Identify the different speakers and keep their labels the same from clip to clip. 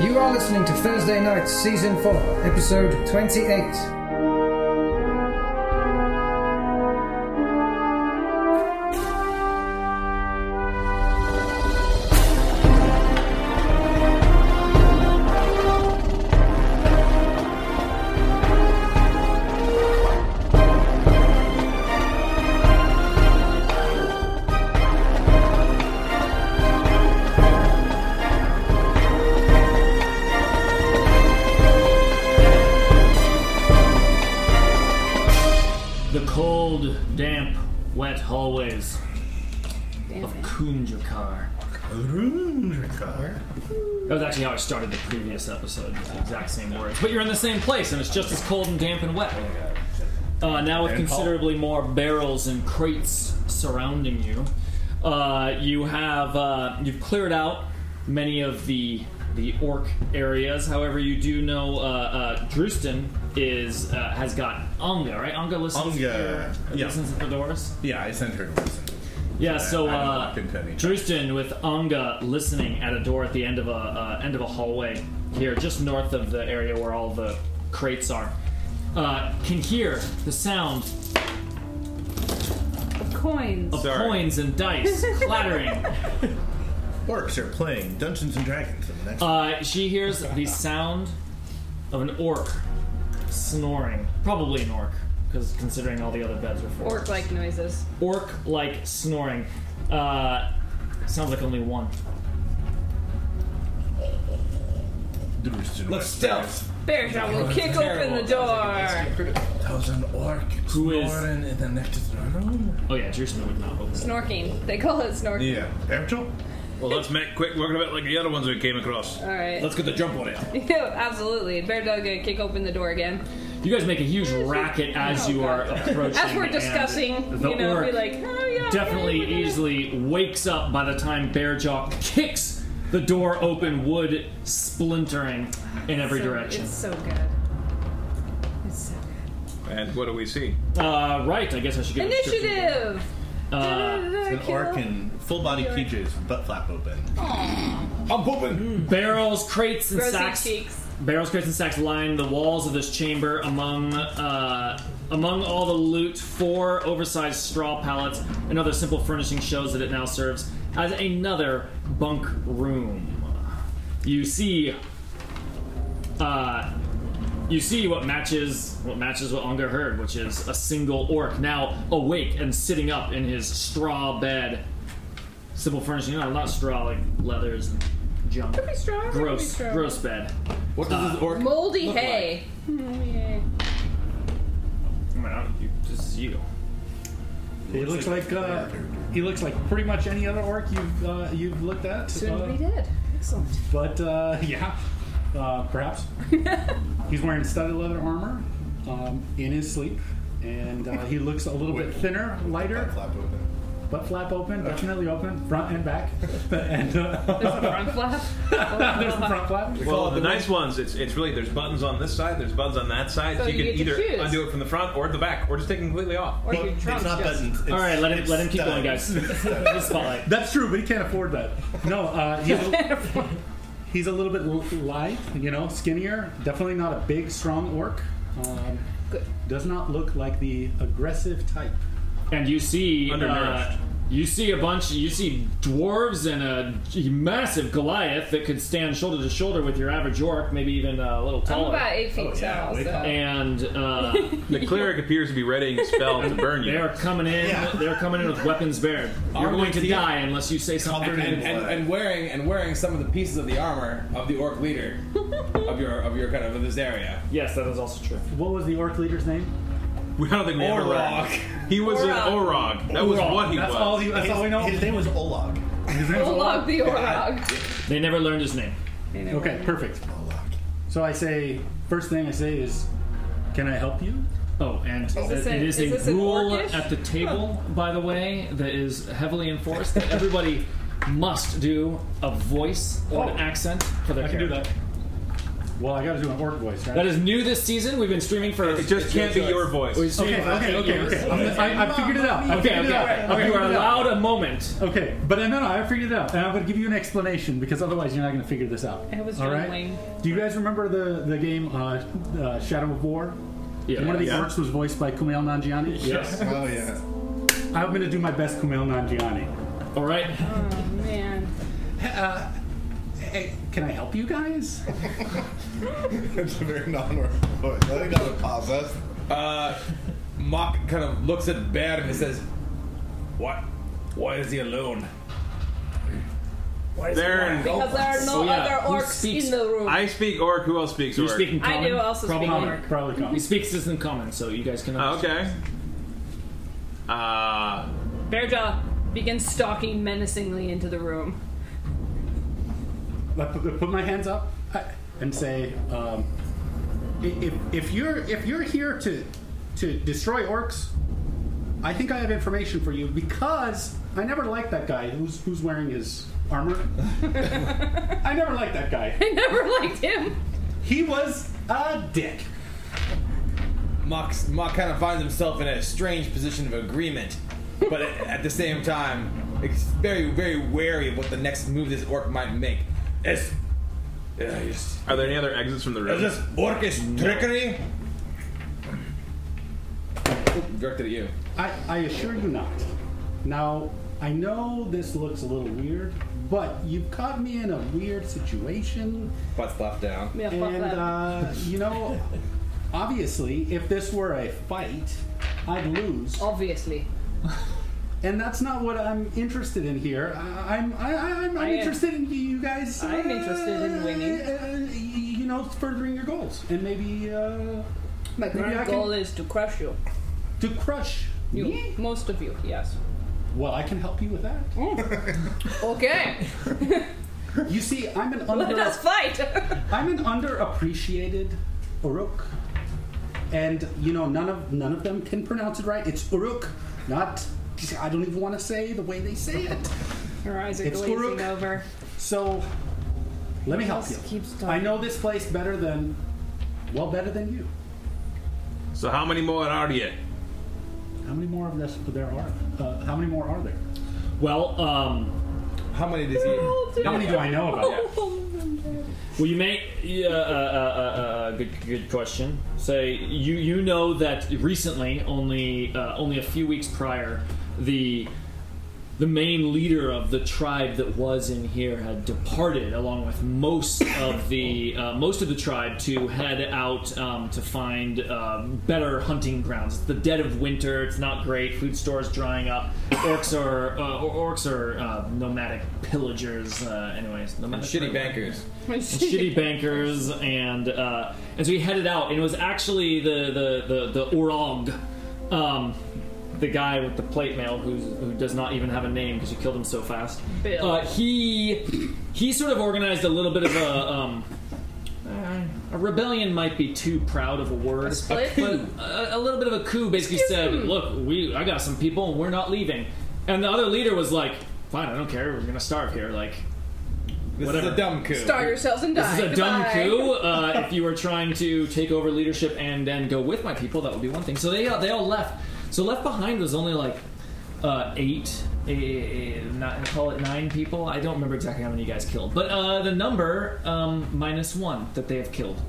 Speaker 1: You are listening to Thursday Night, Season 4, Episode 28.
Speaker 2: Uh,
Speaker 3: The cold, damp, wet hallways of Kunjakar. That was actually how I started the previous episode, with the exact same words. But you're in the same place, and it's just as cold and damp and wet. Uh, now, with considerably more barrels and crates surrounding you, uh, you have uh, you've cleared out many of the the orc areas. However, you do know uh, uh, Drustin is uh, has got Anga, right? Anga listens.
Speaker 4: Anga,
Speaker 3: to-
Speaker 4: yeah.
Speaker 3: listens at the doors.
Speaker 4: Yeah, I sent her a reason.
Speaker 3: Yeah, so
Speaker 4: I haven't
Speaker 3: uh,
Speaker 4: walked into any.
Speaker 3: Drustin with Anga listening at a door at the end of a uh, end of a hallway here, just north of the area where all the crates are, uh, can hear the sound
Speaker 5: coins.
Speaker 3: of
Speaker 4: Sorry.
Speaker 3: coins and dice clattering.
Speaker 4: Orcs are playing Dungeons and Dragons in the next.
Speaker 3: Uh, she hears the sound of an orc snoring, probably an orc, because considering all the other beds are for
Speaker 5: Orc like noises.
Speaker 3: orc-like snoring. Uh, sounds like only one.
Speaker 4: Look, stealth.
Speaker 5: Bearjaw will kick open the door.
Speaker 4: That was an orc.
Speaker 3: Who is-
Speaker 4: snoring in the next
Speaker 3: Oh yeah, Drustin would not open. it.
Speaker 5: Snorking. They call it snorking.
Speaker 4: Yeah, Angel.
Speaker 6: Well, let's make quick work of it like the other ones we came across.
Speaker 5: All right.
Speaker 6: Let's get the jump on it.
Speaker 5: Yeah, absolutely. Bear Dog gonna kick open the door again.
Speaker 3: You guys make a huge racket as you are approaching.
Speaker 5: oh, As we're
Speaker 3: and
Speaker 5: discussing,
Speaker 3: the
Speaker 5: you know,
Speaker 3: orc
Speaker 5: be like, oh yeah.
Speaker 3: definitely
Speaker 5: yeah, yeah, yeah."
Speaker 3: easily wakes up by the time Bearjaw kicks the door open, wood splintering in every
Speaker 5: So-
Speaker 3: direction.
Speaker 5: It's so good. It's so good.
Speaker 6: And what do we see?
Speaker 3: Uh, right, I guess I should get
Speaker 5: Initiative.
Speaker 3: Uh,
Speaker 4: An orc in full body PJs, butt flap open. I'm pooping.
Speaker 3: barrels, crates, and
Speaker 5: Rosy
Speaker 3: sacks.
Speaker 5: cheeks.
Speaker 3: Barrels, crates, and sacks line the walls of this chamber. Among uh, among all the loot, four oversized straw pallets and other simple furnishing shows that it now serves as another bunk room. You see, uh, you see what matches what matches what Unger heard, which is a single orc now awake and sitting up in his straw bed. Simple furnishing, no, not straw like leathers and junk.
Speaker 5: Could be straw, could be
Speaker 3: Gross,
Speaker 5: straw.
Speaker 3: gross bed.
Speaker 6: What does this orc?
Speaker 5: Moldy
Speaker 6: Look
Speaker 5: hay. Yay.
Speaker 3: I mean, I don't- you- this is you.
Speaker 7: He looks like uh, he looks like pretty much any other orc you've uh, you've looked at.
Speaker 5: Soon
Speaker 7: uh,
Speaker 5: to be dead. Excellent.
Speaker 7: but uh, yeah, uh, perhaps he's wearing studded leather armor um, in his sleep, and uh, he looks a little bit thinner,
Speaker 4: Butt
Speaker 7: lighter,
Speaker 4: flap open.
Speaker 7: butt flap open, definitely open, front and back, and uh,
Speaker 5: There's a front flap.
Speaker 7: there's the front flap.
Speaker 6: Well, the nice ones, it's it's really there's buttons on this side, there's buttons on that side,
Speaker 5: So
Speaker 6: so,
Speaker 5: you
Speaker 6: you can
Speaker 5: get to
Speaker 6: either
Speaker 5: choose.
Speaker 6: undo it from the front or the back, or just take it completely off.
Speaker 5: Or you're drunk.
Speaker 4: It's not
Speaker 5: just-
Speaker 4: buttons. It's,
Speaker 3: All right, let him
Speaker 4: it's
Speaker 3: let him keep going, guys.
Speaker 4: studs.
Speaker 3: The spotlight.
Speaker 7: That's true, but he can't afford that. No, uh, he's, a, he's a little bit l- light, you know, skinnier. Definitely not a big, strong orc. Um,
Speaker 5: Good.
Speaker 7: does not look like the aggressive type.
Speaker 3: And you see, uh,
Speaker 6: Undernourished.
Speaker 3: you see a bunch. You see dwarves and a massive Goliath that could stand shoulder to shoulder with your average orc, maybe even uh, a little
Speaker 5: I'm
Speaker 3: taller.
Speaker 5: about eight feet
Speaker 4: yeah,
Speaker 5: tall.
Speaker 4: wake
Speaker 5: so-
Speaker 4: up.
Speaker 3: and uh,
Speaker 6: The cleric appears to be readying a spell to burn
Speaker 3: they
Speaker 6: you.
Speaker 3: are coming in.
Speaker 4: Yeah.
Speaker 3: They're coming in with weapons bared. You're
Speaker 8: Armed
Speaker 3: going to
Speaker 8: with the-
Speaker 3: die unless you say
Speaker 4: Covered
Speaker 3: something.
Speaker 4: in-
Speaker 8: and, and, and wearing and wearing some of the pieces of the armor of the orc leader of your of your kind of, of this area.
Speaker 3: Yes, that is also true.
Speaker 7: What was the orc leader's name?
Speaker 6: We don't think we ever learned.
Speaker 8: Orlok.
Speaker 6: He was an Orog. That was
Speaker 3: Orog.
Speaker 6: what he
Speaker 7: That's
Speaker 6: was.
Speaker 7: all. He, that's all we know.
Speaker 4: His name was Olog.
Speaker 7: His name's
Speaker 5: Olog
Speaker 7: Olaf.
Speaker 5: the Orog.
Speaker 3: They never learned his name.
Speaker 7: Okay, perfect.
Speaker 4: Olog.
Speaker 7: So I say, first thing I say is, can I help you?
Speaker 3: Oh, and it
Speaker 5: this an-
Speaker 3: is,
Speaker 5: is this
Speaker 3: a
Speaker 5: an
Speaker 3: rule
Speaker 5: orcish?
Speaker 3: at the table, by the way, that is heavily enforced that everybody must do a voice or an
Speaker 7: Oh.
Speaker 3: accent for their
Speaker 7: I can do
Speaker 3: character.
Speaker 7: that. Well, I got to do an orc voice, right?
Speaker 3: That is new this season. We've been streaming for.
Speaker 6: It just can't be your voice.
Speaker 3: we've been streaming
Speaker 7: okay,
Speaker 3: for-
Speaker 7: okay, okay, okay. I'm, I, I figured it out. I
Speaker 3: Okay,
Speaker 7: figured
Speaker 3: okay.
Speaker 7: it out. I
Speaker 3: you
Speaker 7: figured
Speaker 3: are
Speaker 7: it out.
Speaker 3: allowed a moment.
Speaker 7: Okay, but uh, no, no, I figured it out, and I'm going to give you an explanation because otherwise you're not going to figure this out.
Speaker 5: I was
Speaker 7: All right?
Speaker 5: drooling.
Speaker 7: Do you guys remember the the game uh, uh, Shadow of War?
Speaker 3: Yeah.
Speaker 7: One of the
Speaker 4: Yeah.
Speaker 7: orcs was voiced by Kumail Nanjiani.
Speaker 3: Yes.
Speaker 4: Oh yeah.
Speaker 7: I'm going to do my best Kumail Nanjiani.
Speaker 3: All right.
Speaker 5: Oh man.
Speaker 7: Hey, can I help you guys?
Speaker 9: It's a very non-work voice. I think that would pause us.
Speaker 8: Uh, Mock kind of looks at Bad and says, "What? Why is he alone?"
Speaker 6: There and
Speaker 5: Because there are no
Speaker 3: Oh, yeah.
Speaker 5: other
Speaker 3: Who
Speaker 5: orcs
Speaker 3: speaks-
Speaker 5: in the room.
Speaker 6: I speak orc. Who else speaks
Speaker 3: You're
Speaker 6: orc?
Speaker 3: speaking
Speaker 5: I
Speaker 3: common.
Speaker 5: do also speak
Speaker 3: Probably.
Speaker 5: orc.
Speaker 7: Probably
Speaker 3: He
Speaker 7: come.
Speaker 3: speaks this in common, so you guys can.
Speaker 6: Oh, okay. Uh,
Speaker 5: Bearjaw begins stalking menacingly into the room.
Speaker 7: I put, put my hands up uh, and say, um, i- if, if you're if you're here to to destroy orcs, I think I have information for you because I never liked that guy who's who's wearing his armor. I never liked that guy.
Speaker 5: I never liked him.
Speaker 7: He was a dick.
Speaker 8: Mock, Mock kind of finds himself in a strange position of agreement, but at, at the same time, ex- very, very wary of what the next move this orc might make. Is, is,
Speaker 6: are there any other exits from the room?
Speaker 8: is this orcish trickery? Oop, directed at you.
Speaker 7: I, I assure you not. Now, I know this looks a little weird, but you've caught me in a weird situation.
Speaker 8: Butt slapped down.
Speaker 5: Yeah, fuck
Speaker 7: And,
Speaker 5: that.
Speaker 7: uh, you know, obviously, if this were a fight, I'd lose.
Speaker 5: Obviously.
Speaker 7: And that's not what I'm interested in here. I, I'm, I, I- I'm,
Speaker 5: I
Speaker 7: I'm
Speaker 5: am-
Speaker 7: interested in you guys.
Speaker 5: I'm interested in winning.
Speaker 7: Uh, you know, furthering your goals. And maybe, uh,
Speaker 5: My
Speaker 7: Maybe I
Speaker 5: grand
Speaker 7: can-
Speaker 5: goal is to crush you.
Speaker 7: to crush
Speaker 5: You.
Speaker 7: me?
Speaker 5: Most of you, yes.
Speaker 7: Well, I can help you with that.
Speaker 5: Okay.
Speaker 7: You see, I'm an
Speaker 5: Let
Speaker 7: under.
Speaker 5: us fight.
Speaker 7: I'm an underappreciated Uruk, and you know none of none of them can pronounce it right. It's Uruk, not. I don't even want to say the way they say it.
Speaker 5: Her eyes are
Speaker 7: It's
Speaker 5: glazing
Speaker 7: Uruk.
Speaker 5: over.
Speaker 7: So, let me help you.
Speaker 5: Just keeps talking.
Speaker 7: I know this place better than, well, better than you.
Speaker 6: so how many more are you?
Speaker 7: How many more of this there are? Uh, how many more are there?
Speaker 3: Well, um,
Speaker 8: How many does he?
Speaker 7: How many do I know about?
Speaker 5: Oh,
Speaker 3: well, you may. Yeah, uh, uh, uh, uh, good, good question. Say you you know that recently, only uh, only a few weeks prior, the the main leader of the tribe that was in here had departed, along with most of the uh, most of the tribe, to head out um, to find uh, better hunting grounds. It's the dead of winter; it's not great. Food stores drying up. Orcs are uh, or- orcs are uh, nomadic pillagers. Uh, anyways, nomadic
Speaker 8: Shitty bankers.
Speaker 3: shitty bankers and uh, and so he headed out and it was actually the the the, the Urog, um, the guy with the plate mail who's, who does not even have a name because you killed him so fast.
Speaker 5: Bill.
Speaker 3: Uh, he he sort of organized a little bit of a. Um, uh, a rebellion might be too proud of a word,
Speaker 5: split?
Speaker 3: but a, a little bit of a coup basically
Speaker 5: Excuse
Speaker 3: said,
Speaker 5: me.
Speaker 3: "Look, we I got some people and we're not leaving." And the other leader was like, "Fine, I don't care. We're gonna starve here. Like,
Speaker 8: This
Speaker 3: Whatever.
Speaker 8: is a dumb coup.
Speaker 5: Start yourselves and die.
Speaker 3: this is a dumb
Speaker 5: Goodbye.
Speaker 3: coup. Uh, if you were trying to take over leadership and then go with my people, that would be one thing. So they all, they all left. So left behind was only like uh, eight, eh, not, call it nine people. I don't remember exactly how many you guys killed, but uh, the number um, minus one that they have killed,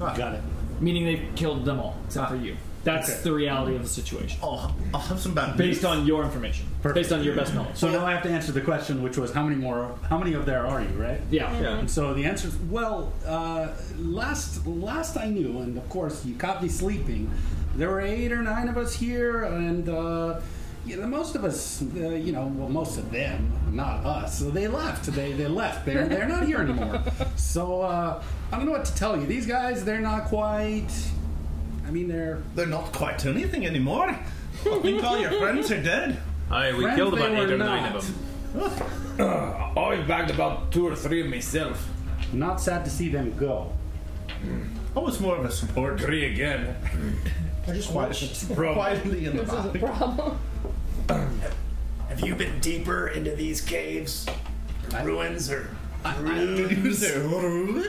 Speaker 7: Got it.
Speaker 3: meaning they've killed them all except for you. That's the reality of the situation,
Speaker 4: Oh, I'll have some bad news.
Speaker 3: based on your information, based on your best knowledge.
Speaker 7: So now I have to answer the question, which was how many more? How many of there are you? Right.
Speaker 3: Yeah.
Speaker 6: Yeah.
Speaker 7: And so the answer is well. Uh, last last I knew, and of course you caught me sleeping. There were eight or nine of us here, and uh, you know, most of us, uh, you know, well, most of them, not us. So they left. They they left. They're they're not here anymore. So uh, I don't know what to tell you. These guys, they're not quite. I mean, they're
Speaker 4: They're not quite anything anymore. I think all your friends are dead.
Speaker 6: Aye, Oh, we
Speaker 7: Friends
Speaker 6: killed about
Speaker 7: they
Speaker 6: eight
Speaker 7: were
Speaker 6: or nine
Speaker 7: not.
Speaker 6: of them.
Speaker 8: I bagged about two or three myself.
Speaker 7: not sad to see them go.
Speaker 4: I was more of a support.
Speaker 8: Three again.
Speaker 9: I just watched.
Speaker 4: Quietly in the back.
Speaker 5: Problem.
Speaker 10: Have you been deeper into these caves? Ruins or
Speaker 4: You say, "Ruin?"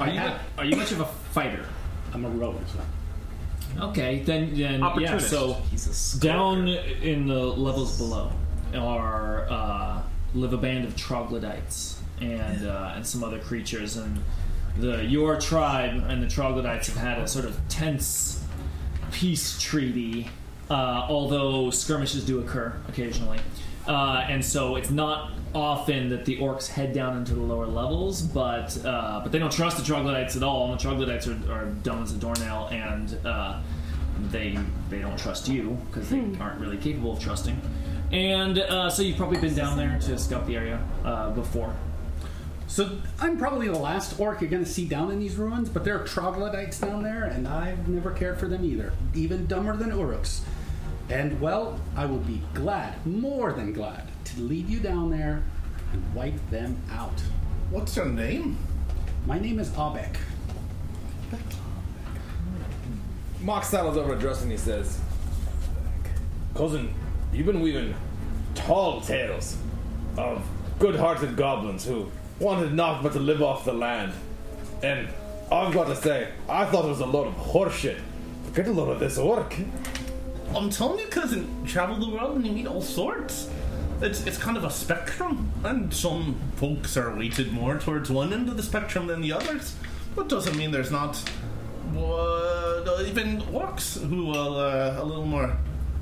Speaker 3: Are you are you much of a fighter?
Speaker 7: I'm a rogue. So.
Speaker 3: Okay, then then yeah.
Speaker 6: Opportunist.
Speaker 3: So
Speaker 10: He's a skulker.
Speaker 3: down in the levels below are uh, live a band of troglodytes and uh, and some other creatures and the your tribe and the troglodytes have had a sort of tense peace treaty, uh, although skirmishes do occur occasionally. Uh, and so it's not often that the orcs head down into the lower levels, but uh, but they don't trust the troglodytes at all. And the troglodytes are, are dumb as a doornail, and uh, they they don't trust you because they aren't really capable of trusting. And uh, so you've probably been down there to scout the area uh, before.
Speaker 7: so I'm probably the last orc you're going to see down in these ruins, but there are troglodytes down there, and I've never cared for them either. Even dumber than Uruks. And, well, I will be glad, more than glad, to lead you down there and wipe them out.
Speaker 9: What's your name?
Speaker 7: My name is Abek.
Speaker 8: Mock saddles over to Dresden. He says, "Cousin, you've been weaving tall tales of good-hearted goblins who wanted naught but to live off the land, and I've got to say, I thought it was a load of horseshit. Get a load of this orc.
Speaker 4: I'm telling you, cousin, travel the world and you meet all sorts. It's, it's kind of a spectrum, and some folks are weighted more towards one end of the spectrum than the others. But doesn't mean there's not uh, even orcs who are uh, a little more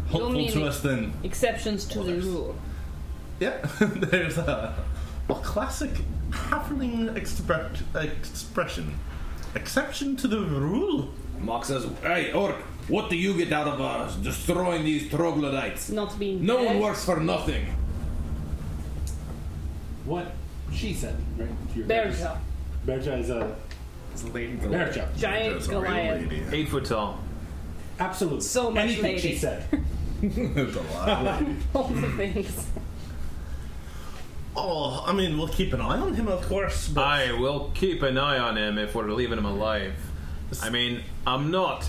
Speaker 4: helpful
Speaker 5: mean
Speaker 4: to
Speaker 5: it-
Speaker 4: us than.
Speaker 5: Exceptions to the rule.
Speaker 4: Yeah, there's a, a classic halfling expre- expression. Exception to the rule.
Speaker 8: Mock says, "Hey orc, what do you get out of uh, destroying these troglodytes?
Speaker 5: Not being
Speaker 8: No one
Speaker 5: dead.
Speaker 8: works for nothing."
Speaker 7: What she said, right? Your-
Speaker 5: Berja,
Speaker 7: Berja is a.
Speaker 10: It's late.
Speaker 7: Berja.
Speaker 5: giant
Speaker 9: a
Speaker 5: Goliath.
Speaker 9: lady.
Speaker 6: Eight foot tall.
Speaker 7: Absolutely.
Speaker 5: So much
Speaker 7: Anything she
Speaker 5: lady.
Speaker 7: said.
Speaker 9: There's a lot of ladies.
Speaker 5: All the things.
Speaker 4: Oh, I mean, we'll keep an eye on him, of course. But
Speaker 6: I will keep an eye on him if we're leaving him alive. I mean, I'm not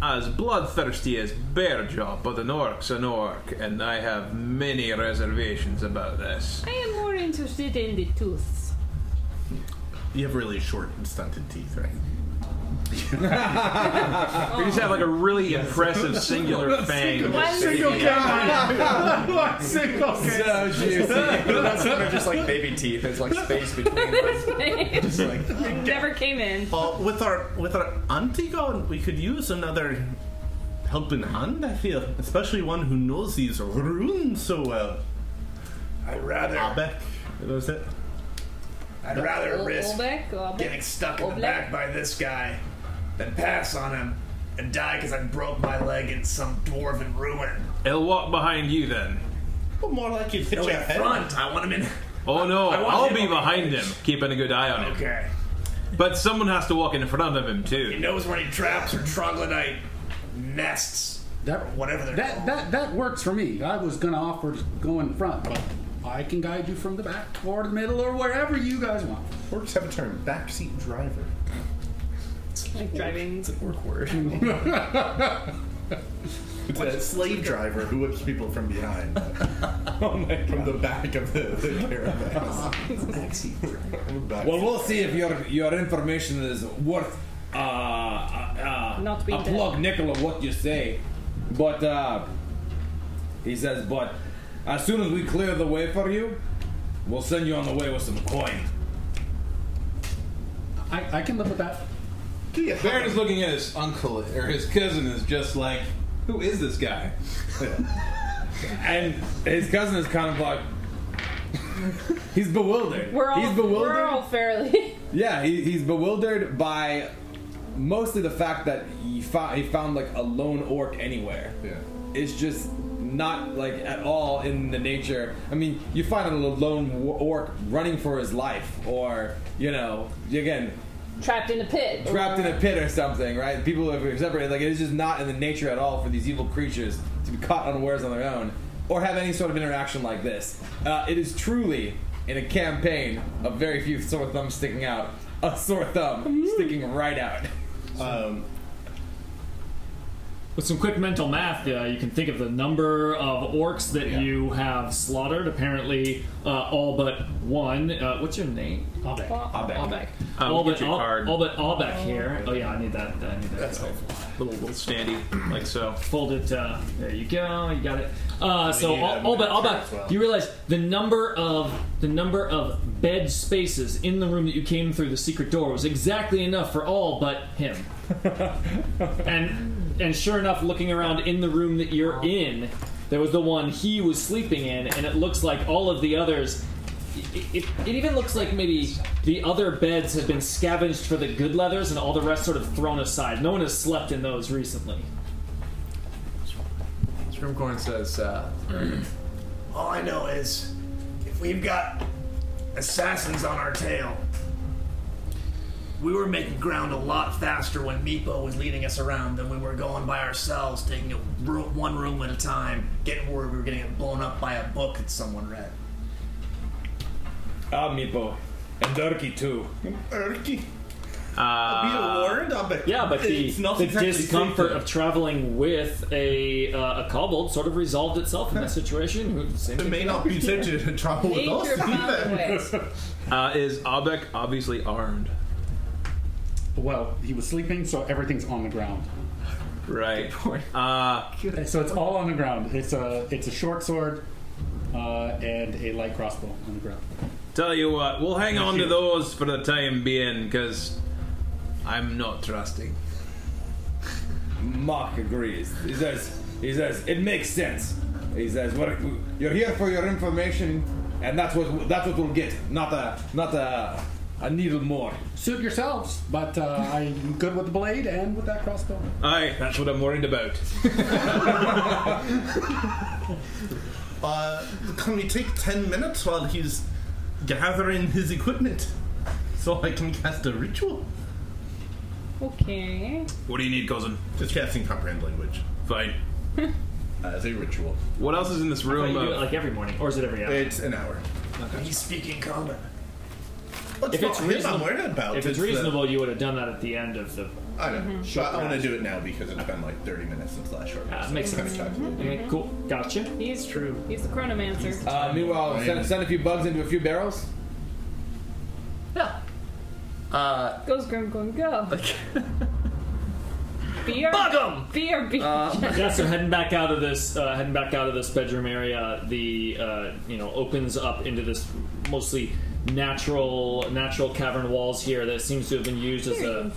Speaker 6: as bloodthirsty as Bearjaw, but an orc's an orc, and I have many reservations about this.
Speaker 5: I am more interested in the tooths.
Speaker 4: you have really short and stunted teeth, right?
Speaker 6: We just have like a really impressive singular fang.
Speaker 5: One single
Speaker 9: Single
Speaker 8: So juicy.
Speaker 10: That's they're just like baby teeth. There's like space between us.
Speaker 5: Never came in.
Speaker 4: Uh, with our with our Antigone, we could use another helping hand. I feel, especially one who knows these runes so well.
Speaker 10: I'd rather,
Speaker 4: Abeck, that was it.
Speaker 10: I'd rather risk
Speaker 5: Olbeck, Olbeck.
Speaker 10: getting stuck in the
Speaker 5: Oblak?
Speaker 10: back by this guy than pass on him and die because I broke my leg in some dwarven ruin.
Speaker 6: He'll walk behind you then.
Speaker 4: Well, more like you hit
Speaker 10: No,
Speaker 4: your
Speaker 10: in
Speaker 4: head.
Speaker 10: front. I want him in.
Speaker 6: Oh no,
Speaker 10: I want
Speaker 6: I'll
Speaker 10: him
Speaker 6: be
Speaker 10: on the
Speaker 6: behind
Speaker 10: edge.
Speaker 6: him, keeping a good eye on him.
Speaker 10: Okay.
Speaker 6: But someone has to walk in front of him
Speaker 10: He
Speaker 6: too.
Speaker 10: knows where any traps or troglodyte nests.
Speaker 7: That,
Speaker 10: Whatever they're
Speaker 7: that,
Speaker 10: called.
Speaker 7: that, that works for me. I was going to offer to go in front, but I can guide you from the back or the middle or wherever you guys want.
Speaker 9: Orcs have a term, backseat driver.
Speaker 5: Like driving.
Speaker 9: It's an orc word. it's a slave driver who whips people from behind. Oh From the back of the, the caravan. backseat driver.
Speaker 8: Well, we'll see if your your information is worth uh, uh, uh,
Speaker 5: Not being
Speaker 8: a
Speaker 5: dead.
Speaker 8: plug nickel of what you say. But uh, he says, but as soon as we clear the way for you, we'll send you on the way with some coin.
Speaker 7: I, I can live with that.
Speaker 9: do you have
Speaker 11: Baron is looking at his uncle or his cousin is just like, who is this guy?
Speaker 8: And his cousin is kind of like. He's bewildered.
Speaker 5: We're all,
Speaker 8: he's bewildered.
Speaker 5: we're all fairly.
Speaker 8: Yeah, he, he's bewildered by mostly the fact that he, fo- he found like a lone orc anywhere.
Speaker 9: Yeah.
Speaker 8: It's just not like at all in the nature. I mean, you find a lone wo- orc running for his life, or you know, again,
Speaker 5: trapped in a pit.
Speaker 8: trapped in a pit or something, right? People are separated. Like it's just not in the nature at all for these evil creatures to be caught unawares on their own or have any sort of interaction like this. Uh, it is truly in a campaign of very few sore thumbs sticking out, a sore thumb sticking right out.
Speaker 9: Um,
Speaker 3: with some quick mental math, uh, you can think of the number of orcs that you have slaughtered. Apparently, uh, all but one. Uh, what's your name? Abek.
Speaker 5: Abek.
Speaker 3: Abek.
Speaker 6: Um,
Speaker 3: all,
Speaker 6: get
Speaker 3: but,
Speaker 6: your
Speaker 3: all,
Speaker 6: card.
Speaker 3: all but Abek here. Oh yeah, I need that. I need that. That's helpful.
Speaker 6: Little little standy, like so.
Speaker 3: Fold it. Uh, there you go. You got it. Uh, so
Speaker 6: need that
Speaker 3: all, all but all
Speaker 6: miniature
Speaker 3: but
Speaker 6: as well.
Speaker 3: you realize the number of the number of bed spaces in the room that you came through the secret door was exactly enough for all but him. and and sure enough, looking around in the room that you're in, there was the one he was sleeping in, and it looks like all of the others. It, it, it even looks like maybe the other beds have been scavenged for the good leathers and all the rest sort of thrown aside. No one has slept in those recently.
Speaker 10: Scrimcorn says, uh, All I know is if we've got assassins on our tail, we were making ground a lot faster when Meepo was leading us around than we were going by ourselves, taking it ro- one room at a time, getting worried we were getting blown up by a book that someone read.
Speaker 8: Ah, Meepo. And Durky, too.
Speaker 4: Erky.
Speaker 6: Uh,
Speaker 4: Be a ward, but
Speaker 3: Yeah, but the,
Speaker 4: it's not
Speaker 3: the
Speaker 4: exactly
Speaker 3: discomfort
Speaker 4: safe
Speaker 3: of traveling with a uh, a kobold sort of resolved itself in that situation. Who- Same
Speaker 4: to- It
Speaker 3: thing
Speaker 4: may
Speaker 3: can
Speaker 4: not
Speaker 3: happen
Speaker 4: be safe to travel with
Speaker 5: Nature
Speaker 4: us.
Speaker 5: found a way.
Speaker 6: Uh, is Abek obviously armed?
Speaker 7: Well, he was sleeping, so everything's on the ground.
Speaker 6: Right. Uh,
Speaker 7: So it's all on the ground. It's a it's a short sword uh, and a light crossbow on the ground.
Speaker 6: tell you what, we'll hang on to those for the time being because I'm not trusting.
Speaker 8: Mark agrees. He says, he says, it makes sense. He says, what, you're here for your information, and that's what that's what we'll get. Not a not a a needle more.
Speaker 7: Suit yourselves, but uh, I'm good with the blade and with that crossbow.
Speaker 6: Aye, that's what I'm worried about.
Speaker 4: Uh, can we take ten minutes while he's gathering his equipment, so I can cast a ritual?
Speaker 5: Okay.
Speaker 6: What do you need, cousin?
Speaker 4: Just casting comprehend language
Speaker 6: Fine.
Speaker 9: Uh, as a ritual.
Speaker 6: What else is in this
Speaker 3: But
Speaker 6: room?
Speaker 3: you do it
Speaker 6: Uh,
Speaker 3: like every morning, or is it every hour?
Speaker 9: It's an hour.
Speaker 10: He's speaking common.
Speaker 4: Well,
Speaker 3: If it's
Speaker 4: not him I'm
Speaker 3: reasonable-
Speaker 4: worried about. uh,
Speaker 3: if it's
Speaker 4: the-
Speaker 3: reasonable, you would have done that at the end of the.
Speaker 9: I don't know. But I want to do it now because it's been like 30 minutes since last short.
Speaker 3: Ah,
Speaker 9: rest.
Speaker 3: makes
Speaker 9: Kinda
Speaker 3: sense.
Speaker 9: calculated.
Speaker 3: Okay, cool. Gotcha.
Speaker 5: He's true. He's the chronomancer.
Speaker 8: Uh,
Speaker 3: Oh,
Speaker 8: meanwhile, send, send a few bugs into a few barrels.
Speaker 5: Yeah.
Speaker 12: Uh,
Speaker 5: Goes Grim Glim Go. BR,
Speaker 12: bug 'em!
Speaker 5: BRB.
Speaker 3: yeah, so heading back out of this, uh, heading back out of this bedroom area, the uh, you know opens up into this mostly natural natural cavern walls here that seems to have been used as a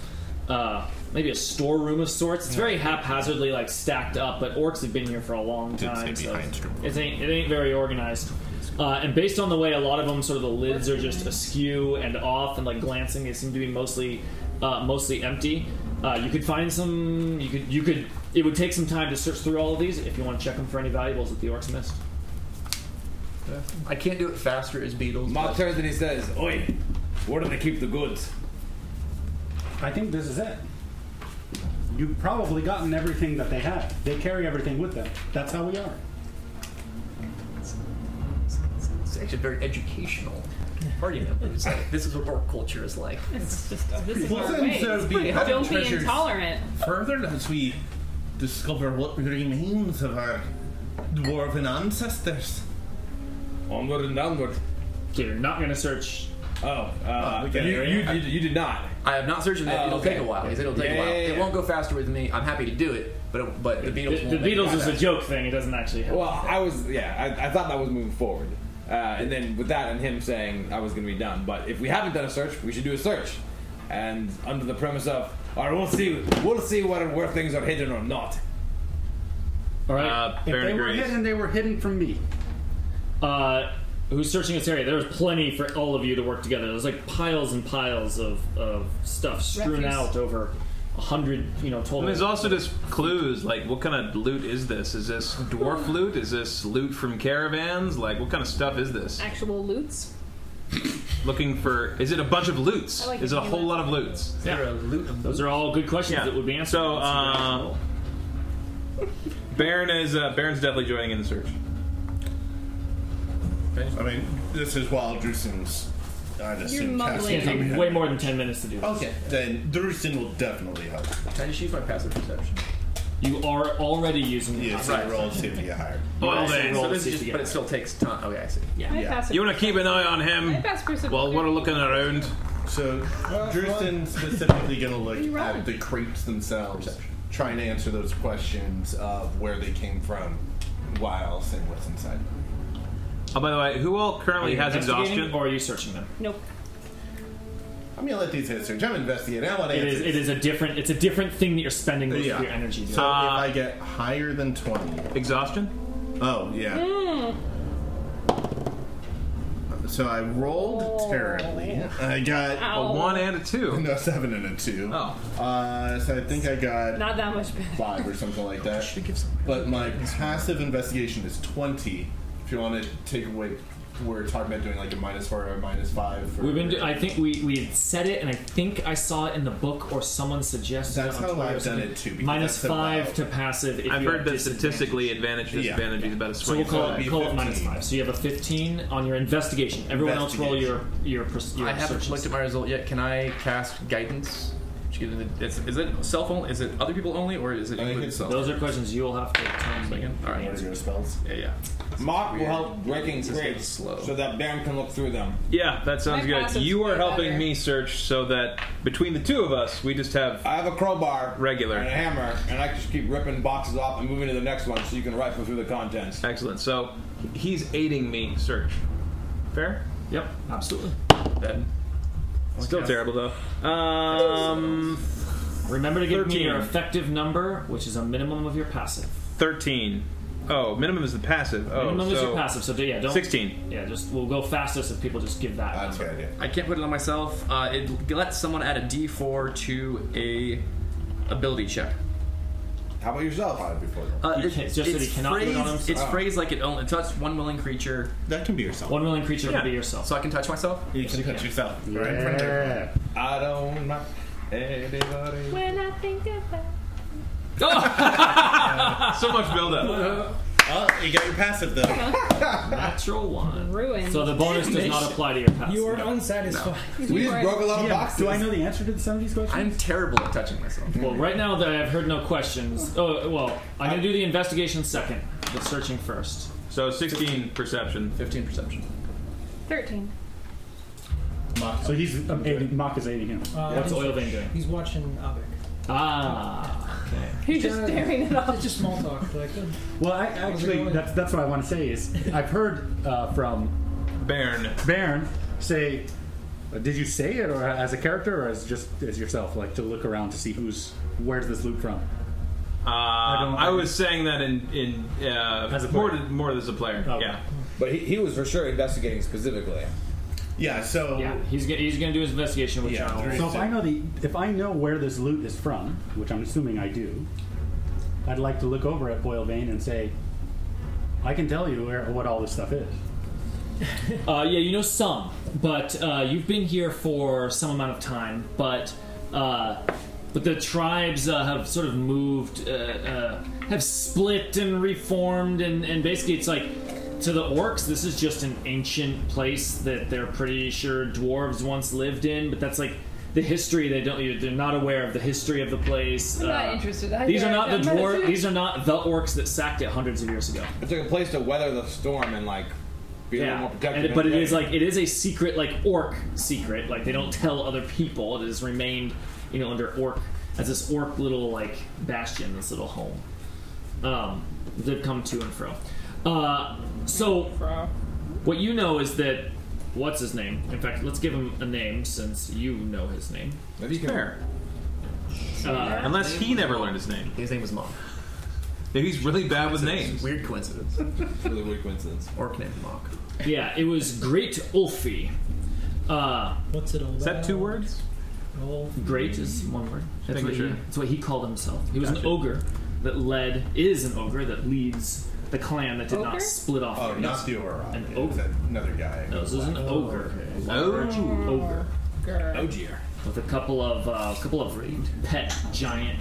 Speaker 3: uh, maybe a storeroom of sorts. It's very haphazardly like stacked up, but orcs have been here for a long
Speaker 4: Did
Speaker 3: time.
Speaker 4: say
Speaker 3: so
Speaker 4: behind
Speaker 3: it's-
Speaker 4: Strumble.
Speaker 3: it ain't it ain't very organized. Uh, and based on the way a lot of them, sort of the lids are just askew and off and like glancing. They seem to be mostly uh, mostly empty. Uh, you could find some. You could you could. It would take some time to search through all of these if you want to check them for any valuables that the orcs missed.
Speaker 12: I can't do it faster as Beatles.
Speaker 8: Mark turns and he says, "Oi, where do they keep the goods?"
Speaker 7: I think this is it. You've probably gotten everything that they have. They carry everything with them. That's how we are.
Speaker 12: It's actually very educational. Party members. Like, this is what orc culture is like.
Speaker 5: It's just, this is our
Speaker 4: Wasn't
Speaker 5: way.
Speaker 4: there be other
Speaker 5: Don't be
Speaker 4: treasures
Speaker 5: intolerant.
Speaker 4: further as we discover what remains of our dwarven ancestors?
Speaker 8: Onward and downward.
Speaker 3: So you're not going to search.
Speaker 8: Oh, uh,
Speaker 4: Oh, we got
Speaker 8: you,
Speaker 4: it,
Speaker 8: you,
Speaker 4: right?
Speaker 8: you, you did not.
Speaker 12: I have not searched it.
Speaker 8: Oh,
Speaker 12: it'll
Speaker 8: okay.
Speaker 12: take a while. He said it'll take a while.
Speaker 8: Yeah, yeah, yeah.
Speaker 12: It won't go faster with me. I'm happy to do it, but it, but the
Speaker 3: The,
Speaker 12: Beatles.
Speaker 3: the
Speaker 12: won't make it
Speaker 3: Beatles is a joke thing. It doesn't actually help.
Speaker 8: Well, I was, yeah, I, I thought that was moving forward. Uh, and then with that and him saying I was going to be done. But if we haven't done a search, we should do a search. And under the premise of, all right, we'll see, we'll see where, where things are hidden or not.
Speaker 3: All right.
Speaker 6: uh,
Speaker 7: If
Speaker 6: Baron
Speaker 7: they were
Speaker 6: agrees.
Speaker 7: hidden, they were hidden from me.
Speaker 3: Uh, who's searching this area? There's plenty for all of you to work together. There's like piles and piles of, of stuff strewn
Speaker 5: Refuse.
Speaker 3: out over a hundred, you know, total.
Speaker 6: And there's also just clues, like what kind of loot is this? Is this dwarf loot? Is this loot from caravans? Like what kind of stuff is this?
Speaker 5: Actual loots.
Speaker 6: Looking for is it a bunch of loots?
Speaker 5: I like
Speaker 6: Is it a
Speaker 5: it.
Speaker 6: whole lot of loots?
Speaker 12: back. They're a loot of
Speaker 3: Those are all good questions
Speaker 6: Yeah.
Speaker 3: that would be answered.
Speaker 6: So, uh,
Speaker 12: uh,
Speaker 6: Baron is uh, Baron's definitely joining in the search.
Speaker 9: I mean, this is while Drusen's. I'd assume
Speaker 5: mumbling.
Speaker 9: casting
Speaker 3: it's gonna take
Speaker 9: comprehend.
Speaker 3: way
Speaker 9: Oh.
Speaker 3: more than ten minutes to do. This.
Speaker 9: Then Drusen will definitely help.
Speaker 12: Can I just use my passive perception?
Speaker 3: You are already using the
Speaker 12: Yeah, so
Speaker 3: contract.
Speaker 12: roll to see if you get hired.
Speaker 6: Well,
Speaker 12: so
Speaker 6: then.
Speaker 12: roll to see if you get hired. takes time. Okay, I see.
Speaker 5: Yeah. I pass it.
Speaker 6: You want to keep an eye on
Speaker 5: I
Speaker 6: him
Speaker 5: pass perception.
Speaker 6: while we're looking around.
Speaker 9: So, Drewson's specifically going to look
Speaker 5: rolling?
Speaker 9: at the creeps themselves, trying to answer those questions of where they came from, why else, and what's inside.
Speaker 6: Oh, by the way, who all currently
Speaker 9: Are you
Speaker 6: has
Speaker 9: investigating,
Speaker 6: exhaustion?
Speaker 3: Or are you searching them?
Speaker 5: Nope.
Speaker 9: I'm going to let these answers. I'm investigating. I want
Speaker 3: It is,
Speaker 9: answers.
Speaker 3: it is Uh, a different. It's a different thing that you're spending most of your energy.
Speaker 9: So if I get higher than 20.
Speaker 6: Exhaustion?
Speaker 9: Oh, yeah.
Speaker 5: Mm.
Speaker 9: So I rolled terribly. I got
Speaker 5: Oh. Ow. A one
Speaker 6: and a two.
Speaker 9: No, seven and a two.
Speaker 6: Oh.
Speaker 9: Uh, so I think I got
Speaker 5: Not that much better.
Speaker 9: five or something like that. But my passive investigation is 20. If you want to take away, we're talking about doing like a minus four or a minus five. For,
Speaker 3: We've been. Do- I think we we had said it, and I think I saw it in the book or someone suggested.
Speaker 9: That's
Speaker 3: it on
Speaker 9: how
Speaker 3: Twitter or
Speaker 9: I've done
Speaker 3: something.
Speaker 9: it too, because
Speaker 3: Minus
Speaker 9: that's
Speaker 3: five
Speaker 9: about-
Speaker 3: to passive. If
Speaker 6: I've
Speaker 3: you
Speaker 6: heard
Speaker 3: have
Speaker 6: that
Speaker 3: disadvantage.
Speaker 6: statistically advantage
Speaker 3: Yeah.
Speaker 6: disadvantage is about a
Speaker 3: So we'll
Speaker 6: swing.
Speaker 3: call, it, call it minus five. So you have a fifteen on your investigation. Everyone else roll your your. pers- your
Speaker 12: I haven't
Speaker 3: searches.
Speaker 12: looked at my result yet. Can I cast guidance? Which gives me the- Is, is it self only? Is it other people only, or is it include self?
Speaker 3: Those are questions you'll have to tell me.
Speaker 12: All right.
Speaker 9: spells?
Speaker 12: Yeah, yeah.
Speaker 8: Mock will
Speaker 12: Weird.
Speaker 8: help breaking
Speaker 12: This is
Speaker 8: crates so that Baron can look through them.
Speaker 6: Yeah, that sounds
Speaker 8: My
Speaker 6: good.
Speaker 8: passive's
Speaker 6: You
Speaker 8: way
Speaker 6: are helping
Speaker 8: better.
Speaker 6: me search so that between the two of us, we just have.
Speaker 8: I have a crowbar,
Speaker 6: regular,
Speaker 8: and a hammer, and I can just keep ripping boxes off and moving to the next one so you can rifle through the contents.
Speaker 6: Excellent. So he's aiding me search. Fair?
Speaker 3: Yep, absolutely.
Speaker 6: Dead. Still
Speaker 3: Okay.
Speaker 6: terrible though. Um,
Speaker 3: remember to give me your
Speaker 6: 13.
Speaker 3: effective number, which is a minimum of your passive.
Speaker 6: Thirteen. Oh, minimum is the passive. Oh,
Speaker 3: minimum is
Speaker 6: so-
Speaker 3: your passive, so do- yeah, don't.
Speaker 6: Sixteen.
Speaker 3: Yeah, just we'll go fastest if people just give that. That's
Speaker 9: number.
Speaker 12: I can't put it on myself. Uh, it lets someone add a D4 to a ability check.
Speaker 8: How about yourself?
Speaker 9: before
Speaker 12: Uh,
Speaker 3: He
Speaker 12: it-
Speaker 3: can't- just that he cannot do
Speaker 12: phrased,
Speaker 3: it on himself?
Speaker 12: It's
Speaker 3: Oh.
Speaker 12: phrased like it only touch one willing creature.
Speaker 9: That can be yourself.
Speaker 3: One willing creature
Speaker 12: Yeah.
Speaker 3: can be yourself.
Speaker 12: So I can touch myself.
Speaker 9: You can touch yourself.
Speaker 12: Right in front of everyone.
Speaker 8: I don't know anybody.
Speaker 5: When I think about.
Speaker 6: so much buildup.
Speaker 9: Oh, you got your passive though.
Speaker 3: Natural one.
Speaker 5: Ruined.
Speaker 3: So the bonus does not apply to your passive.
Speaker 1: You are unsatisfied.
Speaker 5: We just broke a lot of
Speaker 1: Yeah,
Speaker 5: boxes.
Speaker 1: Do I know the answer to some of these questions?
Speaker 12: I'm terrible at touching myself.
Speaker 3: Well, right now that I have heard no questions. Oh, well, I'm gonna do the investigation second, the searching first.
Speaker 6: So sixteen perception.
Speaker 12: Fifteen perception.
Speaker 5: Thirteen.
Speaker 13: So he's um, aiding, Mock is aiding him.
Speaker 3: What's oil vein doing?
Speaker 13: He's watching Abek.
Speaker 3: Ah. Okay.
Speaker 5: You're just staring it off.
Speaker 13: It's just small talk. Like,
Speaker 2: um,
Speaker 13: well, I actually, that's that's what I want to say is I've heard uh, from
Speaker 6: Baron.
Speaker 13: Baron say, uh, did you say it or as a character or as just as yourself, like to look around to see who's where's this loot from?
Speaker 6: Uh, I, was saying that in in uh,
Speaker 8: As a
Speaker 6: more
Speaker 8: player.
Speaker 6: to- more as a player.
Speaker 8: Oh.
Speaker 6: Yeah.
Speaker 8: But he, he was for sure investigating specifically.
Speaker 9: Yeah. So
Speaker 3: yeah, he's gonna, he's gonna do his investigation with John.
Speaker 13: So if I know the if I know where this loot is from, which I'm assuming I do, I'd like to look over at Boyle Vein and say, I can tell you where what all this stuff is.
Speaker 3: Uh, yeah, you know some, but uh, you've been here for some amount of time. But uh, but the tribes uh, have sort of moved, uh, uh, have split and reformed, and, and basically it's like to the orcs, this is just an ancient place that they're pretty sure dwarves once lived in. But that's like the history they don't. They're not aware of the history of the place. uh,
Speaker 5: I'm not interested. I
Speaker 3: these are
Speaker 5: don't
Speaker 3: not the
Speaker 5: know.
Speaker 3: dwarf. These are not the orcs that sacked it hundreds of years ago.
Speaker 8: It's like a place to weather the storm and like be a little more protected.
Speaker 3: And it- but it
Speaker 8: in a
Speaker 3: is
Speaker 8: way.
Speaker 3: like it is a secret, like orc secret. Like they don't tell other people. It has remained, you know, under orc as this orc little like bastion, this little home. Um, that come to and fro. Uh, so what you know is that what's his name? In fact, let's give him a name since you know his name.
Speaker 8: Maybe you can-
Speaker 6: Fair.
Speaker 3: Uh,
Speaker 6: Unless he never learned his name.
Speaker 12: His name was Mom.
Speaker 6: Maybe he's really bad with names.
Speaker 12: Weird coincidence.
Speaker 8: really weird coincidence.
Speaker 12: Orc named Mock.
Speaker 3: Yeah, it was Great Ulfi. Uh,
Speaker 13: What's it all
Speaker 6: Is that two words?
Speaker 3: Great is one word. That's
Speaker 6: Making
Speaker 3: what, he,
Speaker 6: sure.
Speaker 3: that's what he called himself. He was an
Speaker 6: Gotcha.
Speaker 3: ogre that led is an ogre that leads the clan that did
Speaker 5: Ogre?
Speaker 3: not split off.
Speaker 9: Oh,
Speaker 3: Yes.
Speaker 9: not the Aura.
Speaker 3: An
Speaker 9: It was
Speaker 3: ogre.
Speaker 9: Another guy.
Speaker 3: No, this is an ogre.
Speaker 6: Oh.
Speaker 3: ogre
Speaker 5: Girl.
Speaker 3: with a couple of uh, couple of pet giant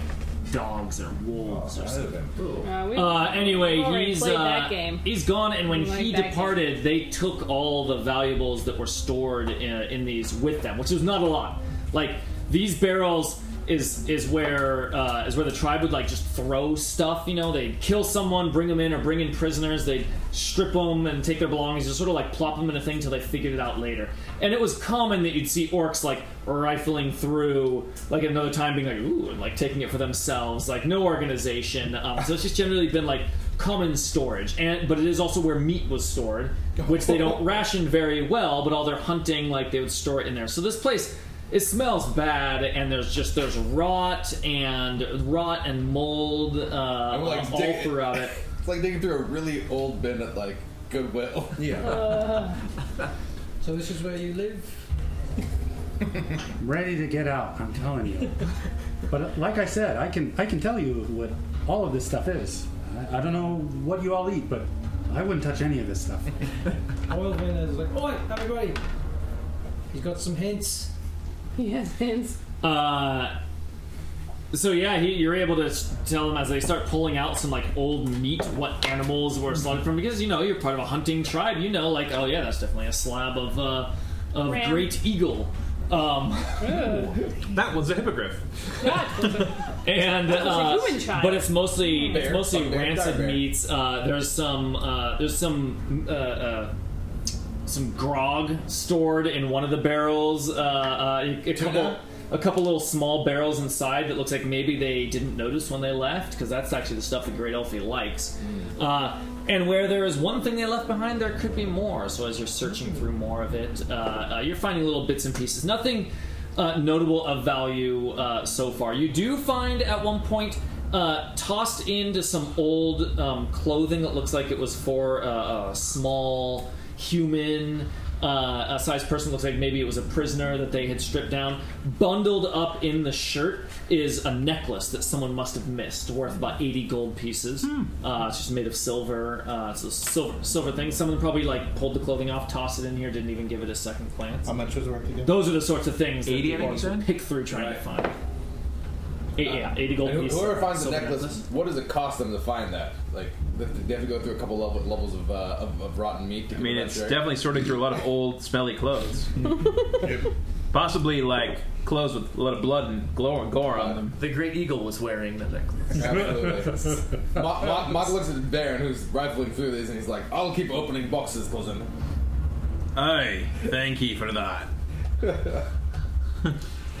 Speaker 3: dogs or wolves or something.
Speaker 5: Uh, we-
Speaker 3: Uh, anyway,
Speaker 5: we've already
Speaker 3: he's
Speaker 5: played
Speaker 3: uh,
Speaker 5: that game.
Speaker 3: he's gone, and when
Speaker 5: Like
Speaker 3: he
Speaker 5: that game.
Speaker 3: departed, they took all the valuables that were stored in, in these with them, which was not a lot. Like these barrels, is is where uh, is where the tribe would like just throw stuff. You know, they'd kill someone, bring them in, or bring in prisoners. They'd strip them and take their belongings, and sort of like plop them in a thing till they figured it out later. And it was common that you'd see orcs like rifling through, like at another time being like, ooh, and like taking it for themselves, like no organization. Um, so it's just generally been like common storage, and but it is also where meat was stored, which they don't ration very well. But all their hunting, like they would store it in there. So this place, it smells bad, and there's just there's rot and rot and mold uh,
Speaker 11: I'm
Speaker 3: all
Speaker 11: dig-
Speaker 3: throughout it.
Speaker 11: It's like digging through a really old bin at like Goodwill.
Speaker 1: so this is where you live?
Speaker 13: I'm ready to get out. I'm telling you. But uh, like I said, I can I can tell you what all of this stuff is. I, I don't know what you all eat, but I wouldn't touch any of this stuff.
Speaker 1: Oilvin is like, oi, everybody! He's got some hints.
Speaker 5: He has hints.
Speaker 3: Uh, so yeah, he, you're able to s- tell them as they start pulling out some like old meat what animals were slaughtered from because you know you're part of a hunting tribe. You know, like oh yeah, that's definitely a slab of uh, of
Speaker 5: Ram.
Speaker 3: great eagle. Um, that was a hippogriff. and
Speaker 5: That was a
Speaker 3: uh,
Speaker 5: human child.
Speaker 3: but it's mostly it's
Speaker 5: Bear.
Speaker 3: mostly
Speaker 5: Bear,
Speaker 3: rancid
Speaker 5: dire bear.
Speaker 3: meats. Uh, there's some uh, there's some uh, uh, some grog stored in one of the barrels. Uh, uh, a couple a couple little small barrels inside that looks like maybe they didn't notice when they left because that's actually the stuff that Great Elfie likes. Uh, and where there is one thing they left behind, there could be more. So as you're searching through more of it, uh, uh, you're finding little bits and pieces. Nothing uh, notable of value uh, so far. You do find at one point uh, tossed into some old um, clothing that looks like it was for uh, a small human. Uh, a sized person looks like maybe it was a prisoner that they had stripped down. Bundled up in the shirt is a necklace that someone must have missed, worth about eighty gold pieces. Uh, it's just made of silver. Uh, it's a silver, silver thing. Someone probably like pulled the clothing off, tossed it in here, didn't even give it a second glance.
Speaker 11: How much was it worth again?
Speaker 3: Those are the sorts of things that
Speaker 11: 80,
Speaker 3: people
Speaker 11: I think you
Speaker 3: would pick through trying to find. Eight, yeah, eighty gold
Speaker 11: And who-
Speaker 3: pieces.
Speaker 11: Whoever finds the
Speaker 3: silver
Speaker 11: necklace, what does it cost them to find that? Like, they- they have to go through a couple level, levels of, uh, of, of rotten meat. To
Speaker 6: I mean, it's definitely sorting through a lot of old, smelly clothes.
Speaker 12: Possibly like clothes with a lot of blood and glow and gore on them. The great eagle was wearing the necklace.
Speaker 11: Absolutely. Mott Mott looks at Baron, who's rifling through these, and he's like, "I'll keep opening boxes, cousin."
Speaker 6: Aye, thank you for that.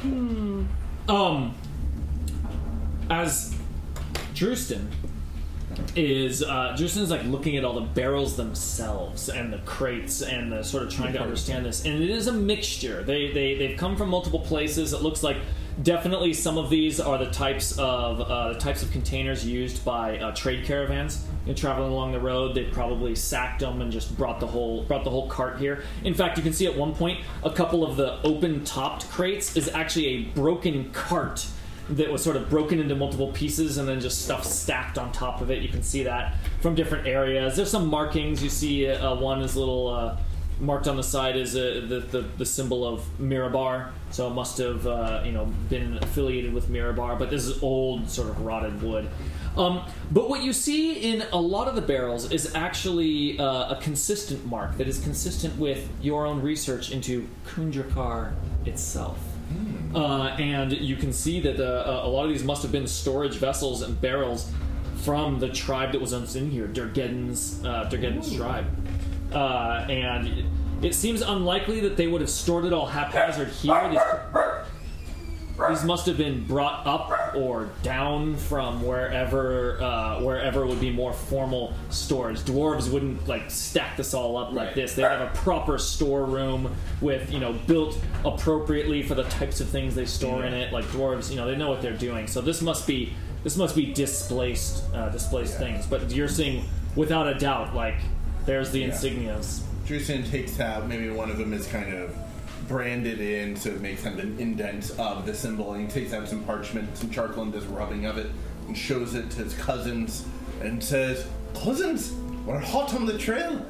Speaker 5: Hmm.
Speaker 3: Um, as Drewston is, uh, Drewston is like looking at all the barrels themselves and the crates and the sort of trying to understand this. And it is a mixture. They they they've come from multiple places. It looks like definitely some of these are the types of uh, the types of containers used by uh, trade caravans. You know, traveling along the road, they probably sacked them and just brought the whole brought the whole cart here. In fact, you can see at one point a couple of the open topped crates is actually a broken cart that was sort of broken into multiple pieces and then just stuff stacked on top of it. You can see that from different areas. There's some markings. You see uh, one is little uh, marked on the side is uh, the, the the symbol of Mirabar, so it must have uh, you know been affiliated with Mirabar. But this is old, sort of rotted wood. Um, but what you see in a lot of the barrels is actually uh, a consistent mark that is consistent with your own research into Kundrakar itself. Uh, and you can see that uh, a lot of these must have been storage vessels and barrels from the tribe that was in here, Durgedon's, uh, Durgedon's tribe. Uh, and it, it seems unlikely that they would have stored it all haphazard here. These, these must have been brought up or down from wherever uh, wherever would be more formal storage. Dwarves wouldn't like stack this all up like
Speaker 11: Right.
Speaker 3: this. They have a proper storeroom with you know built appropriately for the types of things they store in it. Like dwarves, you know, they know what they're doing. So this must be this must be displaced uh, displaced things. But you're seeing without a doubt like there's the
Speaker 9: Yeah.
Speaker 3: insignias.
Speaker 9: Drusen takes out maybe one of them is kind of branded in, so it makes kind of an indent of the symbol, and he takes out some parchment, some charcoal, and does rubbing of it, and shows it to his cousins, and says, "Cousins, we're hot on the trail.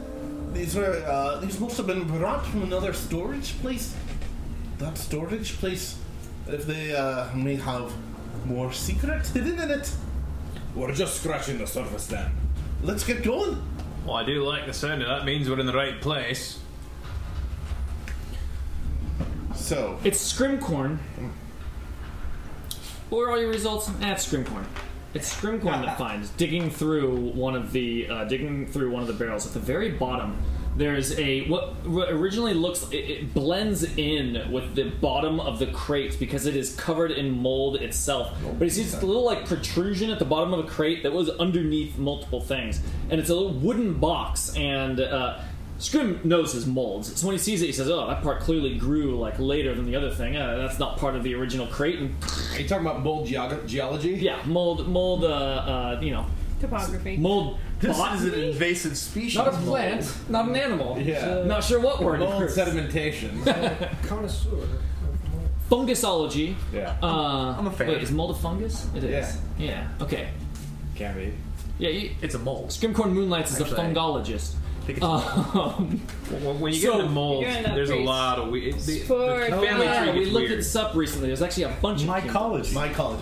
Speaker 9: These were uh, these must have been brought from another storage place. That storage place, if they uh, may have more secrets hidden in it.
Speaker 8: We're just scratching the surface then.
Speaker 9: Let's get going."
Speaker 6: Well, I do like the sound of that. Means we're in the right place.
Speaker 9: So
Speaker 3: it's Scrimcorn. What are all your results? Ah, it's Scrimcorn. It's Scrimcorn that finds digging through one of the uh, digging through one of the barrels at the very bottom. There's a what what originally looks it, it blends in with the bottom of the crate because it is covered in mold itself. But he sees a little like protrusion at the bottom of the crate that was underneath multiple things, and it's a little wooden box. And uh, Scrim knows his molds, so when he sees it, he says, "Oh, that part clearly grew like later than the other thing. Uh, that's not part of the original crate." And
Speaker 8: Are you talking about mold geog- geology?
Speaker 3: Yeah, mold, mold, uh, uh, you know,
Speaker 5: Topography.
Speaker 3: mold.
Speaker 5: This
Speaker 3: botany?
Speaker 5: is an
Speaker 10: invasive species.
Speaker 3: Not a
Speaker 5: mold.
Speaker 3: plant, not an animal.
Speaker 8: Yeah.
Speaker 3: Not sure what word. it
Speaker 8: Mold
Speaker 3: is.
Speaker 8: sedimentation.
Speaker 1: Connoisseur.
Speaker 3: Fungusology.
Speaker 8: Yeah.
Speaker 3: Uh,
Speaker 8: I'm a fan.
Speaker 3: Wait, is mold a fungus? It is. Yeah. Okay.
Speaker 12: Can be.
Speaker 3: Yeah. You,
Speaker 12: It's a mold.
Speaker 3: Scrimcorn Moonlights is a
Speaker 12: Actually, I
Speaker 3: fungologist.
Speaker 12: it's-
Speaker 3: Um,
Speaker 6: Well, when you
Speaker 3: So-
Speaker 6: get into molds,
Speaker 3: You're in that
Speaker 6: there's a
Speaker 3: priest.
Speaker 6: lot of we- it- the, the
Speaker 3: Oh,
Speaker 6: family
Speaker 3: yeah,
Speaker 6: tree
Speaker 3: we
Speaker 6: gets
Speaker 3: looked
Speaker 6: weird.
Speaker 3: this up recently. There's actually a bunch of
Speaker 13: mycology.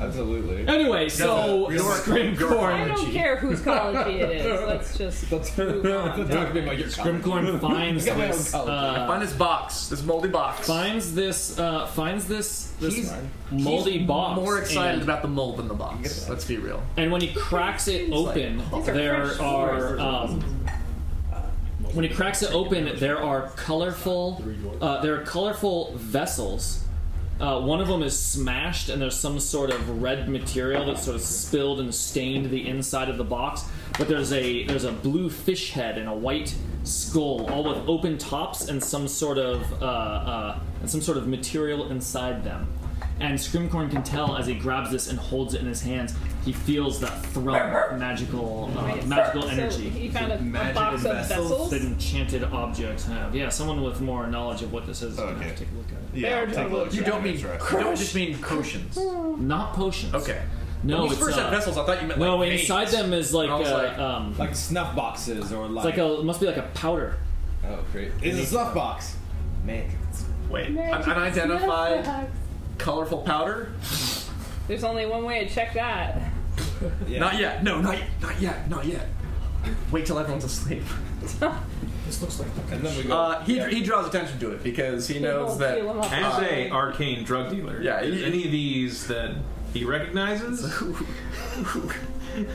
Speaker 8: Absolutely.
Speaker 3: Anyway,
Speaker 8: That's
Speaker 3: so
Speaker 8: a- your- your
Speaker 3: Scrimcorn.
Speaker 5: I don't care whose colony it is. Let's just.
Speaker 8: Let's move
Speaker 5: on.
Speaker 3: Scrimcorn finds this. Uh,
Speaker 12: find this box, this moldy box.
Speaker 3: Finds this. Uh, finds this. This
Speaker 12: He's-
Speaker 3: moldy
Speaker 12: he's
Speaker 3: box.
Speaker 12: More excited
Speaker 3: and-
Speaker 12: about the mold than the box. Let's be real.
Speaker 3: And when he cracks it open,
Speaker 12: "Oh, These are fresh
Speaker 3: there are.
Speaker 12: flowers.
Speaker 3: Um, when he cracks it open, there are colorful. Uh, there are colorful vessels. Uh, one of them is smashed, and there's some sort of red material that sort of spilled and stained the inside of the box. But there's a there's a blue fish head and a white skull, all with open tops and some sort of uh, uh, and some sort of material inside them. And Scrimcorn can tell as he grabs this and holds it in his hands, he feels that thrum of magical uh,
Speaker 5: Wait,
Speaker 3: magical
Speaker 5: so
Speaker 3: energy.
Speaker 5: he found a- a Magic box of vessels? vessels?
Speaker 3: that enchanted objects have. Yeah, someone with more knowledge of what this is. Okay. Take a look at it.
Speaker 12: Yeah, I'll take a look. You don't mean you don't just mean potions.
Speaker 3: Not potions.
Speaker 12: Okay.
Speaker 3: No,
Speaker 12: When you
Speaker 3: it's,
Speaker 12: first
Speaker 3: uh,
Speaker 12: said vessels, I thought you meant
Speaker 3: no,
Speaker 12: like
Speaker 3: inside
Speaker 12: veins.
Speaker 3: them is like
Speaker 12: And I was
Speaker 3: uh,
Speaker 12: like,
Speaker 3: um,
Speaker 8: Like snuff boxes or
Speaker 3: it's
Speaker 8: like.
Speaker 3: like a it must be like a powder.
Speaker 8: oh, great. It's a snuff box. Man.
Speaker 12: Wait,
Speaker 5: Magic
Speaker 12: an unidentified
Speaker 5: snuff box.
Speaker 12: colorful powder?
Speaker 5: There's only one way to check that.
Speaker 12: Not yet. No, not yet. Not yet. Not yet. Wait till everyone's asleep.
Speaker 1: This looks like
Speaker 8: And then we go.
Speaker 12: Uh, he, he draws attention to it because he knows
Speaker 5: won't
Speaker 12: that
Speaker 5: feel him up.
Speaker 12: uh,
Speaker 6: As a arcane drug dealer,
Speaker 12: Yeah,
Speaker 6: is
Speaker 12: you-
Speaker 6: any of these that he recognizes?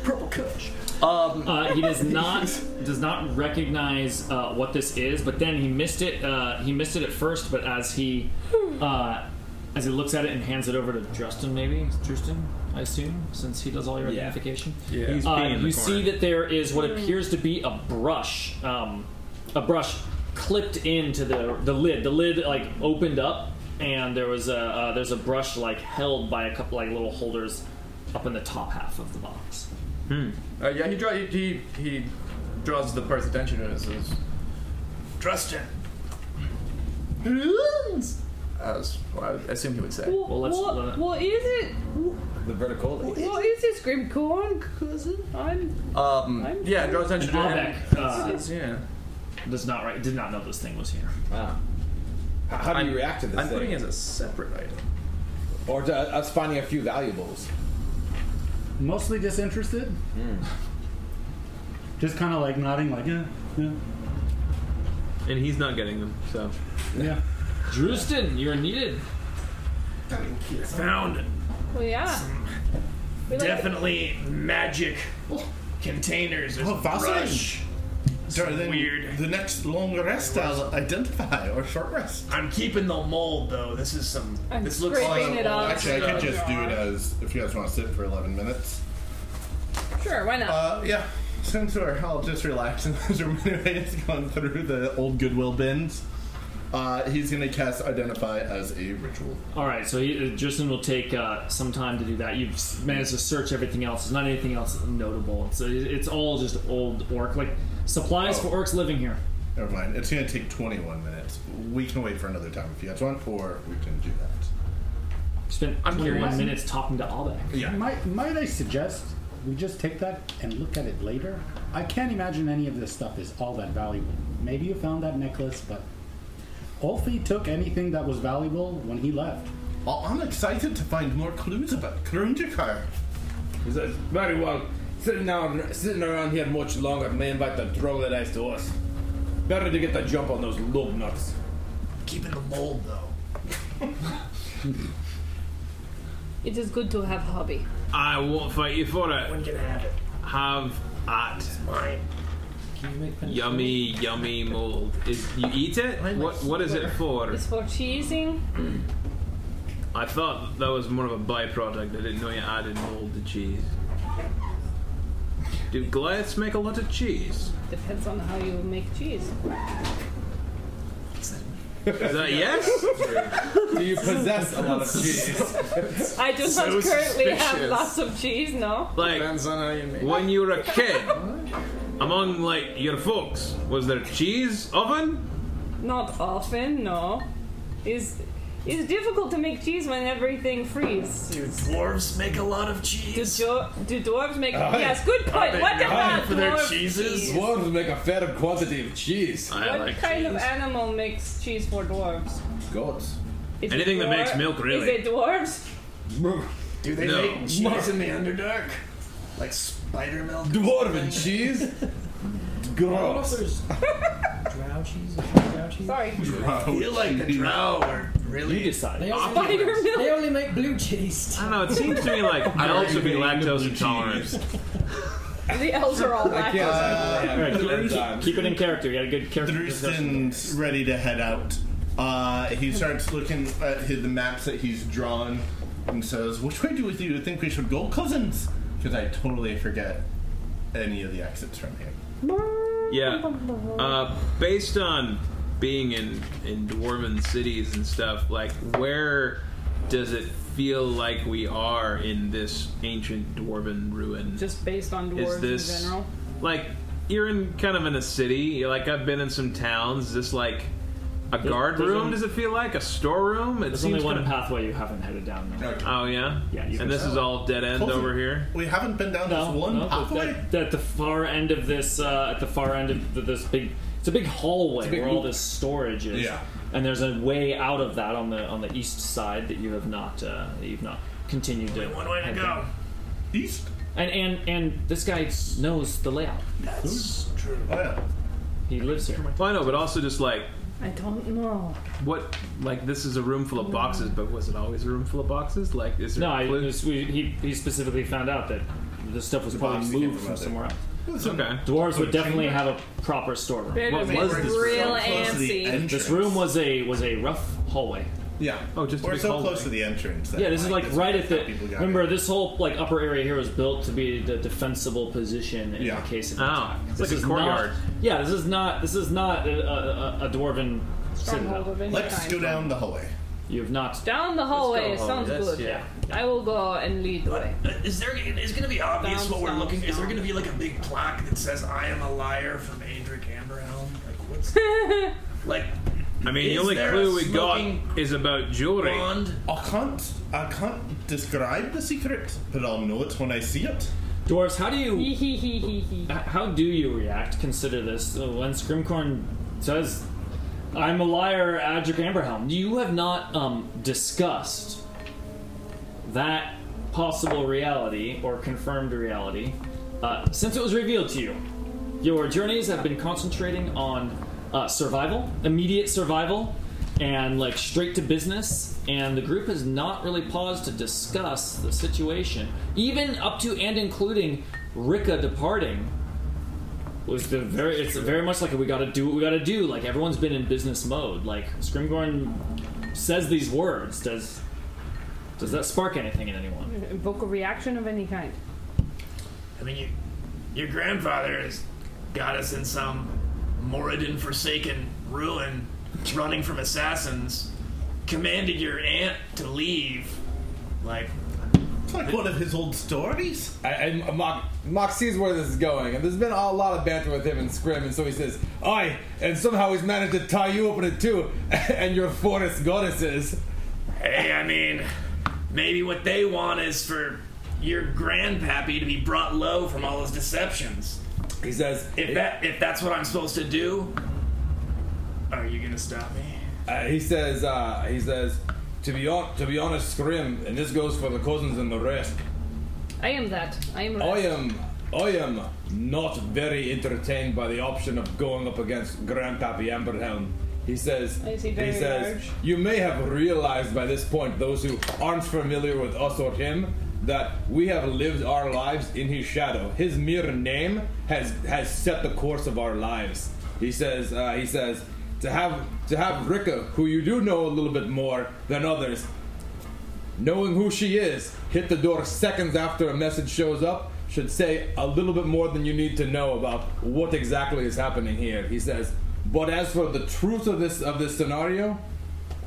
Speaker 12: purple kush.
Speaker 3: Uh, he does not does not recognize uh, what this is, but then he missed it. Uh, he missed it at first, but as he uh, as he looks at it and hands it over to Justin, maybe It's Justin, I assume, since he does all your identification.
Speaker 6: Yeah. He's
Speaker 3: Uh,
Speaker 6: peeing in the
Speaker 3: you
Speaker 6: corner.
Speaker 3: see that there is what appears to be a brush, um, a brush clipped into the the lid. The lid like opened up, and there was a uh, there's a brush like held by a couple like little holders up in the top half of the box.
Speaker 12: Uh, yeah, he, draw, he, he he draws the bird's attention to it and says,
Speaker 10: Drustin,
Speaker 12: "Balloons!" As well, I would assume he would say.
Speaker 5: Well,
Speaker 3: let's-
Speaker 5: what,
Speaker 3: let-
Speaker 5: what is it?
Speaker 8: The vertical.
Speaker 5: What is this grim corn, cousin? I'm.
Speaker 12: Um,
Speaker 5: I'm-
Speaker 12: yeah, draws attention to it.
Speaker 3: Albeck,
Speaker 12: and-
Speaker 3: uh,
Speaker 12: says, yeah.
Speaker 3: does not right did not know this thing was here.
Speaker 8: Wow. How, how do you
Speaker 12: I'm-
Speaker 8: react to this
Speaker 12: I'm
Speaker 8: thing?
Speaker 12: putting it as a separate item.
Speaker 8: or to us finding a few valuables.
Speaker 13: Mostly disinterested. Just kind of like nodding, like yeah, yeah,
Speaker 6: And he's not getting them, so.
Speaker 13: yeah.
Speaker 3: Drustin, you're needed.
Speaker 10: found
Speaker 5: Well, yeah. We like-
Speaker 10: definitely magic containers. There's
Speaker 9: Oh,
Speaker 10: brush.
Speaker 9: fascinating. So then
Speaker 10: Weird.
Speaker 9: The next long rest I'll identify, or short rest.
Speaker 10: I'm keeping the mold though. This is some.
Speaker 5: I'm
Speaker 10: this looks
Speaker 5: scraping
Speaker 10: like
Speaker 5: it up.
Speaker 9: Actually, I could just do it as if you guys want to sit for 11 minutes.
Speaker 5: Sure, why not?
Speaker 9: Uh, yeah. Since we're, I'll just relax and as Romanius going through the old Goodwill bins, uh, he's gonna cast Identify as a ritual.
Speaker 3: All right, so he, uh, Drustin will take uh, some time to do that. You've s- managed to search everything else. There's not anything else notable. So it's, uh, it's all just old orc like supplies for orcs living here.
Speaker 9: Never mind. It's gonna take 21 minutes. We can wait for another time if you guys want, or we can do that.
Speaker 3: Spent
Speaker 12: I'm
Speaker 3: 21
Speaker 12: curious.
Speaker 3: minutes talking to Albeck.
Speaker 9: Yeah.
Speaker 13: Might might I suggest we just take that and look at it later? I can't imagine any of this stuff is all that valuable. Maybe you found that necklace, but Olfi took anything that was valuable when he left.
Speaker 9: Well, I'm excited to find more clues about Krunjakar.
Speaker 11: He says, very well. Sitting down, sitting around here much longer may invite the troglodytes to us. Better to get the jump on those lobe nuts.
Speaker 10: keeping the mold though.
Speaker 5: It is good to have hobby.
Speaker 6: I won't fight you for it. When
Speaker 10: can I have it?
Speaker 6: Have at.
Speaker 10: Mine.
Speaker 6: Yummy, yummy mold. Is you eat it? What what is it for?
Speaker 5: It's for cheesing.
Speaker 6: I thought that was more of a byproduct. I didn't know you added mold to cheese. Do Goliaths make a lot of cheese?
Speaker 5: Depends on how you make cheese.
Speaker 6: Is that yes?
Speaker 8: Do you possess a lot of cheese?
Speaker 5: I do
Speaker 6: So
Speaker 5: not currently have
Speaker 6: suspicious.
Speaker 5: lots of cheese, no?
Speaker 6: Like when you were a kid, among like your folks, was there cheese oven?
Speaker 5: Not often, no. Is it's difficult to make cheese when everything freezes. Do
Speaker 10: dwarves make a lot of cheese?
Speaker 5: Do, dwarves make?
Speaker 8: Aye.
Speaker 5: yes, good point.
Speaker 8: Are they
Speaker 5: What
Speaker 8: known
Speaker 5: about dwarf cheese?
Speaker 8: Dwarves make a fair quantity of cheese.
Speaker 5: What kind of animal makes cheese for dwarves?
Speaker 8: goats.
Speaker 5: Is it
Speaker 6: Anything that
Speaker 5: dwar-
Speaker 6: makes milk, really.
Speaker 5: Is it dwarves?
Speaker 10: Do they
Speaker 6: No.
Speaker 10: make cheese in the Underdark? Like spider milk?
Speaker 8: Dwarven cheese? Gross.
Speaker 2: drow cheese? Is there drow cheese?
Speaker 5: Sorry.
Speaker 10: I feel like the drow are really. You decide.
Speaker 2: They only,
Speaker 10: Spider
Speaker 2: make, they only make blue cheese.
Speaker 6: I don't know. It seems to me like I'd also be lactose intolerant.
Speaker 5: The elves are all black.
Speaker 3: keep it in character. You got a good character.
Speaker 9: Drewston's ready to head out. Uh, he starts looking at his, the maps that he's drawn and says, "Which way do you think we should go, cousins?" Because I totally forget any of the exits from here.
Speaker 6: Yeah. Uh, based on being in in dwarven cities and stuff, like where does it feel like we are in this ancient dwarven ruin?
Speaker 5: Just based on dwarves
Speaker 6: Is this
Speaker 5: in general.
Speaker 6: like you're in kind of in a city? You're like I've been in some towns. Is this like a
Speaker 3: There's-
Speaker 6: guard
Speaker 3: there's
Speaker 6: room?
Speaker 3: only-
Speaker 6: does it feel like a storeroom? It
Speaker 3: There's
Speaker 6: seems
Speaker 3: only one
Speaker 6: kinda-
Speaker 3: pathway you haven't headed down. though.
Speaker 6: Oh yeah.
Speaker 3: Yeah, you
Speaker 6: and
Speaker 3: can
Speaker 6: this
Speaker 3: tell.
Speaker 6: is all dead end
Speaker 3: Close it.
Speaker 6: over here.
Speaker 9: We haven't been down
Speaker 3: No,
Speaker 9: this one
Speaker 3: no, but
Speaker 9: pathway.
Speaker 3: At, at the far end of this, uh, at the far end of th- this big, it's a big hallway
Speaker 9: It's a big
Speaker 3: where all
Speaker 9: loop.
Speaker 3: this storage is.
Speaker 9: Yeah.
Speaker 3: And there's a way out of that on the on the east side that you have not uh, that you've not continued to.
Speaker 10: One way to
Speaker 3: head
Speaker 10: go.
Speaker 3: down.
Speaker 9: East.
Speaker 3: And and and this guy knows the layout.
Speaker 10: That's true.
Speaker 9: Oh,
Speaker 3: He lives here.
Speaker 6: Well, I know, but also just like
Speaker 5: I don't know.
Speaker 6: what, like this is a room full of boxes, but was it always a room full of boxes? Like is there
Speaker 3: No, I, this- we, he he specifically found out that the stuff was
Speaker 6: boxes
Speaker 3: probably
Speaker 6: came
Speaker 3: moved
Speaker 6: from
Speaker 3: from
Speaker 6: other-
Speaker 3: somewhere else.
Speaker 6: Okay.
Speaker 3: Dwarves would definitely have a proper storeroom.
Speaker 5: They're What gonna was be this real room?
Speaker 9: Close to the
Speaker 5: antsy.
Speaker 3: This room was a was a rough hallway.
Speaker 9: Yeah.
Speaker 6: Oh, just
Speaker 9: we're so close to the entrance. that,
Speaker 3: Yeah, this is like
Speaker 9: that's
Speaker 3: right
Speaker 9: where
Speaker 3: at the.
Speaker 9: people got
Speaker 3: Remember, this whole like upper area here was built to be the defensible position in
Speaker 9: Yeah.
Speaker 3: the case of
Speaker 6: Oh,
Speaker 3: an attack. This
Speaker 6: it's like a
Speaker 3: is
Speaker 6: courtyard.
Speaker 3: Not, yeah, this is not. This is not a, a, a- a dwarven
Speaker 5: Stronghold
Speaker 3: citadel.
Speaker 5: of any Let's kind. go
Speaker 9: down the hallway.
Speaker 3: You have not.
Speaker 5: Down the hallway sounds good.
Speaker 3: Yeah.
Speaker 5: I will go and lead the way.
Speaker 10: Is there? Is going to be obvious
Speaker 5: Down,
Speaker 10: what we're
Speaker 5: down,
Speaker 10: looking? Is
Speaker 5: down.
Speaker 10: there going to be like a big plaque that says "I am a liar" from Adric Amberhelm? Like what's? like
Speaker 6: I mean,
Speaker 10: Is
Speaker 6: the only
Speaker 10: there
Speaker 6: clue
Speaker 10: a
Speaker 6: we got
Speaker 10: smoking
Speaker 6: is about jewelry.
Speaker 10: blonde?
Speaker 9: I can't. I can't describe the secret, but I'll know it when I see it.
Speaker 3: Dwarves, how do you
Speaker 5: Hee-hee-hee-hee-hee.
Speaker 3: h- how do you react? Consider this uh, when Scrimcorn says, "I'm a liar, Adric Amberhelm." You have not um, discussed that possible reality or confirmed reality uh, since it was revealed to you. Your journeys have been concentrating on uh, survival, immediate survival, and like straight to business. And the group has not really paused to discuss the situation, even up to and including Rika departing. Was the very? It's very much like we got to do what we got to do. Like everyone's been in business mode. Like Scrimgorn says these words. Does does that spark anything in anyone?
Speaker 5: Evoke a reaction of any kind.
Speaker 10: I mean, you, your grandfather has got us in some Moradin forsaken ruin, running from assassins. Commanded your aunt to leave. Like,
Speaker 9: It's like one of his old stories.
Speaker 8: I, I, Mock, Mock sees where this is going, and there's been a lot of banter with him and Scrim, and so he says, "Aye," and somehow he's managed to tie you up in it too, and your forest goddesses.
Speaker 10: hey, I mean, maybe what they want is for your grandpappy to be brought low from all his deceptions.
Speaker 8: He says,
Speaker 10: If that if that's what I'm supposed to do, are you gonna stop me?
Speaker 8: Uh, he says, uh, "He says, to be on, to be honest, Scrim, and this goes for the cousins and the rest.
Speaker 5: I am that. I am.
Speaker 8: I am, I am not very entertained by the option of going up against Grandpappy Amberhelm He says,
Speaker 5: Is he very
Speaker 8: he says,
Speaker 5: large?
Speaker 8: you may have realized by this point, those who aren't familiar with us or him, that we have lived our lives in his shadow. His mere name has has set the course of our lives. He says, uh, he says, to have to have Rika, who you do know a little bit more than others, Knowing who she is, hit the door seconds after a message shows up, should say a little bit more than you need to know about what exactly is happening here. He says, but as for the truth of this of this scenario,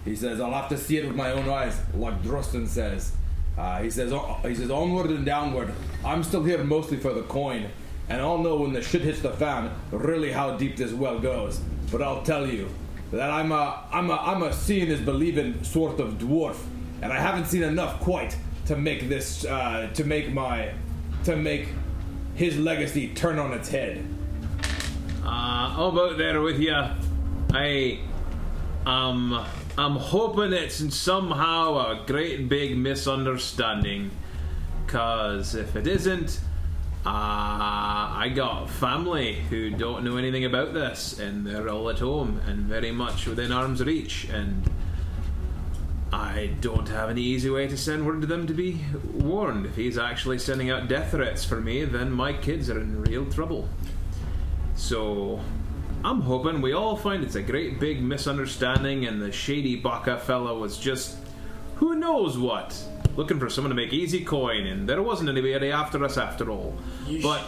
Speaker 8: he says, I'll have to see it with my own eyes, like Drosten says. Uh, he says, "O- he says, onward and downward. I'm still here mostly for the coin, and I'll know when the shit hits the fan really how deep this well goes. But I'll tell you that I'm a, I'm a, I'm a seeing is believing sort of dwarf, and I haven't seen enough quite to make this, uh, to make my, to make his legacy turn on its head.
Speaker 6: Uh, I'm out there with you. I, um, I'm hoping it's somehow a great big misunderstanding. Cause if it isn't, uh, I got family who don't know anything about this, and they're all at home and very much within arm's reach, and I don't have any easy way to send word to them to be warned. If he's actually sending out death threats for me, then my kids are in real trouble. So I'm hoping we all find it's a great big misunderstanding and the shady Baka fella was just who knows what. Looking for someone to make easy coin, and there wasn't anybody after us after all. but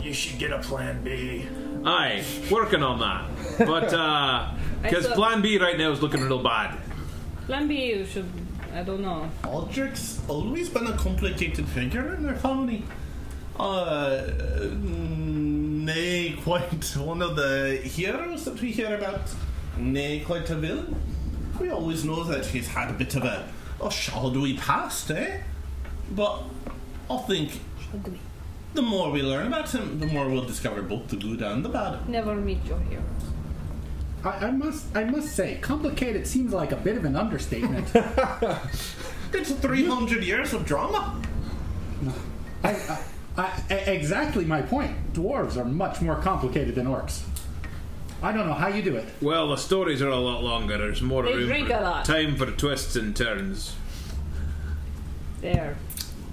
Speaker 10: You should get a plan B.
Speaker 6: aye, working on that. But uh
Speaker 5: I
Speaker 6: because
Speaker 5: saw-
Speaker 6: plan B right now is looking real bad.
Speaker 5: Plan B, you should. I don't know.
Speaker 4: Aldrich's always been a complicated figure in their family. Uh, mm, nay, quite one of the heroes that we hear about. Nay, quite a villain. We always know that he's had a bit of a, a shadowy past, eh? But I think the more we learn about him, the more we'll discover both the good and the bad.
Speaker 5: Never meet your hero.
Speaker 7: I, I must I must say, complicated seems like a bit of an understatement.
Speaker 4: it's 300 years of drama.
Speaker 7: I, I, I, e- exactly my point. Dwarves are much more complicated than orcs. I don't know how you do it.
Speaker 6: Well the stories are a lot longer, there's more
Speaker 5: They
Speaker 6: room
Speaker 5: drink
Speaker 6: for
Speaker 5: a lot.
Speaker 6: time for twists and turns.
Speaker 5: There.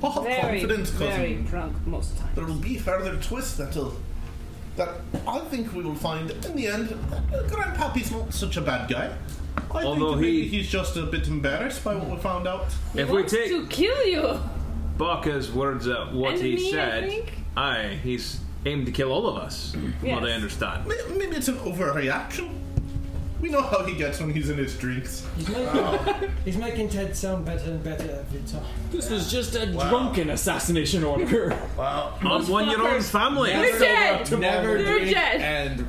Speaker 5: very, very drunk most times.
Speaker 4: There will be further twists that'll. That I think we will find in the end. uh, Grandpappy's not such a bad guy. I
Speaker 6: Although
Speaker 4: think that maybe
Speaker 6: he-
Speaker 4: he's just a bit embarrassed by what we found out.
Speaker 6: If we take
Speaker 5: to kill you.
Speaker 6: Baka's words at what
Speaker 5: And
Speaker 6: he
Speaker 5: me, I
Speaker 6: said,
Speaker 5: think.
Speaker 6: aye, he's aimed to kill all of us.
Speaker 5: Yes.
Speaker 6: What I understand.
Speaker 4: May- Maybe it's an overreaction. We know how he gets when he's in his drinks.
Speaker 2: He's making, he's making Ted sound better and better every time.
Speaker 3: This was just a drunken assassination order.
Speaker 4: Wow.
Speaker 6: On one your own family.
Speaker 5: They're dead.
Speaker 8: Never
Speaker 5: They're
Speaker 8: drink
Speaker 5: dead.
Speaker 8: and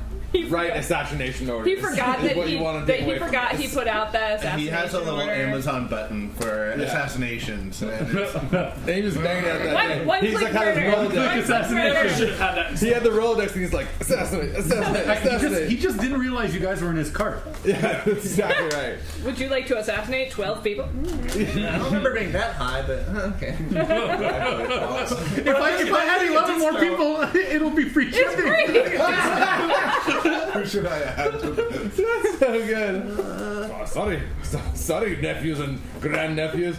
Speaker 8: write assassination orders.
Speaker 5: He forgot
Speaker 8: Is
Speaker 5: that
Speaker 8: what
Speaker 5: he,
Speaker 8: you wanna
Speaker 5: that
Speaker 8: take
Speaker 5: he
Speaker 8: away from
Speaker 5: forgot
Speaker 8: this.
Speaker 5: he put out the assassination
Speaker 4: And he has a little
Speaker 5: order.
Speaker 4: Amazon button for
Speaker 8: Yeah.
Speaker 4: assassinations. And it's-
Speaker 8: And he was banging out that.
Speaker 5: One-
Speaker 8: thing.
Speaker 5: one
Speaker 8: he's
Speaker 5: click
Speaker 8: like had his
Speaker 5: murder.
Speaker 8: roll
Speaker 5: One click
Speaker 8: deck.
Speaker 5: assassination. Should
Speaker 8: He had the roll deck, and he's like assassinate,
Speaker 13: He
Speaker 8: assassinate,
Speaker 13: just,
Speaker 8: assassinate.
Speaker 13: he just didn't realize you guys were in his cart.
Speaker 8: yeah, that's exactly right.
Speaker 5: Would you like to assassinate twelve people?
Speaker 14: I don't remember being that high, but huh, okay.
Speaker 13: If I, if I had 11 more people, it'll be free
Speaker 5: It's
Speaker 13: shipping.
Speaker 4: Who should I add?
Speaker 8: That's so
Speaker 13: Uh,
Speaker 8: good. Oh, sorry, so, sorry, nephews and grandnephews.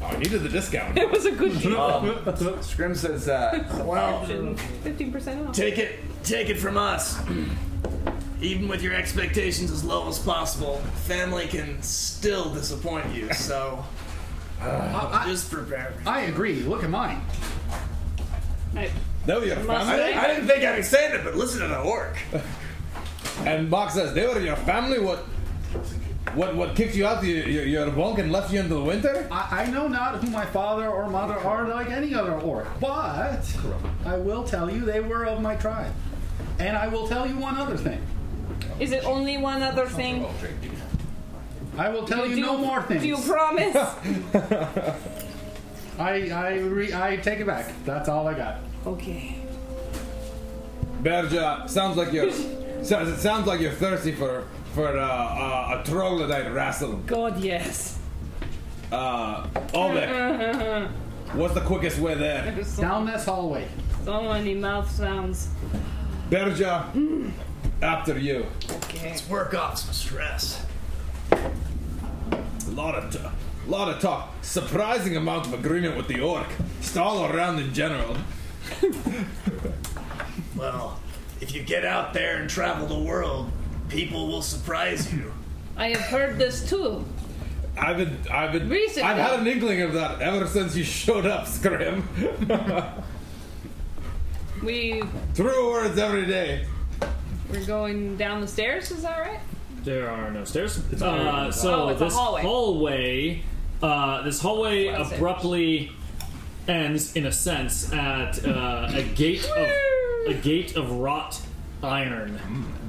Speaker 8: Oh, I needed the discount.
Speaker 5: It was a good deal.
Speaker 8: Um, Scrim says, uh,
Speaker 14: Well,
Speaker 5: Fifteen percent off.
Speaker 10: Take it, take it from us. Even with your expectations as low as possible, family can still disappoint you. So just prepare.
Speaker 7: I agree. Look at mine.
Speaker 5: I,
Speaker 8: "No, your
Speaker 5: Must
Speaker 8: family."
Speaker 5: I- I
Speaker 10: didn't think I could say it, but listen to the orc.
Speaker 8: And Mark says, "They were your family. What? What? What kicked you out? Your, your, your bunk and left you into the winter?"
Speaker 7: I, I know not who my father or mother are like any other orc, but I will tell you they were of my tribe. And I will tell you one other thing.
Speaker 5: is it only one other thing?
Speaker 7: I will tell you,
Speaker 5: Do
Speaker 7: no more things.
Speaker 5: Do you promise?
Speaker 7: I I, re, I take it back. That's all I got.
Speaker 5: okay.
Speaker 8: Berja, sounds like you're. sounds, it sounds like you're thirsty for for uh, uh, a troglodyte wrestle.
Speaker 5: God, yes.
Speaker 8: Uh, Olbeck, what's the quickest way there?
Speaker 5: There's so,
Speaker 7: Down this hallway.
Speaker 5: so many mouth sounds.
Speaker 8: Berja, after you.
Speaker 10: Let's work off some stress.
Speaker 8: A lot of, t- lot of talk. Surprising amount of agreement with the orc. Just all around in general.
Speaker 10: Well, if you get out there and travel the world, people will surprise you.
Speaker 5: I have heard this too.
Speaker 8: I've been, I've been,
Speaker 5: Recently.
Speaker 8: I've had an inkling of that ever since you showed up, Scrim.
Speaker 5: We
Speaker 8: True words every day.
Speaker 5: we're going down the stairs. Is that right?
Speaker 3: There are no stairs.
Speaker 5: a-
Speaker 3: Uh, so
Speaker 5: Oh, it's a
Speaker 3: this
Speaker 5: hallway.
Speaker 3: hallway, uh, this hallway
Speaker 5: What is it?
Speaker 3: abruptly ends, in a sense, at uh, a gate of a gate of wrought iron.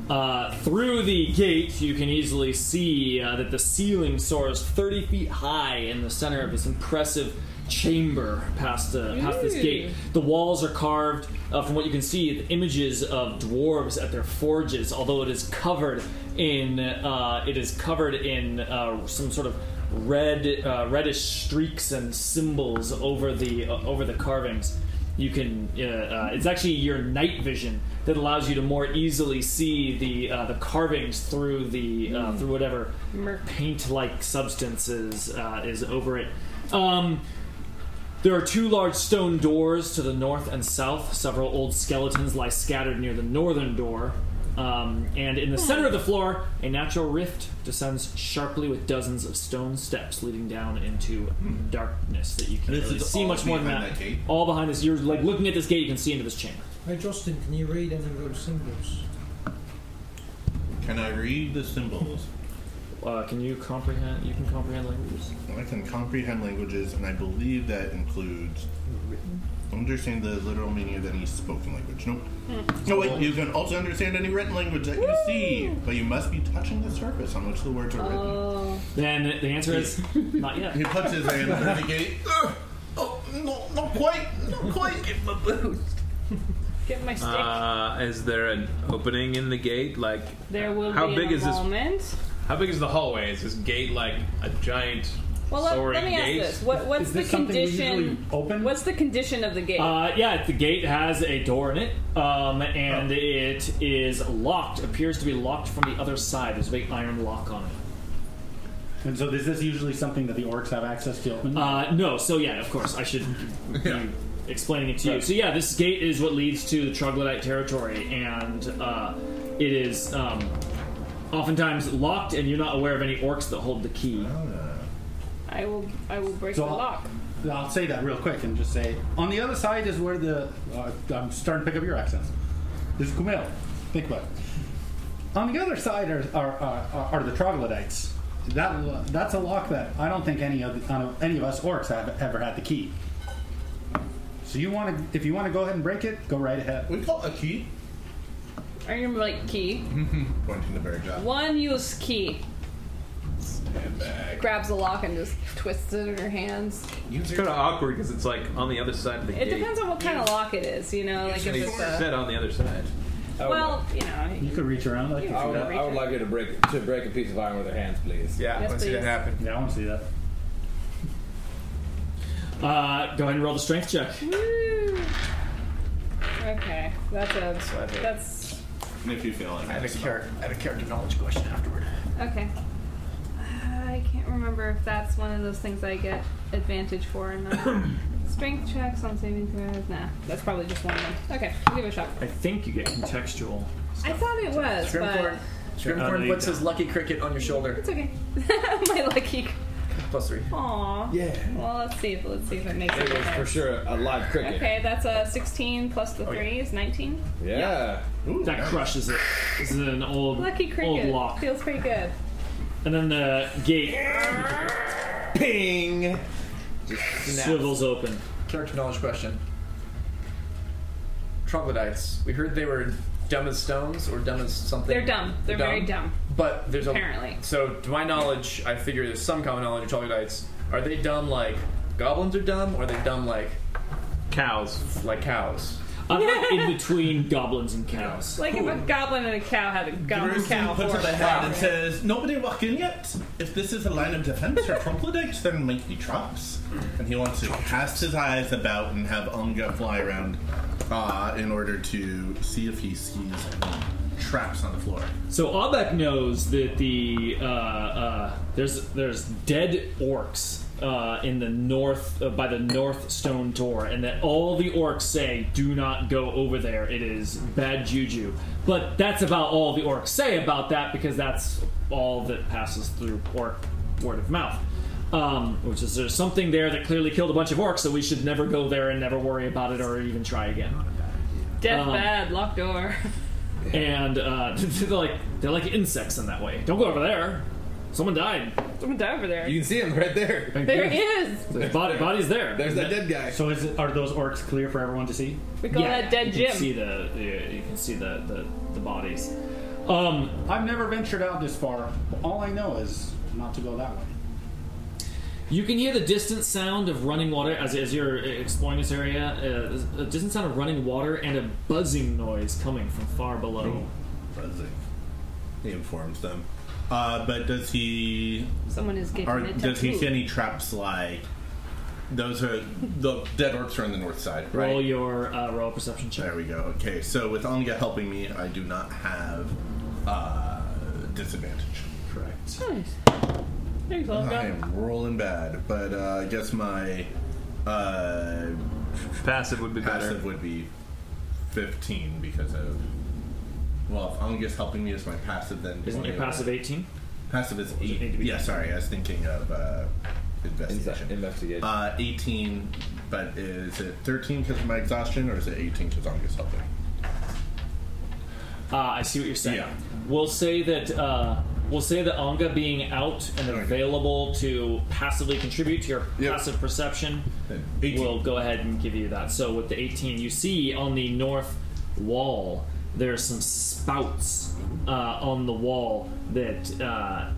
Speaker 3: Uh, through the gate, you can easily see uh, that the ceiling soars 30 feet high in the center of this impressive chamber past, uh, past this
Speaker 15: Ooh.
Speaker 3: gate. The walls are carved, uh, from what you can see, the images of dwarves at their forges. Although it is covered in, uh, it is covered in uh, some sort of red, uh, reddish streaks and symbols over the uh, over the carvings. You can, uh, uh, it's actually your night vision that allows you to more easily see the uh, the carvings through the uh, through whatever paint-like substances uh, is over it. Um, there are two large stone doors to the north and south. Several old skeletons lie scattered near the northern door. Um, and in the center of the floor, a natural rift descends sharply with dozens of stone steps leading down into darkness that you can't
Speaker 9: This
Speaker 3: really
Speaker 9: is
Speaker 3: see
Speaker 9: all
Speaker 3: much more than
Speaker 9: behind
Speaker 3: that.
Speaker 9: that gate?
Speaker 3: All behind this, you're like looking at this gate, you can see into this chamber.
Speaker 2: Hey, Justin, can you read any of those symbols?
Speaker 9: Can I read the symbols?
Speaker 3: Uh, can you comprehend? You can comprehend languages.
Speaker 9: I can comprehend languages, and I believe that includes understand the literal meaning of any spoken language. Nope. No, wait. You can also understand any written language that you see, but you must be touching the surface on which the words are written.
Speaker 3: Then the answer is not yet.
Speaker 9: He puts his hand through the gate. Ugh,
Speaker 10: Oh, no, not quite, not quite. Give him a boost.
Speaker 5: Get my stick.
Speaker 6: Uh, is there an opening in the gate? Like,
Speaker 5: there will
Speaker 6: how
Speaker 5: be
Speaker 6: big
Speaker 5: in
Speaker 6: is
Speaker 5: a
Speaker 6: this-
Speaker 5: moment.
Speaker 12: How big is the hallway? Is this gate like a giant
Speaker 5: Well, let,
Speaker 12: soaring
Speaker 5: let me ask
Speaker 12: gate?
Speaker 5: this: what, What's the condition?
Speaker 3: open?
Speaker 5: What's the condition of the gate?
Speaker 3: Uh, yeah, the gate has a door in it, um, and it is locked. Appears to be locked from the other side. There's a big iron lock on it.
Speaker 13: And so, is this usually something that the orcs have access to open?
Speaker 3: Uh, no, so yeah, of course, I should be explaining it to you. So yeah, this gate is what leads to the troglodyte territory, and uh, it is um, oftentimes locked, and you're not aware of any orcs that hold the key.
Speaker 5: I will. I will break
Speaker 13: So
Speaker 5: the
Speaker 13: I'll-
Speaker 5: lock.
Speaker 13: I'll say that real quick and just say on the other side is where the uh, I'm starting to pick up your accents. This is Kumail. Think about it. On the other side are are, are, are the troglodytes. That lo- that's a lock that I don't think any of the, any of us orcs have ever had the key. So you want to if you want to go ahead and break it, go right ahead.
Speaker 9: We call it a key.
Speaker 5: Are you like key?
Speaker 9: Pointing the bear job.
Speaker 5: One use key.
Speaker 9: Handbag.
Speaker 5: Grabs the lock and just twists it in her hands.
Speaker 6: It's kind of awkward because it's like on the other side of the
Speaker 5: It
Speaker 6: gate.
Speaker 5: depends on what kind of lock it is, you know. Like if
Speaker 6: They
Speaker 5: it's
Speaker 6: said
Speaker 5: a
Speaker 6: on the other side. Oh,
Speaker 5: well, you know.
Speaker 13: You could reach around.
Speaker 5: You
Speaker 8: I would,
Speaker 5: can reach
Speaker 8: I would like you to break to break a piece of iron with their hands, please.
Speaker 12: Yeah,
Speaker 5: I Yes, wanna see that please. happen.
Speaker 13: Yeah, I want to see that.
Speaker 3: Uh, go ahead and roll the strength check.
Speaker 5: Woo. Okay, that's a that's
Speaker 9: And if you feel like
Speaker 10: I have a character. I have a character knowledge question afterward.
Speaker 5: okay. I can't remember if that's one of those things I get advantage for or not. Strength checks on saving throws. Nah, that's probably just one of them. Okay, we'll give it a shot.
Speaker 3: I think you get contextual.
Speaker 5: I thought it was,
Speaker 14: Scrimcorn,
Speaker 5: but
Speaker 3: Uh, no,
Speaker 14: Scrimcorn
Speaker 3: you
Speaker 14: puts his lucky cricket on your shoulder.
Speaker 5: it's okay. My lucky.
Speaker 14: Plus three.
Speaker 5: Aw.
Speaker 14: Yeah.
Speaker 5: Well, let's see if let's see if it makes
Speaker 8: It was for
Speaker 5: it.
Speaker 8: sure a live cricket.
Speaker 5: Okay, that's a 16 plus the three is 19.
Speaker 8: Yeah.
Speaker 3: that crushes it. This is an old,
Speaker 5: Lucky
Speaker 3: old
Speaker 5: cricket
Speaker 3: lock.
Speaker 5: feels pretty good.
Speaker 3: And then the gate
Speaker 8: ping
Speaker 3: swivels open.
Speaker 14: Character knowledge question. Troglodytes. We heard they were dumb as stones or dumb as something.
Speaker 5: They're dumb. They're very dumb.
Speaker 14: But there's
Speaker 5: Apparently.
Speaker 14: a so to my knowledge, I figure there's some common knowledge of troglodytes. Are they dumb like goblins are dumb, or are they dumb like
Speaker 6: cows?
Speaker 14: Like cows.
Speaker 3: I'm like in between goblins and cows.
Speaker 5: Like if a goblin and a cow had a goblin
Speaker 9: Bruce
Speaker 5: cow
Speaker 9: puts
Speaker 5: horse.
Speaker 9: up a hand and says, "Nobody walk in yet. If this is a line of defense or troglodytes, there might be traps." And he wants to cast his eyes about and have Unga fly around uh, in order to see if he sees. Any. traps on the floor.
Speaker 3: So Abek knows that the uh, uh, there's there's dead orcs uh, in the north uh, by the north stone door, and that all the orcs say do not go over there. It is bad juju. But that's about all the orcs say about that because that's all that passes through orc word of mouth. Um, which is there's something there that clearly killed a bunch of orcs, so we should never go there and never worry about it or even try again.
Speaker 5: Death
Speaker 3: Um,
Speaker 5: bad, locked door.
Speaker 3: and uh, they're like they're like insects in that way. Don't go over there. Someone died.
Speaker 5: Someone die over there.
Speaker 3: You can see him right there.
Speaker 5: There he is.
Speaker 3: The body, body's there. There's that dead guy.
Speaker 16: So is it, are those orcs clear for everyone to see?
Speaker 5: We call that dead
Speaker 3: you
Speaker 5: Jim.
Speaker 3: can see the, the you can see the the, the bodies. Um,
Speaker 7: I've never ventured out this far. All I know is not to go that way.
Speaker 3: You can hear the distant sound of running water as, as you're exploring this area. Uh, a distant sound of running water and a buzzing noise coming from far below.
Speaker 9: Buzzing. He informs them. Uh, but does he?
Speaker 5: Someone is getting
Speaker 9: Are,
Speaker 5: a
Speaker 9: does he
Speaker 5: tattoo.
Speaker 9: see any traps like? Those are the dead orcs are on the north side, right?
Speaker 3: Roll your uh, roll perception check.
Speaker 9: There we go. Okay, so with Onga helping me, I do not have uh, disadvantage. Correct.
Speaker 5: Nice. Thanks,
Speaker 9: I
Speaker 5: Olga.
Speaker 9: am rolling bad, but uh, I guess my uh,
Speaker 6: passive would be
Speaker 9: passive would be fifteen because of well, if Onga's helping me, is my passive then?
Speaker 3: Isn't your
Speaker 9: 20
Speaker 3: passive 18?
Speaker 9: Passive is eight. yeah, sorry, I was thinking of uh, investigation.
Speaker 17: investigation.
Speaker 9: Uh, eighteen, but is it thirteen because of my exhaustion, or is it eighteen because Onga's helping?
Speaker 3: Uh, I see what you're saying. We'll say that uh, we'll say that Anga being out and available to passively contribute to your passive perception will go ahead and give you that. So with the 18, you see on the north wall there's some spouts uh, on the wall that. Uh,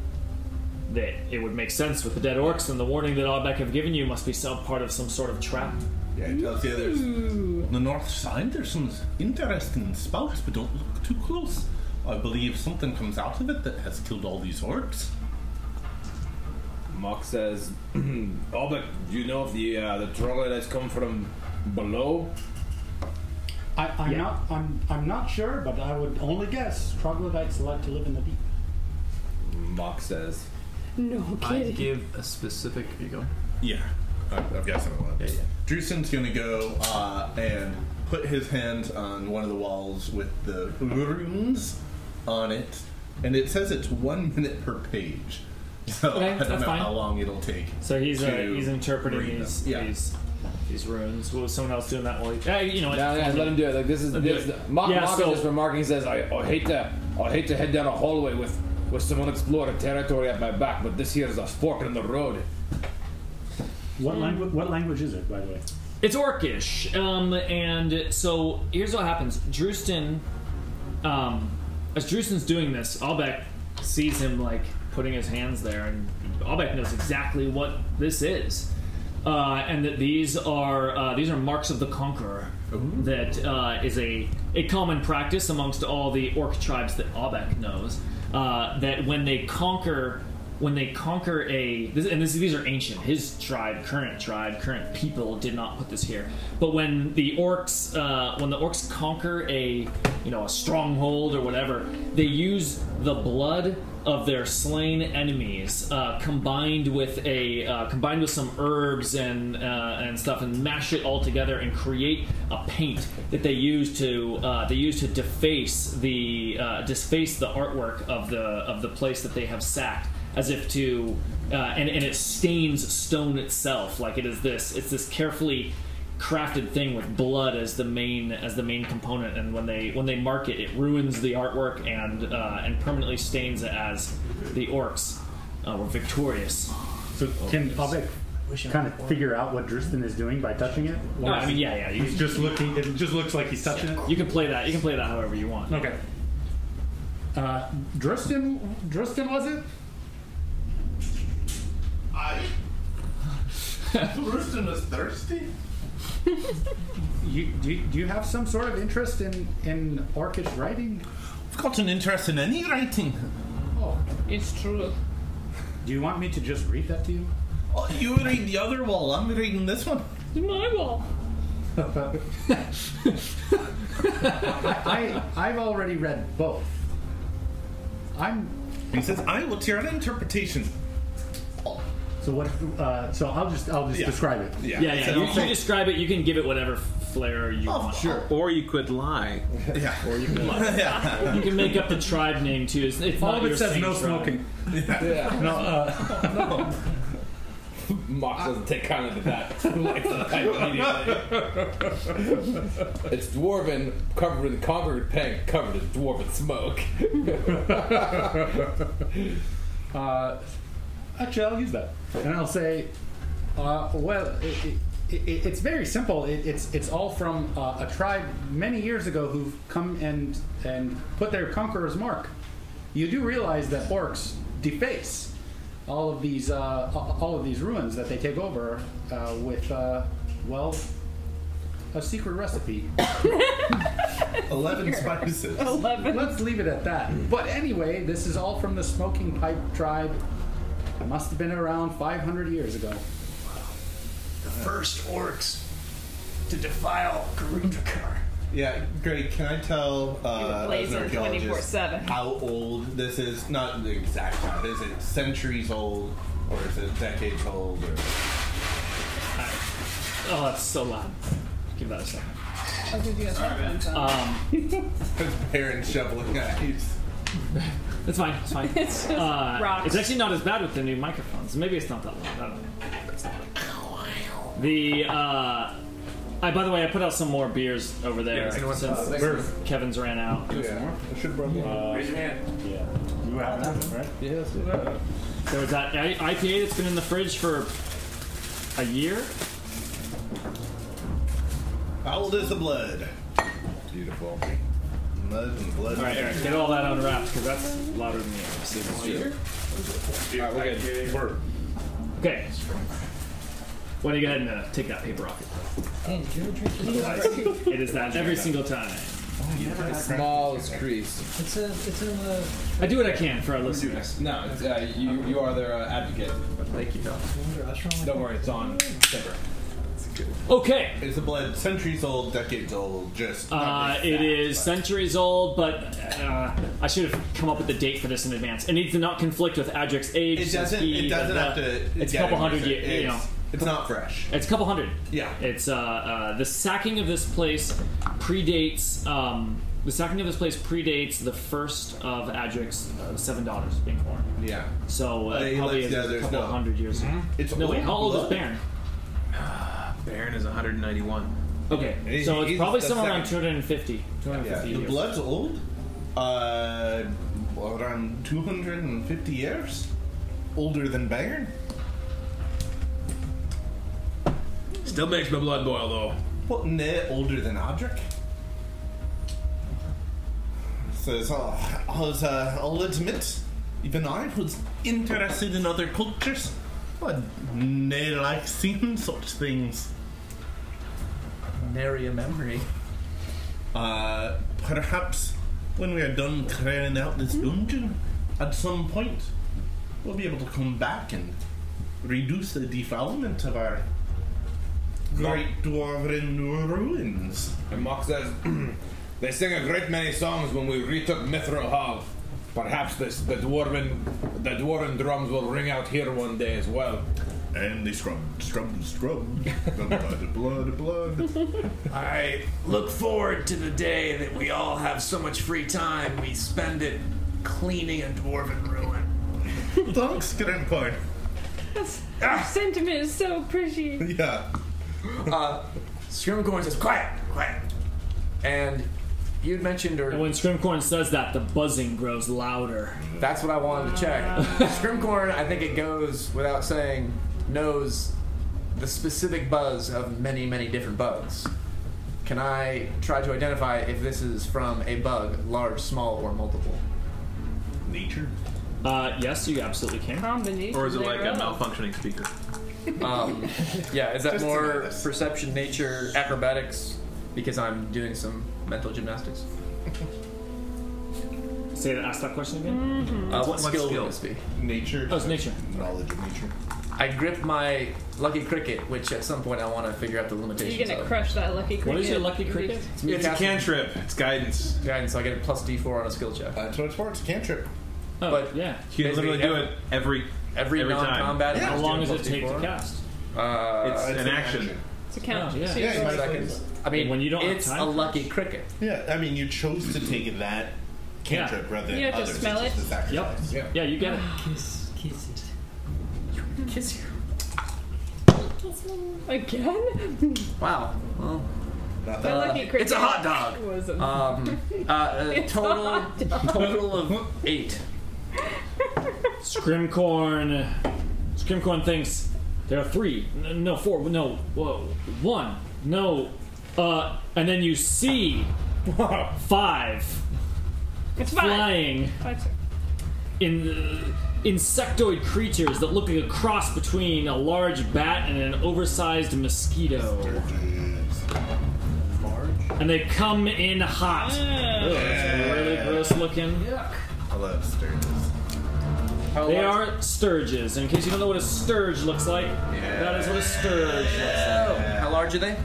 Speaker 3: that it would make sense with the dead orcs and the warning that Albeck have given you must be some part of some sort of trap.
Speaker 9: Yeah, it tells you there's on the north side. There's some interesting spouts, but don't look too close. I believe something comes out of it that has killed all these orcs.
Speaker 8: Mock says, Albert, do you know if the uh, the troglodytes come from below?
Speaker 7: I, I'm
Speaker 8: Yeah.
Speaker 7: not. I'm. I'm not sure, but I would only guess troglodytes like to live in the deep.
Speaker 17: Mock says.
Speaker 5: No
Speaker 18: I
Speaker 5: kidding.
Speaker 18: give a specific. Here you go.
Speaker 9: Yeah, I- I've got something left. Yeah, yeah. Drusen's gonna go uh, and put his hand on one of the walls with the runes on it, and it says it's one minute per page. So
Speaker 3: Okay,
Speaker 9: I don't
Speaker 3: that's
Speaker 9: know
Speaker 3: fine.
Speaker 9: how long it'll take.
Speaker 3: So he's uh,
Speaker 9: to
Speaker 3: he's interpreting
Speaker 9: read
Speaker 3: these,
Speaker 9: them. Yeah.
Speaker 3: these these runes. What was someone else doing that while he, uh, you know what?
Speaker 8: Yeah, yeah, let him do it. Like this is
Speaker 3: Let him
Speaker 8: this.
Speaker 3: do
Speaker 8: The,
Speaker 3: it.
Speaker 8: Mock,
Speaker 3: Yeah,
Speaker 8: Mock
Speaker 3: so-
Speaker 8: is just remarking. He says, I, I hate to, I hate to head down a hallway with with some unexplored territory at my back, but this here is a fork in the road.
Speaker 16: What language? What language is it, by the way?
Speaker 3: It's orcish. Um, and so here's what happens. Drewston, um, as Drewston's doing this, Albeck sees him like putting his hands there, and Albeck knows exactly what this is, uh, and that these are uh, these are marks of the conqueror. That uh, is a a common practice amongst all the orc tribes that Albeck knows. Uh, that when they conquer when they conquer a this, and this, these are ancient his tribe current tribe current people did not put this here but when the orcs uh, when the orcs conquer a you know a stronghold or whatever they use the blood of their slain enemies uh, combined with a uh, combined with some herbs and uh, and stuff and mash it all together and create a paint that they use to uh, they use to deface the uh, disface the artwork of the of the place that they have sacked as if to uh, and, and it stains stone itself like it is this it's this carefully crafted thing with blood as the main as the main component and when they when they mark it it ruins the artwork and uh, and permanently stains it as the orcs uh, were victorious Oh,
Speaker 16: So Can Albeck kind of figure out what Dristan is doing by touching it?
Speaker 3: No, I mean, yeah, yeah, you-
Speaker 16: He's just looking. It just looks like he's touching it.
Speaker 3: you can play that you can play that however you want
Speaker 16: Okay. Uh, Dristan, Dristan was it?
Speaker 9: I. Drusen is thirsty.
Speaker 7: You, do, you, do you have some sort of interest in in orcish writing?
Speaker 9: I've got an interest in any writing.
Speaker 7: Oh,
Speaker 5: it's true.
Speaker 7: Do you want me to just read that to you?
Speaker 9: Oh, you read the other wall. I'm reading this one.
Speaker 5: My wall.
Speaker 7: I I've already read both. I'm.
Speaker 19: He says, "I will tear out interpretation."
Speaker 7: So what? Uh, so I'll just I'll just
Speaker 3: Yeah.
Speaker 7: describe it.
Speaker 3: Yeah, yeah. you, you describe it. You can give it whatever flair you want. Sure.
Speaker 6: Or you could lie.
Speaker 19: Yeah.
Speaker 6: Or you
Speaker 3: could lie.
Speaker 6: yeah.
Speaker 3: You can make up the tribe name too. It's, it's
Speaker 7: All
Speaker 3: not
Speaker 7: of it
Speaker 3: your
Speaker 7: says
Speaker 3: same
Speaker 7: no
Speaker 3: tribe.
Speaker 7: smoking.
Speaker 8: Yeah.
Speaker 7: No, uh,
Speaker 8: Mox doesn't take kindly to that. Like, immediately. it's dwarven, covered with conquered pink, covered in dwarven smoke.
Speaker 7: uh, actually, I'll use that, and I'll say, uh, well, it, it, it, it's very simple. It, it's it's all from uh, a tribe many years ago who've come and and put their conqueror's mark. You do realize that orcs deface all of these uh, all of these ruins that they take over uh, with uh, well a secret recipe.
Speaker 19: 11 spices.
Speaker 7: 11. Let's leave it at that. But anyway, this is all from the Smoking Pipe tribe. It must have been around 500 years ago.
Speaker 10: The first orcs to defile Karundrakar.
Speaker 9: Yeah, great. Can I tell uh, as an
Speaker 5: blazing
Speaker 9: archaeologist
Speaker 5: 24/7.
Speaker 9: how old this is? Not the exact time. Is it centuries old, or is it decades old? Or...
Speaker 3: Oh, that's so loud. Give that a second.
Speaker 5: I'll give you a second time.
Speaker 3: Um,
Speaker 9: His parents shoveling ice.
Speaker 3: That's fine. It's fine.
Speaker 5: It's just
Speaker 3: uh,
Speaker 5: rocks.
Speaker 3: It's actually not as bad with the new microphones. Maybe it's not that loud. I don't know. It's not loud. The uh, I by the way, I put out some more beers over there
Speaker 19: Yeah, anyone-
Speaker 3: since
Speaker 19: uh, thanks.
Speaker 3: Kevin's ran out.
Speaker 19: Yeah. I should probably. Raise your hand.
Speaker 3: Yeah.
Speaker 19: You have that, right? Yes.
Speaker 3: There was that I- IPA that's been in the fridge for a year.
Speaker 9: How old is the blood? Beautiful. Mud and blood.
Speaker 3: All right, Eric, get all that unwrapped because that's louder than the other. So it's beer.
Speaker 19: All right, we're good. We're-
Speaker 3: Okay. Why don't you go ahead and uh, take that paper off?
Speaker 20: Dan, did you ever drink this?
Speaker 3: it is that every single time.
Speaker 20: Yeah.
Speaker 8: Smallest crease.
Speaker 20: It's a, it's in the.
Speaker 3: I do what I can for our listeners.
Speaker 8: No, it's, uh, you, you are their uh, advocate. Thank you, Tom. Don't worry, it's on. Never.
Speaker 3: Okay.
Speaker 9: Is the blood centuries old, decades old, just.
Speaker 3: Uh, it is centuries old, but uh, I should have come up with the date for this in advance. It needs to not conflict with Adric's age.
Speaker 9: It
Speaker 3: since
Speaker 9: doesn't.
Speaker 3: he-
Speaker 9: It doesn't
Speaker 3: the-
Speaker 9: have to.
Speaker 3: uh, It's a
Speaker 9: yeah,
Speaker 3: couple hundred
Speaker 9: it's-
Speaker 3: years. You know,
Speaker 9: it's- It's not fresh.
Speaker 3: it's a couple hundred.
Speaker 9: Yeah.
Speaker 3: It's uh, uh, the sacking of this place predates um, the sacking of this place predates the first of Adric's uh, seven daughters being born.
Speaker 9: Yeah.
Speaker 3: So uh,
Speaker 9: They
Speaker 3: probably
Speaker 9: left-
Speaker 3: is
Speaker 9: yeah,
Speaker 3: a
Speaker 9: there's
Speaker 3: couple
Speaker 9: no-
Speaker 3: hundred years.
Speaker 9: It's
Speaker 3: no wait,
Speaker 9: old
Speaker 3: how old is
Speaker 9: blood.
Speaker 3: Baron?
Speaker 6: Baron is 191.
Speaker 3: Okay,
Speaker 9: He-
Speaker 3: so
Speaker 9: he's
Speaker 3: it's probably
Speaker 9: the
Speaker 3: somewhere around
Speaker 9: second.
Speaker 3: 250. 250
Speaker 9: The
Speaker 3: years.
Speaker 9: blood's old. Uh, around 250 years. Older than Bayern.
Speaker 21: Still makes my blood boil though.
Speaker 9: Well, no, older than Odric. So it's all, I was, uh, I'll admit, even I was
Speaker 19: Interested in other cultures? But nay, like seeing such things.
Speaker 10: Nary a memory.
Speaker 19: Uh, perhaps when we are done clearing out this dungeon, at some point, we'll be able to come back and reduce the defilement of our great dwarven ruins.
Speaker 8: And Mox says, They sing a great many songs when we retook Mithril Hall. Perhaps this, the dwarven the dwarven drums will ring out here one day as well.
Speaker 19: And they scrub, scrub, scrub. blood, blood, blood.
Speaker 10: I look forward to the day that we all have so much free time we spend it cleaning a dwarven ruin.
Speaker 19: Thanks, Grandpa.
Speaker 5: That's, Your Ah, sentiment is so pretty.
Speaker 9: Yeah.
Speaker 21: Uh, Scrimcorn says, "Quiet, quiet."
Speaker 3: And you'd mentioned, or when Scrimcorn says that, the buzzing grows louder.
Speaker 21: That's what I wanted to check. Scrimcorn, I think it goes without saying, knows the specific buzz of many, many different bugs. Can I try to identify if this is from a bug, large, small, or multiple?
Speaker 19: Nature.
Speaker 3: Uh, yes, you absolutely can.
Speaker 5: Combination.
Speaker 6: Or is it like a
Speaker 5: thereof.
Speaker 6: malfunctioning speaker?
Speaker 21: Um, yeah, is that
Speaker 6: Just to know
Speaker 21: more perception, nature, acrobatics? Because I'm doing some mental gymnastics.
Speaker 3: Say that. Ask that question again. Mm-hmm.
Speaker 21: Uh, what, skill, would this be?
Speaker 9: Nature.
Speaker 3: Oh, it's nature.
Speaker 9: Knowledge of nature.
Speaker 12: I grip my lucky cricket, which at some point I want to figure out the limitations.
Speaker 5: You're gonna
Speaker 12: of.
Speaker 5: crush that lucky cricket.
Speaker 12: It's,
Speaker 5: You-
Speaker 12: a cantrip. It's guidance. Guidance. So I get a plus D4 on a skill check.
Speaker 9: Uh,
Speaker 12: That's what it's for. It's a cantrip.
Speaker 3: Oh,
Speaker 12: but
Speaker 3: yeah,
Speaker 6: You can literally do it every
Speaker 12: every,
Speaker 6: every time.
Speaker 12: non-combat.
Speaker 6: Yeah.
Speaker 12: attack
Speaker 6: How long
Speaker 12: doing plus
Speaker 6: does it take to
Speaker 12: D4.
Speaker 6: cast?
Speaker 12: Uh,
Speaker 6: It's an action.
Speaker 5: It's a count.
Speaker 12: Yeah,
Speaker 5: So you
Speaker 12: yeah,
Speaker 5: roll.
Speaker 12: seconds. I mean, when you don't it's a lucky cricket.
Speaker 9: Yeah, I mean, you chose to take that cantrip
Speaker 3: Yeah.
Speaker 9: rather than
Speaker 5: You have to
Speaker 9: others.
Speaker 5: smell
Speaker 9: It's just a sacrifice.
Speaker 3: Yep. Yeah, you get it.
Speaker 2: Kiss, kiss it.
Speaker 5: Kiss you. Again?
Speaker 12: Wow. Well,
Speaker 9: Uh,
Speaker 5: My lucky cricket.
Speaker 12: it's a hot dog.
Speaker 5: Was a-
Speaker 12: Um, uh, uh,
Speaker 5: It's a
Speaker 12: total
Speaker 5: hot dog.
Speaker 12: total of eight.
Speaker 3: Scrimcorn. Scrimcorn thinks there are three. N- No, four. No, whoa, one. No, uh, and then you see five
Speaker 5: It's five.
Speaker 3: flying
Speaker 5: Five, sir.
Speaker 3: in insectoid creatures that look like a cross between a large bat and an oversized mosquito. And they come in hot. Ugh, it's really gross looking.
Speaker 9: I love sturges.
Speaker 3: They are sturges. In case you don't know what a sturge looks like, that is what a sturge looks like.
Speaker 12: How large are they?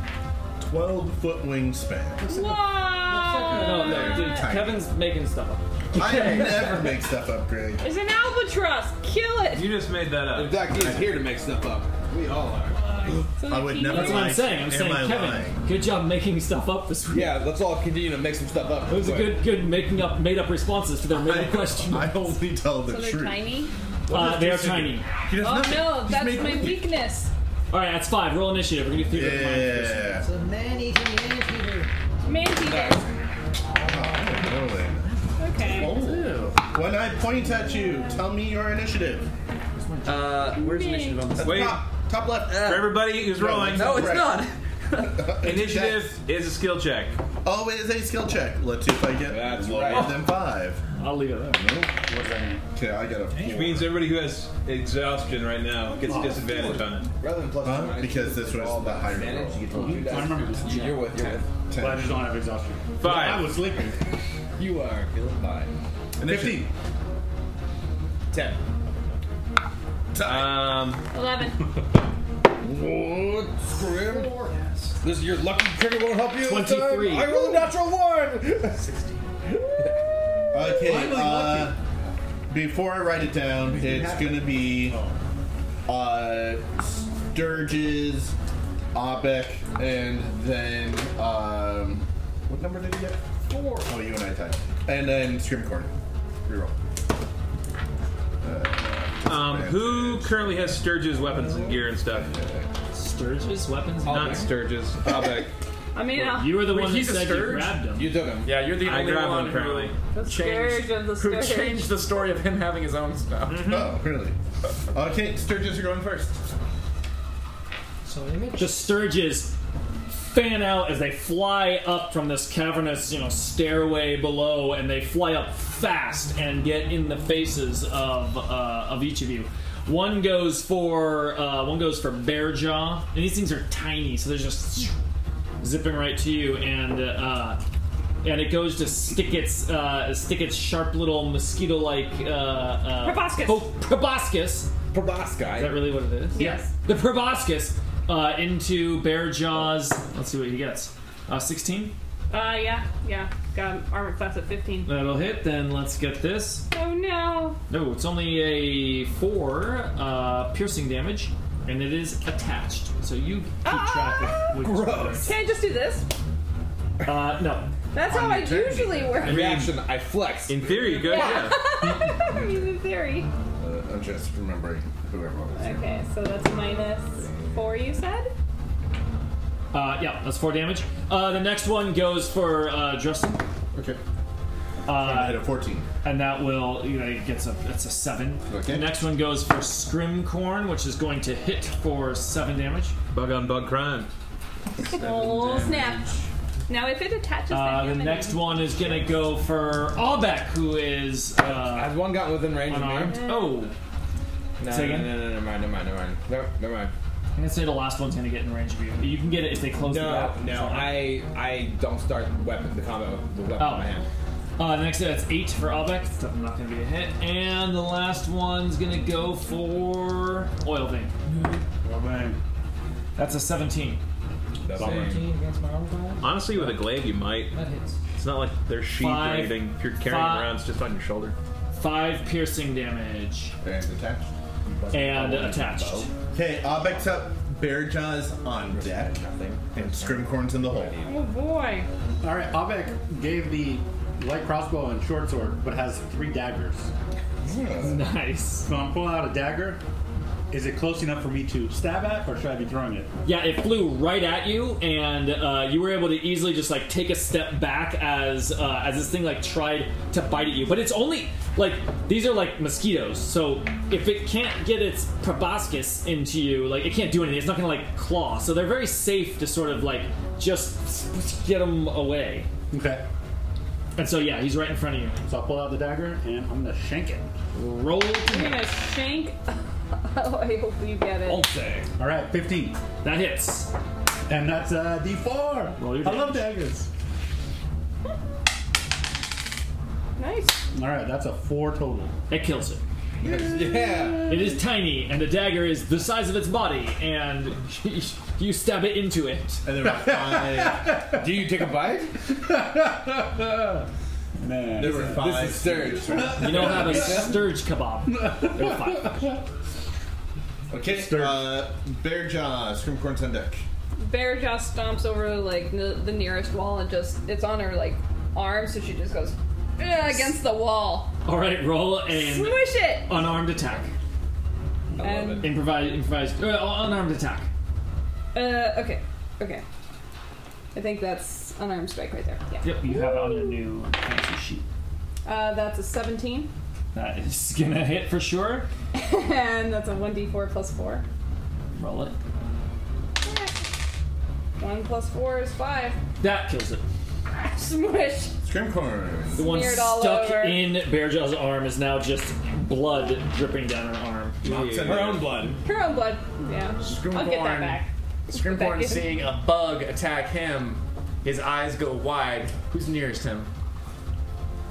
Speaker 9: Twelve foot wingspan.
Speaker 3: No, no, dude,
Speaker 9: Tiny.
Speaker 3: Kevin's making stuff up.
Speaker 9: I never make stuff up, Greg.
Speaker 5: It's an albatross. Kill it.
Speaker 6: You just made that up.
Speaker 9: Exactly. He's here to make stuff up. We all are.
Speaker 5: I would never
Speaker 3: That's what I'm saying. I'm saying, Kevin, good job making stuff up this week.
Speaker 11: Yeah, let's all continue to make some stuff up.
Speaker 3: Those are good, good making up, made up responses to their made up questions. I
Speaker 9: only tell
Speaker 5: So they're tiny.
Speaker 3: Uh, they are tiny.
Speaker 5: Oh no, that's my weakness.
Speaker 3: All right, that's five. Roll initiative. We're gonna do three. Yeah.
Speaker 2: It's a man eating anteater.
Speaker 5: Man eater. Okay.
Speaker 9: When I point at you, tell me your initiative.
Speaker 12: Uh, where's initiative on this?
Speaker 9: At the
Speaker 6: Wait.
Speaker 9: top, top left.
Speaker 6: For everybody who's
Speaker 9: No,
Speaker 6: rolling.
Speaker 9: Uh, no, it's not.
Speaker 6: Initiative is a skill check.
Speaker 9: Oh, it is a skill check. Let's see if I get lower
Speaker 6: right.
Speaker 9: than five.
Speaker 3: I'll leave it there.
Speaker 9: Okay, I got a
Speaker 6: Which
Speaker 9: four.
Speaker 6: means everybody who has exhaustion right now gets a disadvantage on it.
Speaker 11: Rather than plus
Speaker 9: Huh? Because this was the higher roll.
Speaker 11: I remember this. You're with. You're with.
Speaker 9: Ten.
Speaker 13: I just don't have exhaustion. I
Speaker 6: Five.
Speaker 13: was sleeping.
Speaker 11: You are feeling fine.
Speaker 9: Fifteen.
Speaker 11: Ten.
Speaker 6: Um.
Speaker 5: Eleven.
Speaker 11: What? Scrim? This your lucky cricket won't help you. this time?
Speaker 3: 23.
Speaker 11: I rolled a natural one. Sixteen.
Speaker 9: Okay.
Speaker 11: Finally
Speaker 9: Uh, before I write it down, it's
Speaker 11: happy.
Speaker 9: gonna be
Speaker 6: Oh.
Speaker 9: uh, Sturges, Abeck, and then um, what number did you get? Four. Oh, you and I tied. And then Scrimcorn. Reroll.
Speaker 6: Um, who currently has Sturge's weapons and gear and stuff?
Speaker 3: Sturge's weapons?
Speaker 6: Not Uh, Sturge's. Obek.
Speaker 5: I mean, uh,
Speaker 3: You were the
Speaker 6: Oh. Wait,
Speaker 3: one who
Speaker 6: he's a
Speaker 3: said you
Speaker 6: Sturge?
Speaker 3: grabbed him.
Speaker 11: You took him.
Speaker 12: Yeah, you're the
Speaker 6: I
Speaker 12: only
Speaker 6: grab
Speaker 12: one
Speaker 6: him
Speaker 12: who
Speaker 6: currently.
Speaker 5: the
Speaker 12: changed
Speaker 5: scourge of the
Speaker 12: who
Speaker 5: scourge.
Speaker 12: changed the story of him having his own stuff.
Speaker 3: Mm-hmm.
Speaker 9: Oh, really? Okay, Sturges are going first.
Speaker 2: So image.
Speaker 3: The Sturges fan out as they fly up from this cavernous, you know, stairway below, and they fly up fast and get in the faces of uh, of each of you. One goes for uh, one goes for Bearjaw, and these things are tiny, so they're just zipping right to you, and uh, and it goes to stick its uh, stick its sharp little mosquito like uh, uh,
Speaker 5: Proboscis.
Speaker 3: po- proboscis.
Speaker 11: Proboscis.
Speaker 3: Is that really what it is?
Speaker 5: Yes.
Speaker 3: The proboscis uh, into Bear Jaws. Let's see what he gets. Uh, 16.
Speaker 5: Uh, yeah, yeah. Got an armor class at 15.
Speaker 3: That'll hit. Then let's get this.
Speaker 5: Oh no.
Speaker 3: No, it's only a 4 uh, piercing damage, and it is attached. So you keep track of which
Speaker 11: Gross.
Speaker 5: Can I just do this?
Speaker 3: Uh, no.
Speaker 5: That's how I usually work.
Speaker 11: In reaction, I flex.
Speaker 6: In theory, you go,
Speaker 5: Yeah.
Speaker 6: yeah.
Speaker 5: I mean, in theory.
Speaker 9: Uh, I'm just remembering who everyone was.
Speaker 5: Okay, so that's minus four, you said?
Speaker 3: Uh, yeah, that's 4 damage. Uh, the next one goes for uh, Justin.
Speaker 9: Okay. I
Speaker 3: Uh,
Speaker 9: hit a 14.
Speaker 3: and that will you know it gets a that's a seven.
Speaker 9: Okay.
Speaker 3: The next one goes for Scrimcorn, which is going to hit for seven damage.
Speaker 6: Bug on bug crime.
Speaker 5: Oh, snap. Now, if it attaches
Speaker 3: Uh,
Speaker 5: that
Speaker 3: the
Speaker 5: human-
Speaker 3: next one is gonna go for Albeck, who is uh,
Speaker 11: Has one gotten within range
Speaker 3: unarmed.
Speaker 11: of me?
Speaker 3: Oh,
Speaker 11: No,
Speaker 3: Say again?
Speaker 11: no, no, no, never mind, never mind, never mind. No, never mind.
Speaker 3: I'm gonna say the last one's gonna get in range of you. You can get it if they close the
Speaker 11: No,
Speaker 3: gap.
Speaker 11: no, I I don't start weapon the combat with the weapon
Speaker 3: Oh.
Speaker 11: in my hand.
Speaker 3: Uh, the next that's eight for Albeck. That's not gonna be a hit. And the last one's gonna go for Oil Vein. That's a 17.
Speaker 2: Seventeen against my armor class.
Speaker 6: Honestly, with a glaive, you might.
Speaker 2: That hits.
Speaker 6: It's not like they're sheath or
Speaker 3: Five.
Speaker 6: anything. If you're carrying
Speaker 3: Five.
Speaker 6: around, it's just on your shoulder.
Speaker 3: Five piercing damage.
Speaker 9: And attached.
Speaker 11: Oh,
Speaker 3: And attached.
Speaker 9: Okay, Abek's up. Bearjaw's on deck. And Scrimcorn's in the hole.
Speaker 5: Oh boy.
Speaker 7: All right, Abek gave the light crossbow and short sword, but has three daggers.
Speaker 3: Nice. So
Speaker 7: I'm pulling out a dagger. Is it close enough for me to stab at, or should I be throwing it?
Speaker 3: Yeah, it flew right at you, and uh, you were able to easily just like take a step back as uh, as this thing like tried to bite at you. But it's only like these are like mosquitoes, so if it can't get its proboscis into you, like it can't do anything. It's not gonna like claw, so they're very safe to sort of like just get them away.
Speaker 7: Okay.
Speaker 3: And so yeah, he's right in front of you.
Speaker 7: So I'll pull out the dagger and I'm gonna shank it.
Speaker 3: Roll.
Speaker 5: You're gonna shank. Oh, I hope you get it.
Speaker 3: Oh.
Speaker 7: All right, 15.
Speaker 3: That hits.
Speaker 7: And that's uh, D4.
Speaker 3: Roll your
Speaker 7: I love daggers.
Speaker 5: Nice.
Speaker 7: All right, that's a four total.
Speaker 3: It kills it.
Speaker 8: Yeah.
Speaker 3: It is tiny, and the dagger is the size of its body, and you stab it into it.
Speaker 9: And there were five.
Speaker 8: Do you take a bite?
Speaker 7: Man,
Speaker 8: There were five sturge.
Speaker 3: You don't have a sturge kebab. There were five.
Speaker 9: Okay, uh, Bearjaw, Scrimcorn's on deck.
Speaker 5: Bear just stomps over like n- the nearest wall and just it's on her like arm, so she just goes "Ugh," against the wall.
Speaker 3: All right, roll an
Speaker 5: Swish it.
Speaker 3: unarmed attack.
Speaker 5: And
Speaker 3: Improvised, improvised, uh, unarmed attack.
Speaker 5: uh, okay, okay. I think that's unarmed strike right there. Yeah.
Speaker 3: Yep, you have it on your new fancy sheet.
Speaker 5: Uh, that's a 17,
Speaker 3: That is gonna hit for sure.
Speaker 5: and that's a 1d4 plus four.
Speaker 3: Roll it.
Speaker 5: One plus four is five.
Speaker 3: That kills it.
Speaker 5: Swish.
Speaker 9: Scrimcorn.
Speaker 3: The one
Speaker 5: Smeared all
Speaker 3: stuck
Speaker 5: over.
Speaker 3: in Bearjaw's arm is now just blood dripping down her arm.
Speaker 14: Her own blood.
Speaker 5: Her own blood. Yeah. I'll get that back. Back
Speaker 14: Scrimcorn
Speaker 5: in.
Speaker 14: seeing a bug attack him, his eyes go wide. Who's nearest him?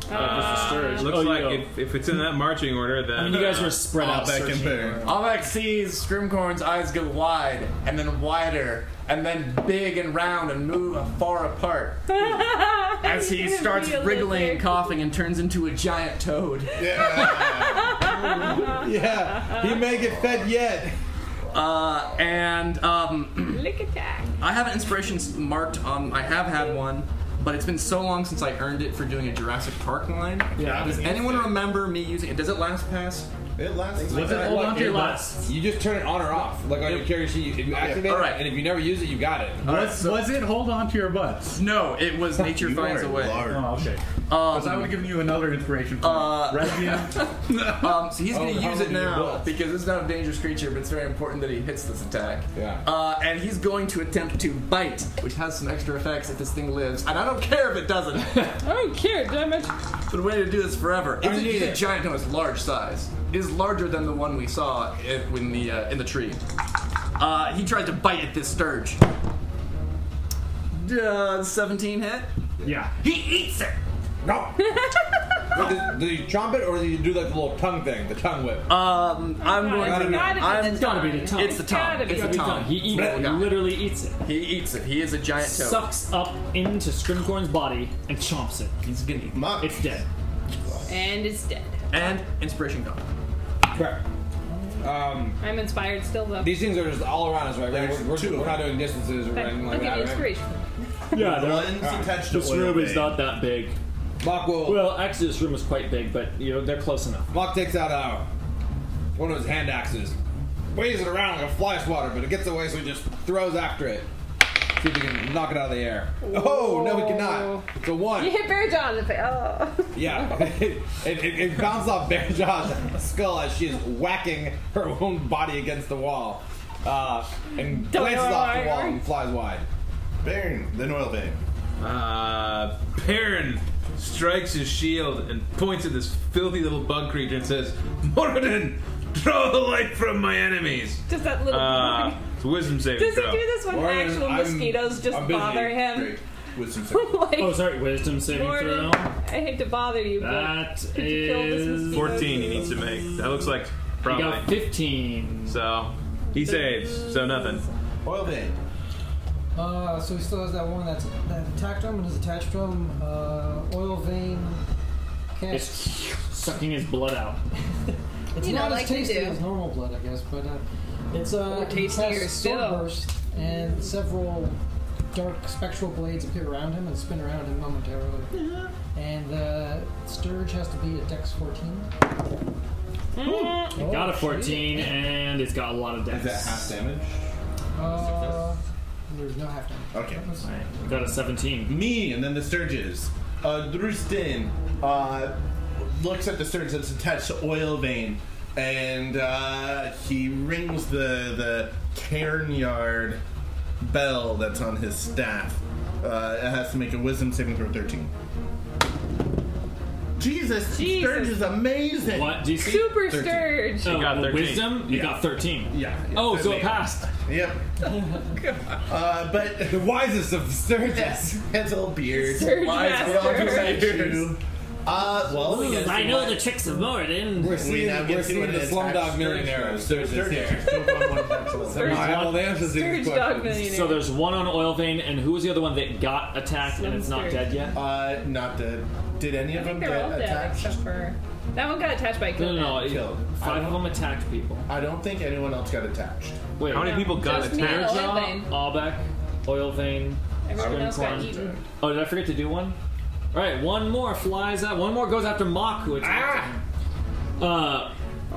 Speaker 5: Uh,
Speaker 6: looks like if, if it's in that marching order, then
Speaker 3: Oh, I mean, you guys were spread out searching.
Speaker 14: Albeck sees Scrimcorn's eyes go wide and then wider and then big and round and move far apart as he
Speaker 5: He's gonna
Speaker 14: starts
Speaker 5: be a
Speaker 14: wriggling
Speaker 5: lizard.
Speaker 14: and coughing and turns into a giant toad.
Speaker 8: yeah, he may get fed yet.
Speaker 14: Uh, and um,
Speaker 5: Lick attack.
Speaker 14: I have inspirations marked on. I have had one, but it's been so long since I earned it for doing a Jurassic Park line.
Speaker 8: Yeah.
Speaker 14: Does anyone remember me using it? Does it last pass?
Speaker 9: It lasts.
Speaker 8: What's it hold on to your last? You just turn it on or off. Like on your carry sheet, if you activate it,
Speaker 14: Alright.
Speaker 8: and if you never use it, you got it.
Speaker 14: All right,
Speaker 7: was,
Speaker 14: so-
Speaker 7: was it hold on to your butts?
Speaker 14: No, it was nature
Speaker 7: You
Speaker 14: finds
Speaker 7: are
Speaker 14: a way.
Speaker 7: large. Oh, okay.
Speaker 14: Because
Speaker 7: I would have given you another inspiration for
Speaker 14: Uh,
Speaker 7: Regium.
Speaker 14: um, so he's going
Speaker 7: Oh,
Speaker 14: to
Speaker 7: how
Speaker 14: use it
Speaker 7: many
Speaker 14: now
Speaker 7: bullets?
Speaker 14: because it's not a dangerous creature, but it's very important that he hits this attack.
Speaker 8: Yeah.
Speaker 14: Uh, and he's going to attempt to bite, which has some extra effects if this thing lives. And I don't care if it doesn't. I
Speaker 5: don't care, damn it.
Speaker 14: Been waiting to do this forever. It's, a, it's a
Speaker 8: neither.
Speaker 14: giant no, it's large size. It is larger than the one we saw in, in the uh, in the tree. Uh, he tried to bite at this sturge. Uh, 17 hit.
Speaker 3: Yeah.
Speaker 14: He eats it.
Speaker 8: No. Wait, do, do you chomp it or do you do like the little tongue thing, the tongue whip?
Speaker 14: Um, I'm
Speaker 8: It's
Speaker 14: going to.
Speaker 8: gotta be the
Speaker 14: I'm,
Speaker 8: tongue.
Speaker 3: It's gotta be the tongue.
Speaker 14: It's the
Speaker 3: It's
Speaker 14: tongue.
Speaker 3: gotta be
Speaker 14: It's the
Speaker 3: the
Speaker 14: tongue.
Speaker 3: tongue. He eats it. He literally eats it.
Speaker 14: He eats it. He is a giant toad.
Speaker 3: Sucks up into Scrimcorn's body and chomps it.
Speaker 14: He's gonna eat
Speaker 9: it.
Speaker 3: It's dead.
Speaker 5: And it's dead.
Speaker 14: And inspiration gone.
Speaker 8: Crap. Um,
Speaker 5: I'm inspired still though.
Speaker 8: these things are just all around us, right? We're, we're, we're, not doing distances or
Speaker 5: But
Speaker 8: anything
Speaker 5: I'll
Speaker 8: like
Speaker 5: give you
Speaker 8: that, right?
Speaker 5: inspiration.
Speaker 3: Yeah, they're-
Speaker 9: One's attached to
Speaker 3: this
Speaker 9: oil
Speaker 3: room is
Speaker 9: vein.
Speaker 3: not that big.
Speaker 8: Mock will.
Speaker 3: Well, actually, this room is quite big, but you know they're close enough.
Speaker 8: Mock takes out uh, one of his hand axes, waves it around like a fly swatter, but it gets away, so he just throws after it. See if he can knock it out of the air. Oh no, he cannot. It's a one.
Speaker 5: You hit Bear John in the face. Oh.
Speaker 8: Yeah, it, it, it bounced off Bear Jaw's skull as she is whacking her own body against the wall, uh, and
Speaker 5: Don't
Speaker 8: glances
Speaker 5: know
Speaker 8: off
Speaker 5: why.
Speaker 8: the wall and flies wide.
Speaker 9: Baron, then oil vein.
Speaker 6: Uh, Perrin strikes his shield and points at this filthy little bug creature and says, Moradin, draw the light from my enemies.
Speaker 5: Does that little
Speaker 6: Uh, it's a wisdom saving
Speaker 5: Does he
Speaker 6: throw.
Speaker 5: do this when
Speaker 6: Moradin,
Speaker 5: actual
Speaker 6: I'm-
Speaker 5: mosquitoes just
Speaker 6: I'm busy.
Speaker 5: bother him?
Speaker 9: Wisdom
Speaker 5: like,
Speaker 3: Oh, sorry, wisdom saving
Speaker 5: Jordan,
Speaker 3: throw.
Speaker 5: I hate to bother you, but
Speaker 3: That
Speaker 5: could you kill this
Speaker 3: is
Speaker 5: mosquito?
Speaker 6: 14 he needs to make. That looks like
Speaker 3: You
Speaker 6: probably.
Speaker 3: got 15.
Speaker 6: So, He saves, so nothing.
Speaker 9: Oil vein.
Speaker 2: Uh, so he still has that one that's that attacked him and is attached to him. Uh, oil vein. Okay.
Speaker 3: It's sucking his blood out.
Speaker 2: It's
Speaker 15: You know,
Speaker 2: not
Speaker 15: like
Speaker 2: as
Speaker 15: they
Speaker 2: tasty
Speaker 15: do.
Speaker 2: as normal blood, I guess, but uh, it's uh,
Speaker 15: Or
Speaker 2: it
Speaker 15: tastier
Speaker 2: casts
Speaker 15: still.
Speaker 2: Swordburst, and several dark spectral blades appear around him and spin around him momentarily.
Speaker 15: Uh-huh.
Speaker 2: And uh, Sturge has to be a Dex Oh, 14.
Speaker 3: It
Speaker 5: Oh,
Speaker 3: got a 14, and it's got a lot of dex.
Speaker 9: Is that half damage?
Speaker 2: Uh, there's no half damage.
Speaker 9: Okay.
Speaker 3: Got a 17.
Speaker 9: Me and then the Sturges. Uh, Drustin uh, looks at the Sturge that's attached to Oil Vein and uh, he rings the, the cairn yard bell that's on his staff. Uh, it has to make a wisdom saving throw 13. Jesus, Sturge is amazing.
Speaker 3: What DC?
Speaker 5: Super Sturge.
Speaker 3: Oh, wisdom? You got 13.
Speaker 9: Yeah.
Speaker 3: Oh, so it
Speaker 9: Amazing.
Speaker 3: passed.
Speaker 9: Yep. uh, but
Speaker 8: the wisest of Sturges.
Speaker 9: Heads all beard.
Speaker 3: Surge
Speaker 9: Wise
Speaker 3: master.
Speaker 9: rock beard. Uh, well, we gotta
Speaker 3: I
Speaker 9: see
Speaker 3: know
Speaker 9: what-
Speaker 3: the tricks of Moradin.
Speaker 8: We're seeing, we are seeing the slumdog millionaire of Sturges here. All the answers to these questions.
Speaker 3: So there's one on oil vein, and who was the other one that got attacked and it's not dead yet?
Speaker 9: Uh, not dead. Did any
Speaker 5: I think they're all dead except for that one got attached by
Speaker 3: No,
Speaker 5: Conan.
Speaker 3: no, no. Killed. Five of them attacked people.
Speaker 9: I don't think anyone else got attached.
Speaker 3: Wait,
Speaker 9: How many people got
Speaker 3: Just
Speaker 9: attacked?
Speaker 3: Oil
Speaker 9: Oil
Speaker 3: vein. Albeck, oil vein.
Speaker 5: Everyone
Speaker 3: Scrim
Speaker 5: else got
Speaker 3: Corn.
Speaker 5: eaten.
Speaker 3: Oh, did I forget to do one? All right, one more flies out. One more goes after Mock, who attacked. him. Uh,
Speaker 9: Ah!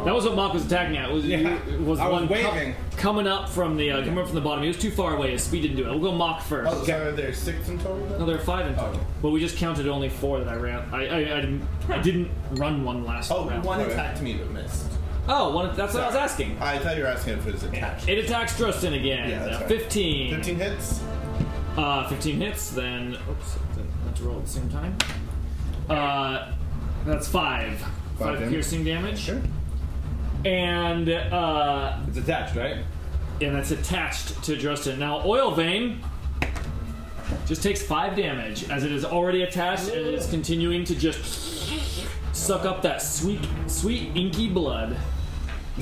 Speaker 3: that was what Mock was attacking at. Was was
Speaker 8: I was
Speaker 3: one co-
Speaker 8: waving.
Speaker 3: coming up from the uh, coming up from the bottom. He was too far away. His speed didn't do it. We'll go Mock first.
Speaker 9: Oh, so there's six in total. Then?
Speaker 3: No, there are five in
Speaker 9: Oh.
Speaker 3: total. But we just counted only four that I ran. I I, I, didn't, I didn't run one last
Speaker 9: Oh,
Speaker 3: round.
Speaker 9: one attacked me but missed.
Speaker 3: Oh, one, that's what I was
Speaker 9: Sorry.
Speaker 3: asking.
Speaker 9: I thought you were asking if it was attached.
Speaker 3: It attacks Drustin again.
Speaker 9: Yeah, that's
Speaker 3: Uh,
Speaker 9: right.
Speaker 3: 15. 15
Speaker 9: hits?
Speaker 3: Uh, 15 hits, then. Oops, let's roll at the same time. Uh, that's 5. 5,
Speaker 8: damage.
Speaker 3: piercing damage. Sure. And. Uh,
Speaker 8: it's attached, right?
Speaker 3: And that's attached to Drustin. Now, Oil Vein just takes 5 damage, as it is already attached and it is continuing to just suck up that sweet, sweet, inky blood.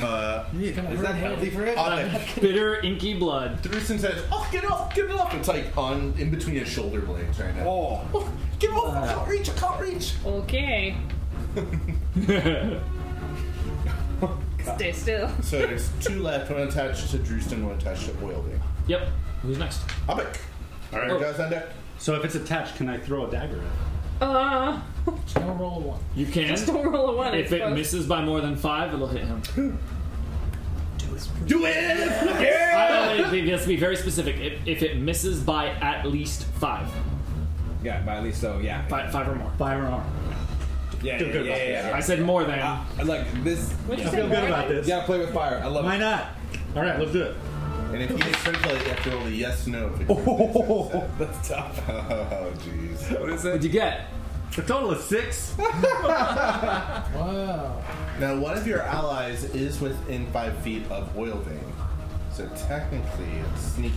Speaker 9: Uh,
Speaker 3: is that healthy for it? bitter, inky blood.
Speaker 9: Drusen says, "Oh, get off, get off!" It's like on in between his shoulder blades right now.
Speaker 8: Oh,
Speaker 9: Give off! I can't reach! I can't reach!
Speaker 5: Okay. Stay still.
Speaker 9: so there's two left. One attached to Drusen, one attached to Oil Vein.
Speaker 3: Yep. Who's next?
Speaker 9: Abek. All right,
Speaker 13: Oh.
Speaker 9: guys on deck.
Speaker 13: So if it's attached, can I throw a dagger at it?
Speaker 5: Uh,
Speaker 2: Just don't roll a 1.
Speaker 3: You can.
Speaker 5: Just don't roll a one, I
Speaker 3: If it
Speaker 5: suppose.
Speaker 3: misses by more than five, it'll hit him.
Speaker 9: Do it!
Speaker 3: Yeah! I only, let's be very specific. If, if it misses by at least five.
Speaker 8: Yeah, by at least so, yeah.
Speaker 3: Five, five or more.
Speaker 13: Five or more.
Speaker 8: Yeah,
Speaker 3: Feel
Speaker 8: yeah,
Speaker 3: good
Speaker 8: yeah,
Speaker 3: about
Speaker 8: yeah,
Speaker 3: this.
Speaker 8: yeah.
Speaker 3: I said more than.
Speaker 8: I like this.
Speaker 5: What'd you
Speaker 8: I
Speaker 5: say,
Speaker 8: feel good
Speaker 5: more
Speaker 8: about
Speaker 5: than?
Speaker 8: this. Yeah, play with fire. I love
Speaker 13: Why
Speaker 8: it.
Speaker 13: not? All right, let's do it.
Speaker 9: And if you hit circle, you have to roll a yes no. If
Speaker 8: oh, that's tough.
Speaker 9: Oh, jeez.
Speaker 8: What is it? What'd
Speaker 3: you get?
Speaker 8: A total of six.
Speaker 2: Wow.
Speaker 9: Now, one of your allies is within five feet of Oil Vein, so technically it's sneak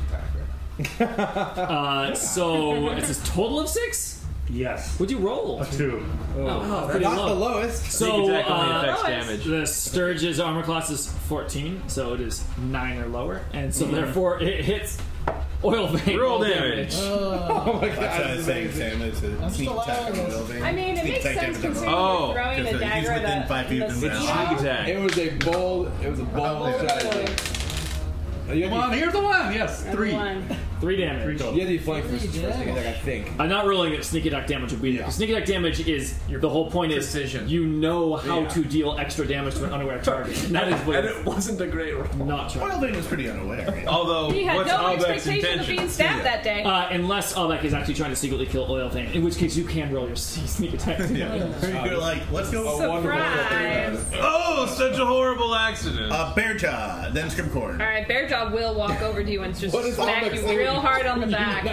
Speaker 9: attacker.
Speaker 3: Uh, so it's a total of six?
Speaker 13: Yes.
Speaker 3: What'd you roll? A
Speaker 13: two.
Speaker 3: Oh,
Speaker 8: Oh,
Speaker 3: pretty
Speaker 8: that's
Speaker 3: low.
Speaker 8: the lowest.
Speaker 3: So
Speaker 8: Sneak attack
Speaker 5: Oh,
Speaker 8: only
Speaker 3: uh,
Speaker 8: affects damage.
Speaker 3: the Sturge's armor class is 14, so it is 9 or lower, and so therefore it hits oil vein.
Speaker 6: Roll damage.
Speaker 3: oh
Speaker 9: That's what I was saying, Sam. It's a sneak attack on Oil Vein.
Speaker 5: I mean, it
Speaker 9: Sneak
Speaker 5: makes
Speaker 9: attack
Speaker 5: sense
Speaker 9: damage
Speaker 5: considering
Speaker 13: Oh,
Speaker 9: on-
Speaker 5: you're throwing a
Speaker 9: because he's
Speaker 5: dagger
Speaker 9: within
Speaker 5: that-
Speaker 9: five feet of
Speaker 5: that's
Speaker 9: the round.
Speaker 5: not-
Speaker 8: It was a bold. It was a bold strategy.
Speaker 13: Come on, here's the one. Yes,
Speaker 5: And
Speaker 13: three.
Speaker 5: one.
Speaker 3: Three damage.
Speaker 8: You had to be flanked for
Speaker 3: Three
Speaker 8: first thing,
Speaker 3: damage.
Speaker 8: I think.
Speaker 3: I'm Uh, not rolling that sneak attack damage would be there. Sneak attack damage is the whole point is you know how
Speaker 8: Yeah.
Speaker 3: to deal extra damage to an unaware target. And that is what and it
Speaker 12: wasn't a great roll.
Speaker 3: Not trying.
Speaker 9: Oil Vein was pretty unaware.
Speaker 8: Oh,
Speaker 6: Although,
Speaker 5: He had
Speaker 6: what's
Speaker 5: no
Speaker 6: Albeck's
Speaker 5: expectation of
Speaker 6: intention?
Speaker 5: being stabbed that day.
Speaker 3: Uh, unless Albeck is actually trying to secretly kill Oil Vein, in which case you can roll your sneak attack.
Speaker 9: You're like, let's go.
Speaker 8: oh.
Speaker 5: A wonderful Surprise. little thing.
Speaker 6: Oh, such a horrible accident.
Speaker 9: Uh, bear jaw, then Scrimcorn.
Speaker 5: All right, Bear Jaw will walk over to you and just
Speaker 9: What is
Speaker 5: smack
Speaker 9: Alex
Speaker 5: you
Speaker 9: doing?
Speaker 5: real hard on the back.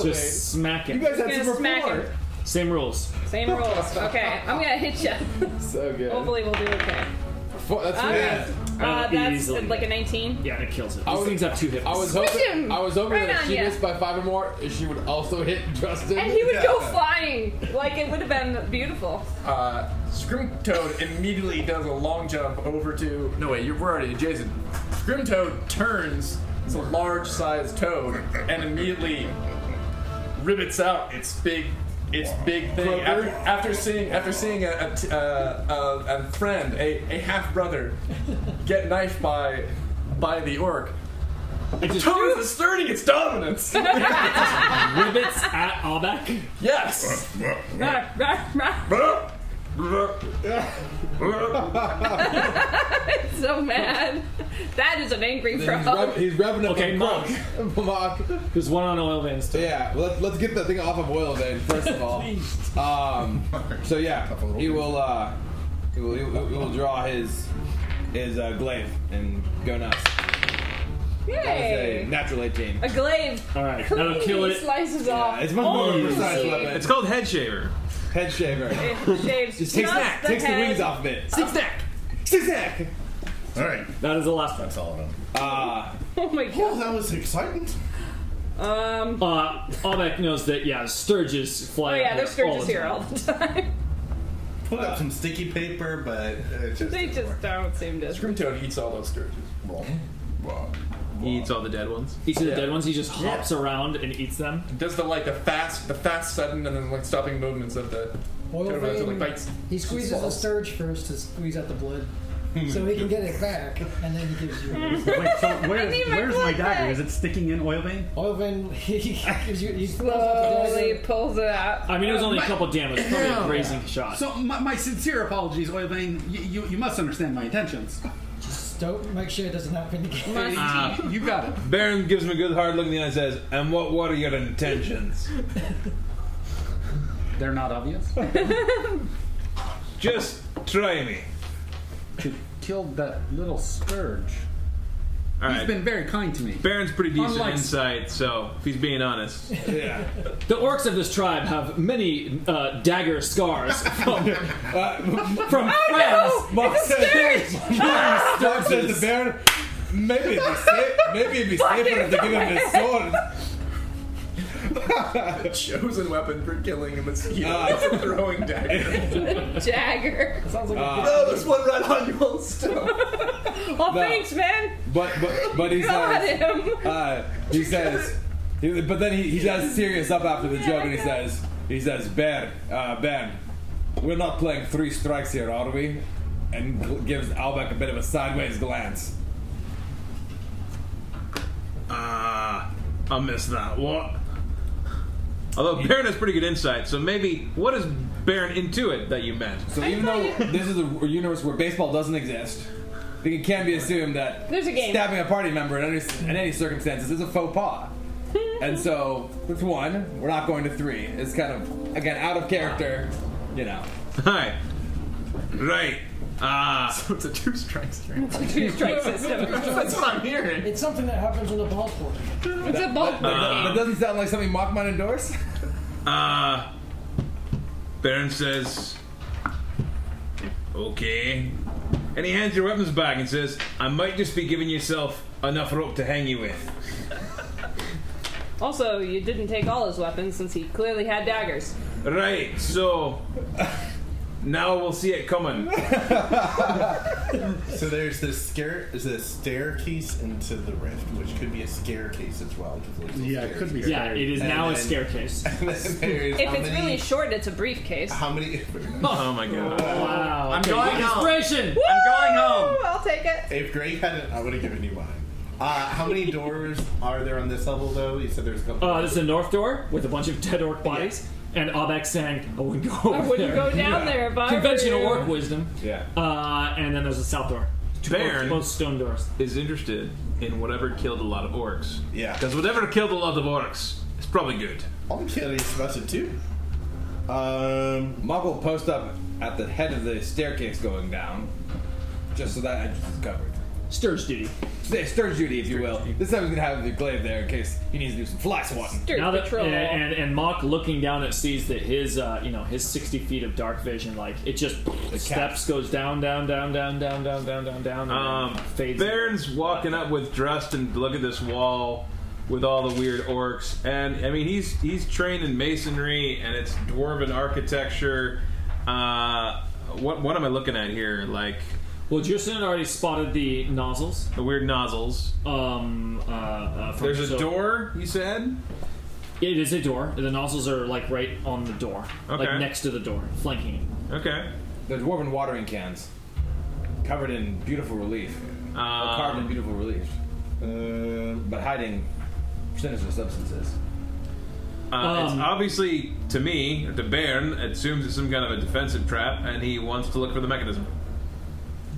Speaker 3: Just smack it.
Speaker 5: You guys had He's gonna super smack four. him.
Speaker 3: Same rules.
Speaker 5: Same rules. Okay, I'm gonna hit you.
Speaker 8: So good.
Speaker 5: Hopefully, we'll do okay.
Speaker 8: that's
Speaker 5: Okay.
Speaker 3: Yeah.
Speaker 5: Uh,
Speaker 3: Uh,
Speaker 5: that's
Speaker 3: easily.
Speaker 5: like a 19.
Speaker 3: Yeah, and it kills it. These things have two hit
Speaker 8: I was
Speaker 5: Squish
Speaker 8: hoping.
Speaker 5: him!
Speaker 8: I was hoping
Speaker 5: Right
Speaker 8: that
Speaker 5: on
Speaker 8: if she
Speaker 5: ya.
Speaker 8: missed by five or more, she would also hit Justin.
Speaker 5: And he would go flying. Like, it would have been beautiful.
Speaker 12: Uh, Scrim Toad immediately does a long jump over to. No, wait, you're, we're already adjacent.
Speaker 14: Scrimtoad turns. It's a large-sized toad, and immediately rivets out its big, its big thing. After, after seeing, after seeing a, a, t- uh, a, a friend, a, a half brother, get knifed by, by the orc. It just toad is asserting its dominance.
Speaker 3: Ribbits at Albeck?
Speaker 14: Yes.
Speaker 5: it's so mad. That is an angry
Speaker 8: He's,
Speaker 5: frog.
Speaker 8: rev- he's revving up
Speaker 3: Okay,
Speaker 8: on
Speaker 3: Mark.
Speaker 8: Mark. Mark.
Speaker 3: There's one on oil veins too.
Speaker 8: Yeah, well, let's, let's get that thing off of oil vein first of all. um, so yeah, he will, uh, he will he will he will draw his his uh, glaive and go nuts. That was a
Speaker 5: Yay!
Speaker 8: natural eighteen.
Speaker 5: A glaive.
Speaker 3: All right,
Speaker 5: Clean Slices off.
Speaker 8: It's much more
Speaker 5: Holy
Speaker 8: precise
Speaker 5: shit.
Speaker 8: weapon.
Speaker 6: It's called head shaver.
Speaker 8: Head shaver.
Speaker 5: It shaves
Speaker 8: Just takes,
Speaker 5: just the
Speaker 8: takes the
Speaker 5: head.
Speaker 8: wings off of it.
Speaker 5: Sneak snack.
Speaker 8: Six neck.
Speaker 9: All right.
Speaker 3: That is the last one.
Speaker 9: That's all of them.
Speaker 8: Uh,
Speaker 5: Oh my god.
Speaker 9: Well, that was exciting.
Speaker 5: Um.
Speaker 3: Uh, Albeck knows that, yeah, Sturgis
Speaker 5: Oh
Speaker 3: fly.
Speaker 5: yeah, there's Sturgis
Speaker 3: all
Speaker 5: here all the Uh, time.
Speaker 9: Put up some sticky paper, but it just
Speaker 5: they just don't seem to.
Speaker 14: Scrimtoad eats all those sturges.
Speaker 6: He eats all the dead ones.
Speaker 3: Each of the
Speaker 14: Yeah.
Speaker 3: dead ones, he just hops around and eats them.
Speaker 14: Does the like the fast, the fast, sudden, and then like stopping movements of the
Speaker 2: Oil
Speaker 14: toad runs and, like
Speaker 2: vein.
Speaker 14: bites.
Speaker 2: He squeezes the
Speaker 14: Swallows.
Speaker 2: surge first to squeeze out the blood, so he can get it back, and then he gives you.
Speaker 13: Wait, so where,
Speaker 5: I need my
Speaker 13: where's my
Speaker 5: blood
Speaker 13: dagger?
Speaker 5: back.
Speaker 13: Is it sticking in oil vein?
Speaker 2: Oil vein. He gives you. He pulls out the
Speaker 5: Slowly
Speaker 2: dagger.
Speaker 5: pulls it out.
Speaker 3: I mean, it was only a
Speaker 13: My-
Speaker 3: couple damage, probably a
Speaker 13: Yeah.
Speaker 3: grazing shot.
Speaker 13: So my, my sincere apologies, oil vein. You, you, you must understand my intentions.
Speaker 2: Just don't make sure it doesn't happen again.
Speaker 5: Must
Speaker 6: Ah.
Speaker 13: You got it.
Speaker 6: Baron gives him a good hard look in the eye and says, And what were your intentions?
Speaker 13: They're not obvious.
Speaker 6: Just try me.
Speaker 13: to kill that little scourge. He's
Speaker 6: Alright.
Speaker 13: been very kind to me.
Speaker 6: Baron's pretty decent
Speaker 13: Unlike-
Speaker 6: insight, so if he's being honest.
Speaker 13: Yeah.
Speaker 3: The orcs of this tribe have many uh, dagger scars from, uh, from
Speaker 5: Oh
Speaker 3: friends.
Speaker 5: no! It's a sturge!
Speaker 8: Doug says to Baron, maybe it'd be, sa- maybe it'd be safer if they give him his sword.
Speaker 14: A chosen weapon for killing a mosquito.
Speaker 8: Ah.
Speaker 14: It's a throwing dagger.
Speaker 5: Jagger.
Speaker 14: oh, there's one right on you, old stone.
Speaker 5: Well, Oh, thanks, man.
Speaker 8: But but but he
Speaker 5: Got
Speaker 8: says,
Speaker 5: him.
Speaker 8: uh, he says, he- but then he, he does serious up after the joke and he
Speaker 5: Yeah.
Speaker 8: says, he says, Baron, uh, Baron, we're not playing three strikes here, are we? And gl- gives Albeck a bit of a sideways glance.
Speaker 6: Ah, I missed that. What? Although Baron has pretty good insight, so maybe what is Baron intuit that you meant?
Speaker 8: So even though this is a universe where baseball doesn't exist, I think it can be assumed that
Speaker 5: There's a game.
Speaker 8: stabbing a party member in any, in any circumstances is a faux pas. and so with one, we're not going to three. It's kind of again out of character, you know.
Speaker 6: Hi. Right. Ah.
Speaker 14: it's a two strike string.
Speaker 5: Two strike system.
Speaker 14: That's what I'm hearing.
Speaker 2: It's something that happens in a ball sport.
Speaker 5: It's a ball
Speaker 8: But that-
Speaker 5: game.
Speaker 8: that doesn't sound like something Mock might endorse.
Speaker 6: Ah. Baron says, "Okay," and he hands your weapons back and says, "I might just be giving yourself enough rope to hang you with."
Speaker 5: Also, you didn't take all his weapons since he clearly had daggers.
Speaker 6: Right. So now we'll see it coming.
Speaker 9: So there's this scare, is this staircase into the rift, which could be a staircase as well. 'cause there's a
Speaker 13: Yeah, it could be.
Speaker 9: staircase.
Speaker 3: Yeah, it is
Speaker 9: And
Speaker 3: now a
Speaker 9: then-
Speaker 3: staircase.
Speaker 9: And then there's
Speaker 5: If
Speaker 9: how
Speaker 5: it's
Speaker 9: many-
Speaker 5: really short, it's a briefcase.
Speaker 9: how many?
Speaker 6: Oh my god.
Speaker 3: Wow.
Speaker 14: I'm
Speaker 3: Uh, Okay,
Speaker 14: going home.
Speaker 3: Inspiration!
Speaker 14: I'm going home.
Speaker 5: Woo, I'll take it.
Speaker 9: If Greg hadn't, I would have given you mine. Uh, how many doors are there on this level, though? You said there's a couple.
Speaker 3: Uh, this is a north door with a bunch of dead orc bodies, and Abek saying, I wouldn't go
Speaker 5: I
Speaker 3: over
Speaker 5: wouldn't
Speaker 3: there."
Speaker 5: go down there if I were
Speaker 3: Conventional
Speaker 5: you.
Speaker 3: orc wisdom.
Speaker 8: Yeah.
Speaker 3: Uh, and then there's a south door. Two
Speaker 6: Baron.
Speaker 3: Both, both stone doors.
Speaker 6: Is interested in whatever killed a lot of orcs.
Speaker 9: Yeah.
Speaker 6: Because whatever killed a lot of orcs is probably good.
Speaker 9: I'm curious about it too. Um,
Speaker 8: Mock will post up at the head of the staircase going down, just so that entrance is covered.
Speaker 3: Sturge duty.
Speaker 8: Stay Sturge duty, if you will. This time he's gonna have the glaive there in case he needs to do some fly swatting.
Speaker 5: Dirt
Speaker 3: Now that,
Speaker 5: patrol.
Speaker 3: and, and and Mock looking down at sees that his uh, you know his sixty feet of dark vision like it just steps goes down down down down down down down down down and
Speaker 6: Um,
Speaker 3: then fades.
Speaker 6: Baron's walking up with Drust and look at this wall with all the weird orcs, and I mean he's he's trained in masonry and it's dwarven architecture. Uh, what what am I looking at here? Like
Speaker 3: Well, Jerson had already spotted the nozzles.
Speaker 6: The weird nozzles.
Speaker 3: Um, uh, uh, from-
Speaker 6: There's a door, you said?
Speaker 3: It is a door. The nozzles are like right on the door.
Speaker 22: Okay.
Speaker 3: Like next to the door, flanking it.
Speaker 6: Okay.
Speaker 22: The dwarven watering cans, covered in beautiful relief, Or
Speaker 6: Uh,
Speaker 9: Um.
Speaker 22: carved in beautiful relief,
Speaker 8: Uh,
Speaker 22: but hiding sinister substances.
Speaker 6: Uh, it's obviously, to me, to Bairn, it assumes it's some kind of a defensive trap, and he wants to look for the mechanism.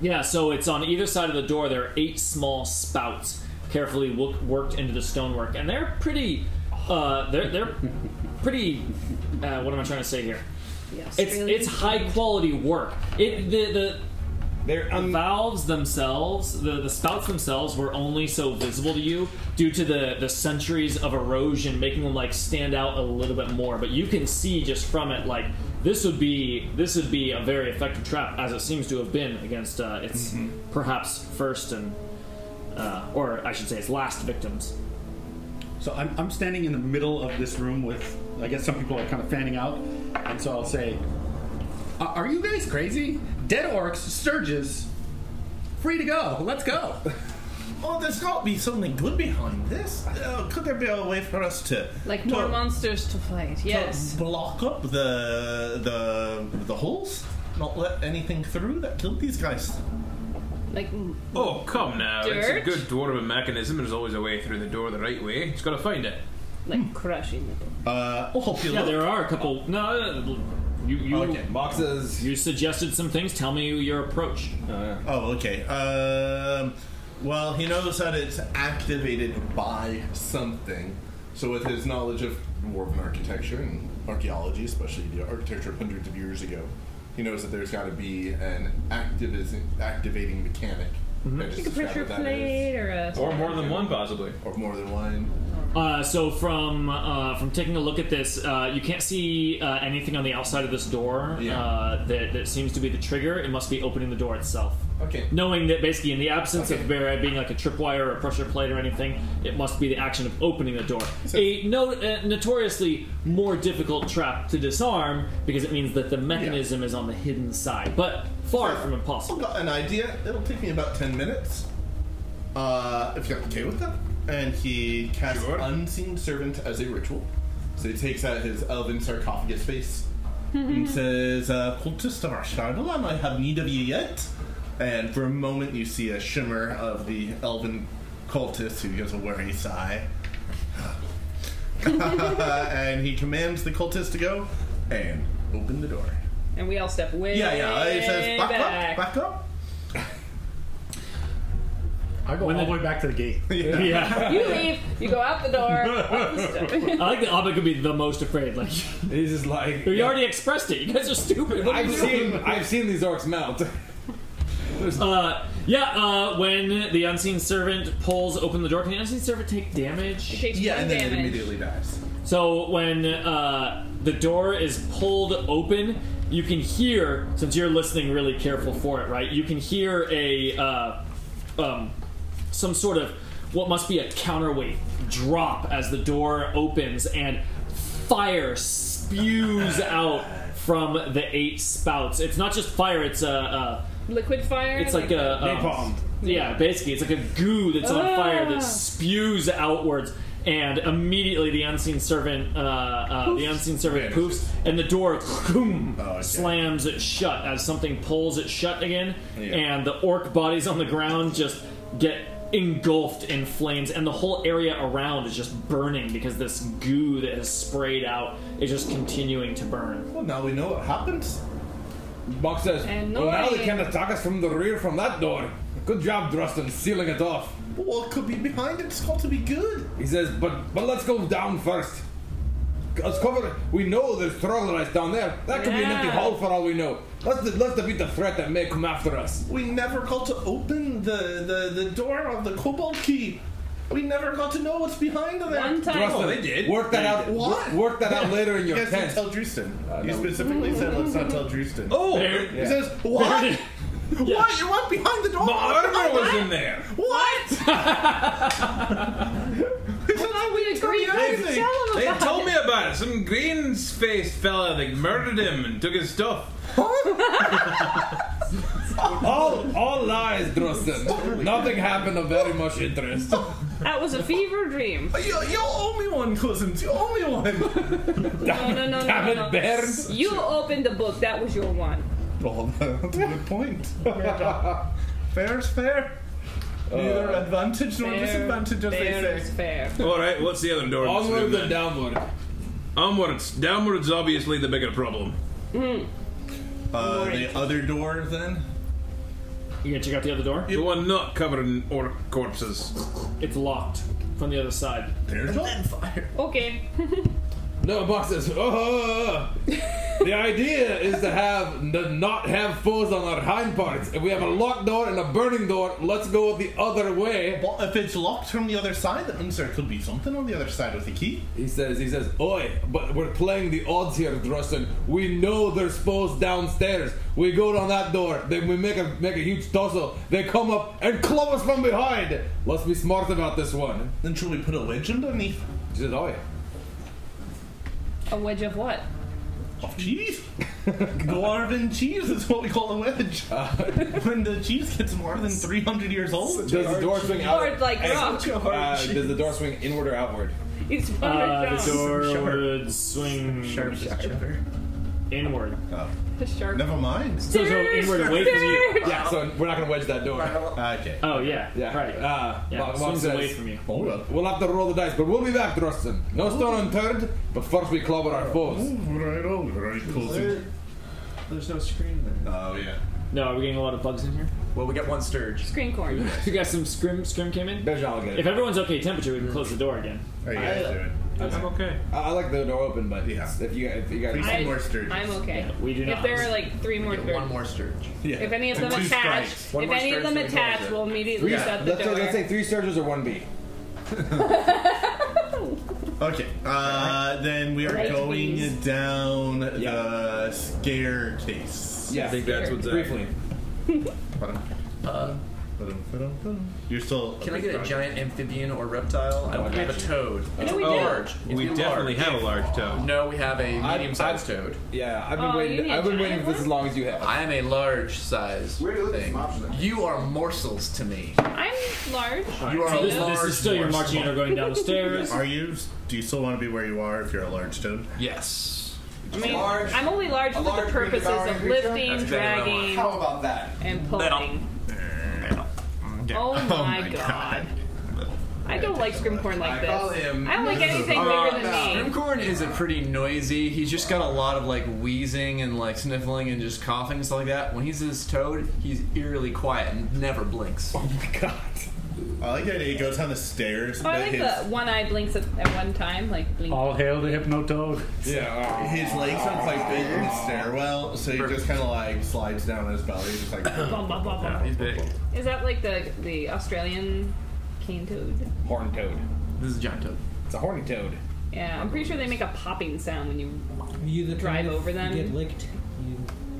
Speaker 3: Yeah, so it's on either side of the door. There are eight small spouts carefully wo- worked into the stonework, and they're pretty. Uh, they're they're pretty. Uh, what am I trying to say here? It's it's high quality work. It the the.
Speaker 22: the
Speaker 3: valves themselves, the, the spouts themselves, were only so visible to you due to the, the centuries of erosion, making them like stand out a little bit more. But you can see just from it, like this would be this would be a very effective trap, as it seems to have been against uh, its perhaps first and uh, or I should say its last victims.
Speaker 7: So I'm, I'm standing in the middle of this room with, I guess some people are kind of fanning out, and so I'll say, "A- Are you guys crazy? Dead orcs, sturges, free to go. Let's go.
Speaker 9: Oh, there's got to be something good behind this. Uh, could there be a way for us to
Speaker 5: Like more monsters to fight. Yes.
Speaker 9: block up the the the holes? Not let anything through that killed these guys.
Speaker 5: Like. mm,
Speaker 6: Oh, come now.
Speaker 5: Dirt?
Speaker 6: It's a good dwarven mechanism. There's always a way through the door the right way. Just gotta find it.
Speaker 5: Like crushing the door.
Speaker 9: Uh, I'll help you
Speaker 3: yeah,
Speaker 6: look.
Speaker 3: there are a couple. No, uh, you
Speaker 9: Oh,
Speaker 3: you
Speaker 22: boxes.
Speaker 3: You suggested some things. Tell me your approach.
Speaker 9: Oh, okay. Um, well, he knows that it's activated by something.
Speaker 23: So, with his knowledge of dwarven architecture and archaeology, especially the architecture of hundreds of years ago, he knows that there's got to be an activis- activating mechanic. I just
Speaker 5: Like a
Speaker 23: described
Speaker 5: pressure
Speaker 23: what that
Speaker 5: plate
Speaker 23: is.
Speaker 5: or a.
Speaker 6: one, possibly.
Speaker 23: Or more than one.
Speaker 3: Uh, so from uh, from taking a look at this, uh, you can't see uh, anything on the outside of this door uh, that, that seems to be the trigger. It must be opening the door itself.
Speaker 23: Okay.
Speaker 3: Knowing that basically in the absence of Barad being like a tripwire or a pressure plate or anything, it must be the action of opening the door. a no, uh, notoriously more difficult trap to disarm because it means that the mechanism is on the hidden side, but far from impossible.
Speaker 9: Got an idea. It'll take me about ten minutes. Uh, if you're okay with that. And he casts Unseen Servant as a ritual. So he takes out his elven sarcophagus face and says, uh, Cultist of Arshardal, am I have need of you yet? And for a moment you see a shimmer of the elven cultist who gives a weary sigh. and he commands the cultist to go and open the door.
Speaker 5: And we all step way.
Speaker 9: Yeah, yeah, it says, "Back up,
Speaker 5: back.
Speaker 9: back up.
Speaker 7: I go all the way back to the gate.
Speaker 3: Yeah.
Speaker 5: You leave. You go out the door. up the
Speaker 3: I
Speaker 5: stairs.
Speaker 3: like that Abba could be the most afraid. Like he's
Speaker 22: just like
Speaker 3: you already expressed it. You guys are stupid. What are
Speaker 22: I've
Speaker 3: you
Speaker 22: seen
Speaker 3: doing?
Speaker 22: I've seen these orcs melt.
Speaker 3: Uh, yeah. Uh, when the unseen servant pulls open the door, can the unseen servant take damage?
Speaker 5: takes Yeah, one and then it damage. immediately
Speaker 9: dies.
Speaker 3: So when uh, the door is pulled open, you can hear since you're listening really careful for it, right? You can hear a uh, um, some sort of what must be a counterweight drop as the door opens and fire spews out from the eight spouts. It's not just fire; it's a. Uh, uh,
Speaker 5: Liquid fire.
Speaker 3: it's like a um, Yeah, basically, it's like a goo that's on
Speaker 5: Ah.
Speaker 3: fire that spews outwards, and immediately the unseen servant, uh, uh, the
Speaker 5: Poofs.
Speaker 3: unseen servant poofs, and the door boom, slams it shut as something pulls it shut again,
Speaker 22: Yeah.
Speaker 3: and the orc bodies on the ground just get engulfed in flames, and the whole area around is just burning because this goo that has sprayed out is just continuing to burn.
Speaker 9: Well, now we know what happens.
Speaker 8: Box says, well, now they
Speaker 3: Annoying.
Speaker 8: can attack us from the rear from that door. Good job, Drustin, sealing it off.
Speaker 9: What could be behind it? It's got to be good.
Speaker 8: He says, but but let's go down first. Let's cover. We know there's troglodytes down there. That could be an empty
Speaker 9: Yeah.
Speaker 8: hole for all we know. Let's let's defeat the threat that may come after us.
Speaker 9: We never got to open the, the, the door of the cobalt key. We never got to know what's behind there.
Speaker 5: One time.
Speaker 8: Drustin, Work that out.
Speaker 9: What?
Speaker 8: Work that out later in your
Speaker 9: yes,
Speaker 8: tent.
Speaker 9: tell Drustin. you specifically said let's not tell Drustin.
Speaker 8: Oh,
Speaker 9: There-
Speaker 8: yeah.
Speaker 9: Uh, he says what? What? You went behind the door?
Speaker 6: My
Speaker 9: What?
Speaker 6: armor was
Speaker 9: What?
Speaker 6: in there.
Speaker 9: What?
Speaker 5: we agreed
Speaker 6: They,
Speaker 5: to tell him
Speaker 6: they
Speaker 5: about
Speaker 6: told
Speaker 5: it.
Speaker 6: me about it. Some green-faced fella. They murdered him and took his stuff.
Speaker 8: all, all lies, Drosten. Nothing happened of very much interest.
Speaker 5: That was a fever dream.
Speaker 9: You, you owe me one, cousins. You owe me one.
Speaker 5: No, no, no,
Speaker 9: Damn
Speaker 5: no,
Speaker 9: it,
Speaker 5: no.
Speaker 9: Bernd.
Speaker 5: You opened the book. That was your one.
Speaker 9: Well, that's a good point. Fair's fair. Neither
Speaker 8: Uh,
Speaker 9: advantage nor
Speaker 5: fair-
Speaker 9: disadvantage, as
Speaker 5: fair
Speaker 9: they
Speaker 5: is
Speaker 9: say.
Speaker 5: fair.
Speaker 24: All right, what's the other door?
Speaker 8: Onward and
Speaker 24: downward. Onwards, downwards. Obviously, the bigger problem.
Speaker 5: Mm.
Speaker 24: Uh, the other door, then.
Speaker 3: You gonna check out the other door?
Speaker 24: The one not covered in orc corpses.
Speaker 3: It's locked from the other side.
Speaker 24: There's
Speaker 5: Okay.
Speaker 8: No, Box says, oh, the idea is to have to not have foes on our hind parts. If we have a locked door and a burning door, let's go the other way.
Speaker 9: Well, if it's locked from the other side, that means there could be something on the other side with the key.
Speaker 8: He says, he says, oi, but we're playing the odds here, Drusen. We know there's foes downstairs. We go down that door, then we make a make a huge tussle. They come up and club us from behind. Let's be smart about this one.
Speaker 9: Then should we put a wedge underneath?
Speaker 8: She says, oi.
Speaker 5: A wedge of what?
Speaker 9: Of cheese? Dwarven cheese is what we call a wedge.
Speaker 7: Uh,
Speaker 9: when the cheese gets more than 300 years old,
Speaker 8: Does the door swing out?
Speaker 5: Hard like
Speaker 8: Hey,
Speaker 5: rock.
Speaker 8: Uh, does the door swing inward or outward?
Speaker 5: It's
Speaker 3: Uh, the door
Speaker 8: Sharp.
Speaker 3: would swing
Speaker 8: Sharp, sharp.
Speaker 3: inward.
Speaker 5: The sharp.
Speaker 9: Never mind.
Speaker 3: So, so inward away from you.
Speaker 8: Yeah, so we're not gonna wedge that door. Okay.
Speaker 3: Oh yeah.
Speaker 8: Yeah.
Speaker 3: Right.
Speaker 8: Uh,
Speaker 3: Yeah,
Speaker 8: Mark-
Speaker 3: it
Speaker 8: Mark
Speaker 3: swings
Speaker 8: says, "Oh,
Speaker 3: away from you.
Speaker 8: We'll have to roll the dice, but we'll be back, Drosten. No stone unturned, but first we clobber our
Speaker 3: Oh,
Speaker 8: foes.
Speaker 9: Right, all right,
Speaker 8: cousin.
Speaker 3: There's no screen there.
Speaker 9: Oh yeah.
Speaker 3: No, are we getting a lot of bugs in here?
Speaker 7: Well, we got one sturge.
Speaker 5: Screen corn.
Speaker 3: you guys, some scrim scrim came in.
Speaker 8: There's alligator.
Speaker 3: If everyone's okay temperature, we can close the door again.
Speaker 6: Oh,
Speaker 8: I'm okay. I, I like the door open, but if you if you guys
Speaker 5: I, I'm okay.
Speaker 8: we do
Speaker 5: if
Speaker 8: not.
Speaker 5: there are like three more birds.
Speaker 7: sturge.
Speaker 5: If any of them attach, if any of them attach, we'll immediately
Speaker 8: Three-
Speaker 5: shut the
Speaker 8: let's,
Speaker 5: door.
Speaker 8: Say, let's say three surges or one B.
Speaker 9: Okay, uh, then we are
Speaker 5: Right,
Speaker 9: going
Speaker 5: please.
Speaker 9: down the staircase.
Speaker 8: Yeah, I think that's what's up. Briefly.
Speaker 9: Uh, You're still.
Speaker 7: Can I get a giant amphibian or reptile? I don't have a toad.
Speaker 9: No, we
Speaker 7: It's
Speaker 9: do.
Speaker 7: large. It's
Speaker 6: We
Speaker 7: large.
Speaker 6: definitely have a large toad.
Speaker 7: No, we have a medium-sized toad.
Speaker 8: Yeah,
Speaker 6: I've been Oh, waiting- you need a I've been giant waiting for this
Speaker 7: as
Speaker 8: long as you have.
Speaker 7: I am a large size.
Speaker 5: Where are you looking
Speaker 7: thing.
Speaker 5: for options?
Speaker 7: You are morsels to me.
Speaker 5: I'm large.
Speaker 7: You are
Speaker 5: so
Speaker 7: a large morsel.
Speaker 9: Are you? Do you still want to be where you are if you're a large toad?
Speaker 7: Yes.
Speaker 5: I mean, I'm only large
Speaker 7: a
Speaker 5: for
Speaker 7: large
Speaker 5: the purposes
Speaker 7: devouring
Speaker 5: of
Speaker 7: creature?
Speaker 5: lifting,
Speaker 7: That's better than
Speaker 5: dragging.
Speaker 7: one. How about that?
Speaker 5: And pulling. Oh my god. I don't like Scrimcorn like this. I don't like anything bigger than me.
Speaker 7: Scrimcorn is a pretty noisy. He's just got a lot of like wheezing and like sniffling and just coughing and stuff like that. When he's his toad, he's eerily quiet and never blinks. Oh my god.
Speaker 9: I like that he goes down the stairs.
Speaker 5: Oh, I like the one eye blinks at, at one time, like blink.
Speaker 25: All hail the Hypnotoad.
Speaker 9: Yeah. His legs aren't quite big in the stairwell, so he just kind of like slides down on his belly, just like.
Speaker 5: Bum, bum, bum, bum.
Speaker 9: he's big.
Speaker 5: Is that like the the Australian cane toad?
Speaker 8: Horn toad.
Speaker 7: This is a giant toad.
Speaker 8: It's a horny toad.
Speaker 5: Yeah, I'm pretty sure they make a popping sound when you
Speaker 2: You the
Speaker 5: drive over them.
Speaker 2: Get licked.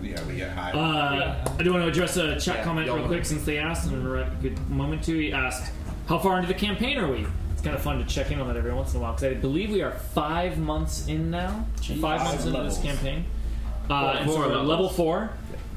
Speaker 9: Yeah, we get high.
Speaker 3: Uh, I do want to address a chat comment real quick since they asked, and we're at a good moment too. He asked, How far into the campaign are we? It's kind of fun to check in on that every once in a while because I believe we are five months in now. Five months into this campaign. Uh, and so
Speaker 7: Four
Speaker 3: we're at
Speaker 7: levels.
Speaker 3: level four,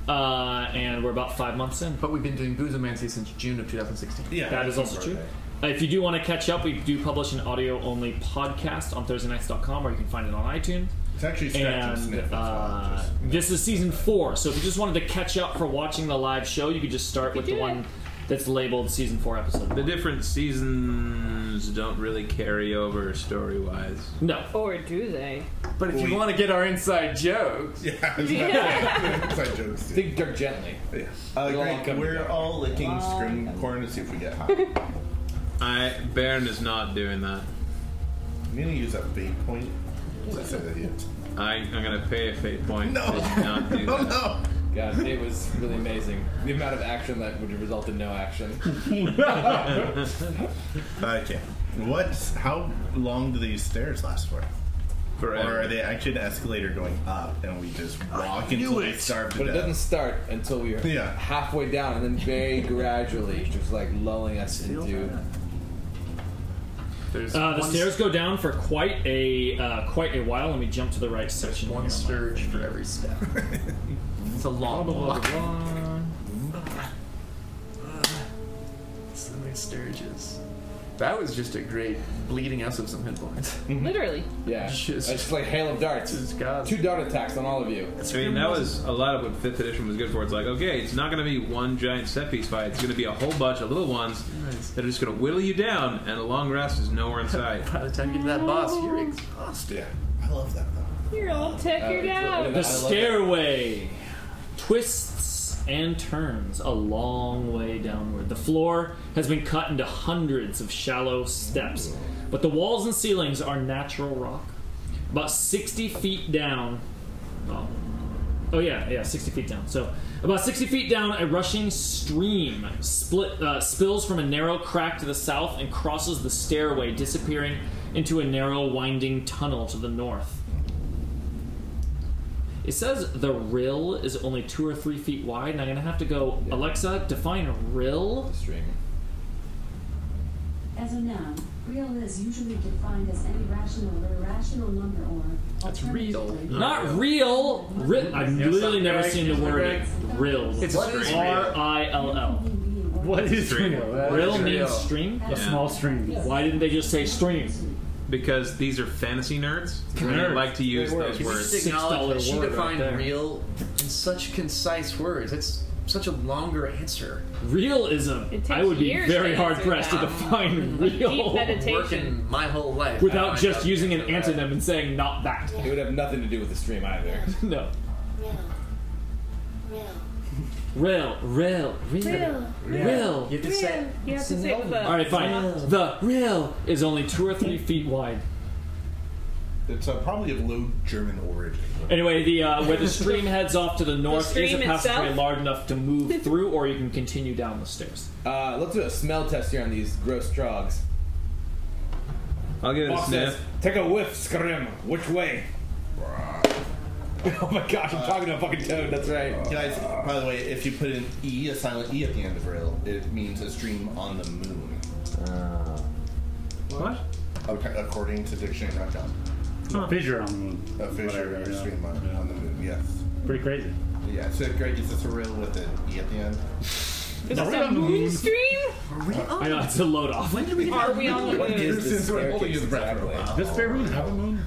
Speaker 3: uh, and we're about five months in.
Speaker 7: But we've been doing Boozomancy since June of 2016.
Speaker 3: that is also true. Uh, if you do want to catch up, we do publish an audio only podcast on ThursdayNights.com, or you can find it on iTunes.
Speaker 9: It's actually Stretch and
Speaker 3: and
Speaker 9: Sniff as well,
Speaker 3: uh, this is season four. So if you just wanted to catch up for watching the live show, you could just start with the one that's labeled season four episode.
Speaker 6: The different seasons don't really carry over story wise.
Speaker 3: No.
Speaker 5: Or do they?
Speaker 7: But
Speaker 6: if you
Speaker 7: want to get our inside jokes,
Speaker 5: Yeah.
Speaker 9: Inside jokes.
Speaker 8: Think Dirk gently.
Speaker 9: Yeah. Uh,
Speaker 8: We'll all
Speaker 9: Greg,
Speaker 8: come
Speaker 9: we're
Speaker 8: together.
Speaker 9: all licking
Speaker 8: Wow.
Speaker 9: scrim corn to see if we get high. I'm
Speaker 6: I Baron is not doing that.
Speaker 9: gonna use that bait point. That's an idiot.
Speaker 6: I, I'm gonna pay a fate point. No, not do
Speaker 9: Oh,
Speaker 6: that.
Speaker 9: no.
Speaker 8: God, it was really amazing. The amount of action that would result in no action.
Speaker 9: Okay. What's how long do these stairs last for? Or are they actually an escalator going up and we just walk until we starve to
Speaker 8: But it
Speaker 9: death?
Speaker 8: doesn't start until we're
Speaker 9: Yeah.
Speaker 8: halfway down, and then very gradually, just like lulling us into. There's
Speaker 3: Uh, the stairs go down for quite a uh, quite a while, and we jump to the right section. One
Speaker 7: sturge for every step. it's a long
Speaker 3: walk.
Speaker 12: Ah, Sturges. That was just a great bleeding us of some hit points.
Speaker 5: Literally.
Speaker 8: Yeah.
Speaker 12: Just,
Speaker 8: it's like hail of darts. Two dart attacks on all of you.
Speaker 6: I mean, that was a lot of what fifth edition was good for. It's like, okay, it's not going to be one giant set piece fight. It's going to be a whole bunch of little ones that are just going to whittle you down, and a long rest is nowhere in sight.
Speaker 12: By the time you get to that boss, you're exhausted.
Speaker 9: I love that.
Speaker 5: You're all
Speaker 8: Uh,
Speaker 5: tuckered out.
Speaker 3: The stairway twists and turns a long way downward. The floor has been cut into hundreds of shallow steps, but the walls and ceilings are natural rock. About 60 feet down. Oh, oh yeah, yeah, 60 feet down. So, about 60 feet down, a rushing stream split, uh, spills from a narrow crack to the south and crosses the stairway, disappearing into a narrow, winding tunnel to the north. It says the rill is only two or three feet wide, and I'm gonna have to go, Alexa, define rill.
Speaker 26: As a noun, real is usually defined as any rational or irrational number or
Speaker 12: That's real.
Speaker 3: Not real. Ri- I've
Speaker 12: Yes,
Speaker 3: literally never
Speaker 12: correct.
Speaker 3: seen the
Speaker 12: Yes,
Speaker 3: word
Speaker 12: correct.
Speaker 3: rill.
Speaker 12: It's a stream.
Speaker 3: R I L L. What
Speaker 6: is Stream. rill?
Speaker 3: Rill
Speaker 6: That is
Speaker 3: means
Speaker 6: real.
Speaker 3: stream.
Speaker 6: A Yeah. small
Speaker 3: stream. Why didn't they just say stream?
Speaker 6: Because these are fantasy nerds. and They
Speaker 3: Nerds.
Speaker 6: like to use
Speaker 3: They work.
Speaker 6: those
Speaker 3: Can we
Speaker 6: words.
Speaker 3: just acknowledge that she
Speaker 12: She
Speaker 3: Word right
Speaker 12: defined
Speaker 3: there.
Speaker 12: real in such concise words. It's such a longer answer.
Speaker 3: Real is a.
Speaker 12: It takes
Speaker 3: I would be
Speaker 12: years
Speaker 3: very
Speaker 12: to
Speaker 3: hard
Speaker 12: answer
Speaker 3: pressed to
Speaker 12: that.
Speaker 3: define real.
Speaker 12: Working my whole life
Speaker 3: Without
Speaker 12: I find
Speaker 3: just
Speaker 12: out
Speaker 3: using an antonym and saying not that.
Speaker 8: It would have nothing to do with the stream either.
Speaker 3: no.
Speaker 26: Real.
Speaker 3: Real, real, real,
Speaker 26: Real.
Speaker 3: real.
Speaker 26: You have to say- Real. You have to say it with a-
Speaker 3: All right, fine.
Speaker 26: Real.
Speaker 3: The real is only two or three feet wide.
Speaker 9: It's uh, probably of low German origin.
Speaker 3: Anyway, the uh, where the stream heads off to the north is a
Speaker 8: stream
Speaker 3: passageway
Speaker 8: itself?
Speaker 3: large enough to move through, or you can continue down the stairs.
Speaker 8: Uh, let's do a smell test here on these gross drugs.
Speaker 6: I'll give it a sniff.
Speaker 8: Take a whiff, Scrim. Which way? oh my gosh, I'm talking to a fucking toad. That's right.
Speaker 12: Uh,
Speaker 9: Guys, by the way, if you put an E, a silent E at the end of Rill, it means a stream on the moon.
Speaker 6: what?
Speaker 9: Okay, according to dictionary.com.
Speaker 13: A fissure on the moon.
Speaker 9: A fissure or a stream on, on the moon, yes.
Speaker 13: Pretty crazy.
Speaker 9: Yeah, so Greg gets a thrill with an E at the end.
Speaker 5: Is this a moon stream?
Speaker 9: Are we on?
Speaker 8: Oh.
Speaker 3: I know, it's a load off.
Speaker 9: When do
Speaker 5: we- Are we on the moon?
Speaker 9: Since we're holding his breath for a while.
Speaker 13: Does Fairmoon have a moon?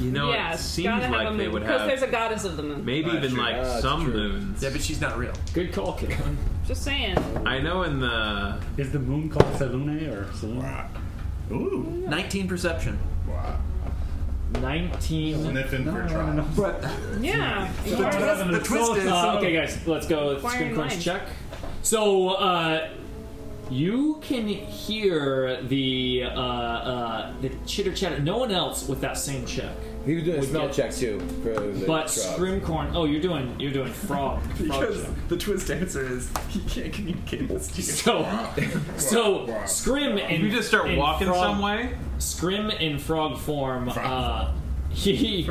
Speaker 6: You know,
Speaker 5: yeah,
Speaker 6: it seems
Speaker 5: gotta have a
Speaker 6: like
Speaker 5: moon,
Speaker 6: they would
Speaker 5: because there's
Speaker 6: have
Speaker 5: a goddess of the moon.
Speaker 6: maybe even like some moons. Yeah,
Speaker 12: but she's not real.
Speaker 3: Good call, Kikon.
Speaker 5: Just saying.
Speaker 6: I know in the
Speaker 13: Is the moon called Salune or Salune?
Speaker 12: Ooh. 19 perception.
Speaker 9: Wow.
Speaker 3: 19.
Speaker 9: Sniffing for trial.
Speaker 5: Yeah.
Speaker 3: So
Speaker 5: Yeah.
Speaker 3: that's
Speaker 5: The twist
Speaker 3: so-
Speaker 5: is-
Speaker 3: uh, okay, guys, let's go. with
Speaker 5: Fire
Speaker 3: Screen
Speaker 5: in
Speaker 3: crunch
Speaker 5: line.
Speaker 3: check. So uh, you can hear the uh, uh, the chitter chatter. No one else with that same check.
Speaker 8: He was doing a
Speaker 3: would
Speaker 8: smell
Speaker 3: get-
Speaker 8: check too. For the
Speaker 3: But
Speaker 8: drugs.
Speaker 3: Scrimcorn, oh, you're doing you're doing frog. frog
Speaker 12: Because the twist answer is he can't communicate this to you.
Speaker 3: So, so Scrim and
Speaker 6: You just start
Speaker 3: and
Speaker 6: walking
Speaker 3: frog,
Speaker 6: some way?
Speaker 3: Scrim in frog form. Uh, he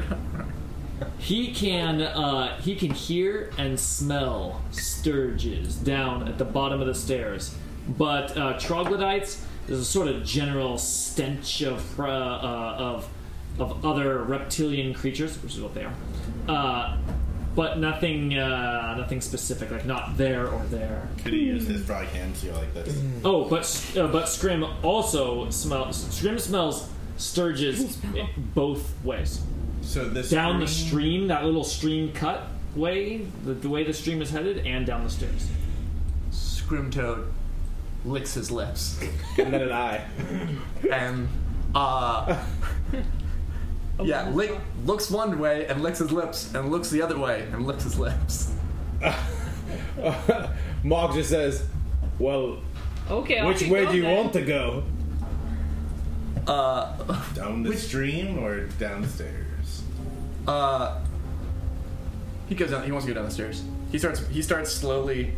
Speaker 3: he can uh, he can hear and smell sturges down at the bottom of the stairs, but uh, troglodytes. There's a sort of general stench of uh, uh, of of other reptilian creatures, which is what they are. Uh, but nothing, uh, nothing specific, like not there or there.
Speaker 9: Could he use his dry hands here like this?
Speaker 3: Oh, but uh, but Scrim also smells. Scrim smells Sturges both ways.
Speaker 9: So this
Speaker 3: down the stream, that little stream cut way, the, the way the stream is headed, and down the stairs.
Speaker 12: Scrimtoad licks his lips.
Speaker 8: and then an eye.
Speaker 12: And, uh. yeah, lick, looks one way and licks his lips, and looks the other way and licks his lips.
Speaker 8: Mog just says, "Well,
Speaker 5: Okay. off
Speaker 8: which way
Speaker 5: go
Speaker 8: do you
Speaker 5: then.
Speaker 8: want to go?"
Speaker 12: Uh,
Speaker 9: Down the stream or downstairs?
Speaker 12: Uh, he goes down. He wants to go down the stairs. He starts. He starts slowly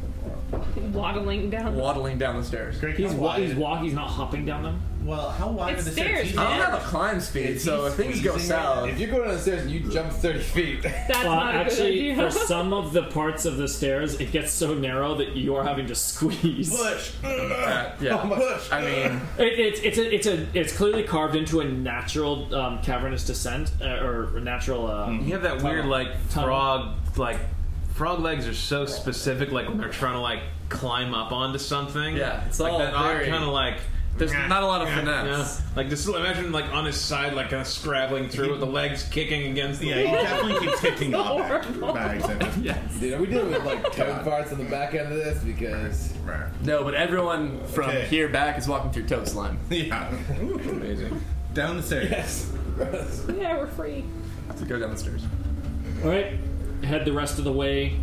Speaker 5: Waddling down.
Speaker 12: waddling down the stairs.
Speaker 3: He's wa- he's walk. He's not hopping down them.
Speaker 9: Well, how wide
Speaker 5: It's are the stairs? stairs,
Speaker 12: I
Speaker 5: man.
Speaker 12: don't have a climb speed, so if things go south,
Speaker 8: If you go downstairs and you jump thirty feet, that's
Speaker 3: Uh, actually, for some of the parts of the stairs, it gets so narrow that you are having to squeeze.
Speaker 12: Uh, yeah.
Speaker 9: Oh
Speaker 12: I mean,
Speaker 3: It, it's it's a, it's a it's clearly carved into a natural um, cavernous descent uh, or natural. Uh,
Speaker 6: You have that
Speaker 3: tunnel.
Speaker 6: weird like frog like frog legs are so specific like when they're trying to like climb up onto something.
Speaker 12: Yeah, it's
Speaker 6: like
Speaker 12: all
Speaker 6: that
Speaker 12: very-
Speaker 6: kind of like.
Speaker 12: There's not a lot of finesse.
Speaker 6: Yeah. Like just imagine like on his side, like kind of scrabbling through with the legs kicking against the.
Speaker 8: Yeah, he
Speaker 6: wall.
Speaker 8: definitely keeps kicking So off back- horrible.
Speaker 9: bags
Speaker 6: Yes.
Speaker 8: Dude, are we dealing with like toe parts on the back end of this? Because
Speaker 12: No, but everyone from
Speaker 8: Okay.
Speaker 12: here back is walking through toad slime.
Speaker 9: Yeah.
Speaker 12: Amazing.
Speaker 9: Down the stairs.
Speaker 12: Yes.
Speaker 5: Yeah, we're free.
Speaker 12: So go down the stairs.
Speaker 3: All right, head the rest of the way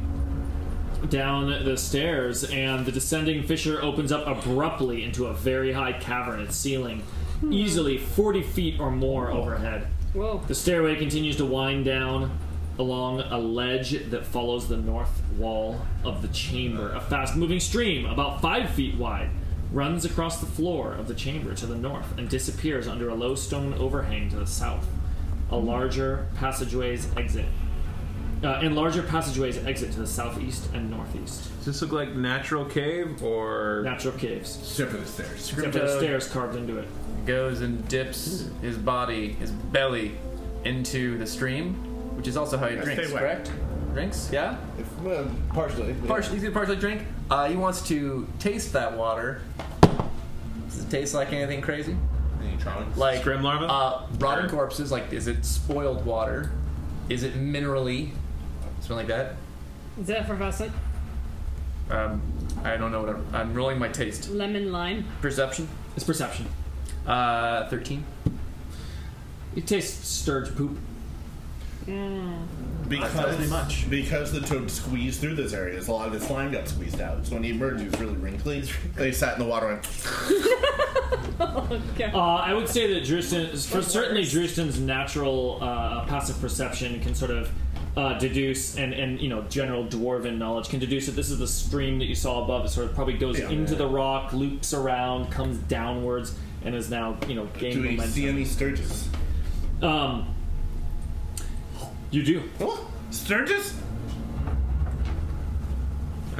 Speaker 3: down the stairs, and the descending fissure opens up abruptly into a very high cavern, its ceiling easily 40 feet or more overhead.
Speaker 5: Whoa.
Speaker 3: The stairway continues to wind down along a ledge that follows the north wall of the chamber. A fast moving stream, about five feet wide, runs across the floor of the chamber to the north and disappears under a low stone overhang to the south. A larger passageways exit. Uh, and larger passageways exit to the southeast and northeast.
Speaker 6: Does this look like natural cave or
Speaker 3: natural caves?
Speaker 9: Except for the stairs.
Speaker 3: Except for the stairs carved into it.
Speaker 12: Goes and dips his body, his belly, into the stream, which is also how he
Speaker 14: Yeah,
Speaker 12: drinks,
Speaker 14: stay wet.
Speaker 12: correct? Drinks, yeah?
Speaker 8: well, partially.
Speaker 12: Partially, he's gonna partially drink. Uh, he wants to taste that water. Does it taste like anything crazy? Like
Speaker 6: Scrim larva?
Speaker 12: Uh, rotten corpses. Like, is it spoiled water? Is it minerally? Something like that.
Speaker 5: Is it effervescent?
Speaker 12: Um, I don't know what I'm, I'm rolling my taste.
Speaker 5: Lemon lime.
Speaker 12: Perception.
Speaker 3: It's perception.
Speaker 12: Uh, thirteen.
Speaker 3: It tastes sturge poop.
Speaker 5: Mm.
Speaker 9: Because, because the toad squeezed through those areas, a lot of the slime got squeezed out. So when he emerged, he was really wrinkly. They sat in the water and
Speaker 3: Uh, I would say that Drustin, for certainly Drustin's natural uh, passive perception can sort of uh, deduce, and, and you know general dwarven knowledge can deduce that this is the stream that you saw above. It sort of probably goes
Speaker 9: Yeah.
Speaker 3: into the rock, loops around, comes downwards, and is now you know gaining
Speaker 9: Do we
Speaker 3: momentum.
Speaker 9: see any sturges?
Speaker 3: Um, you do.
Speaker 9: Oh, Sturges?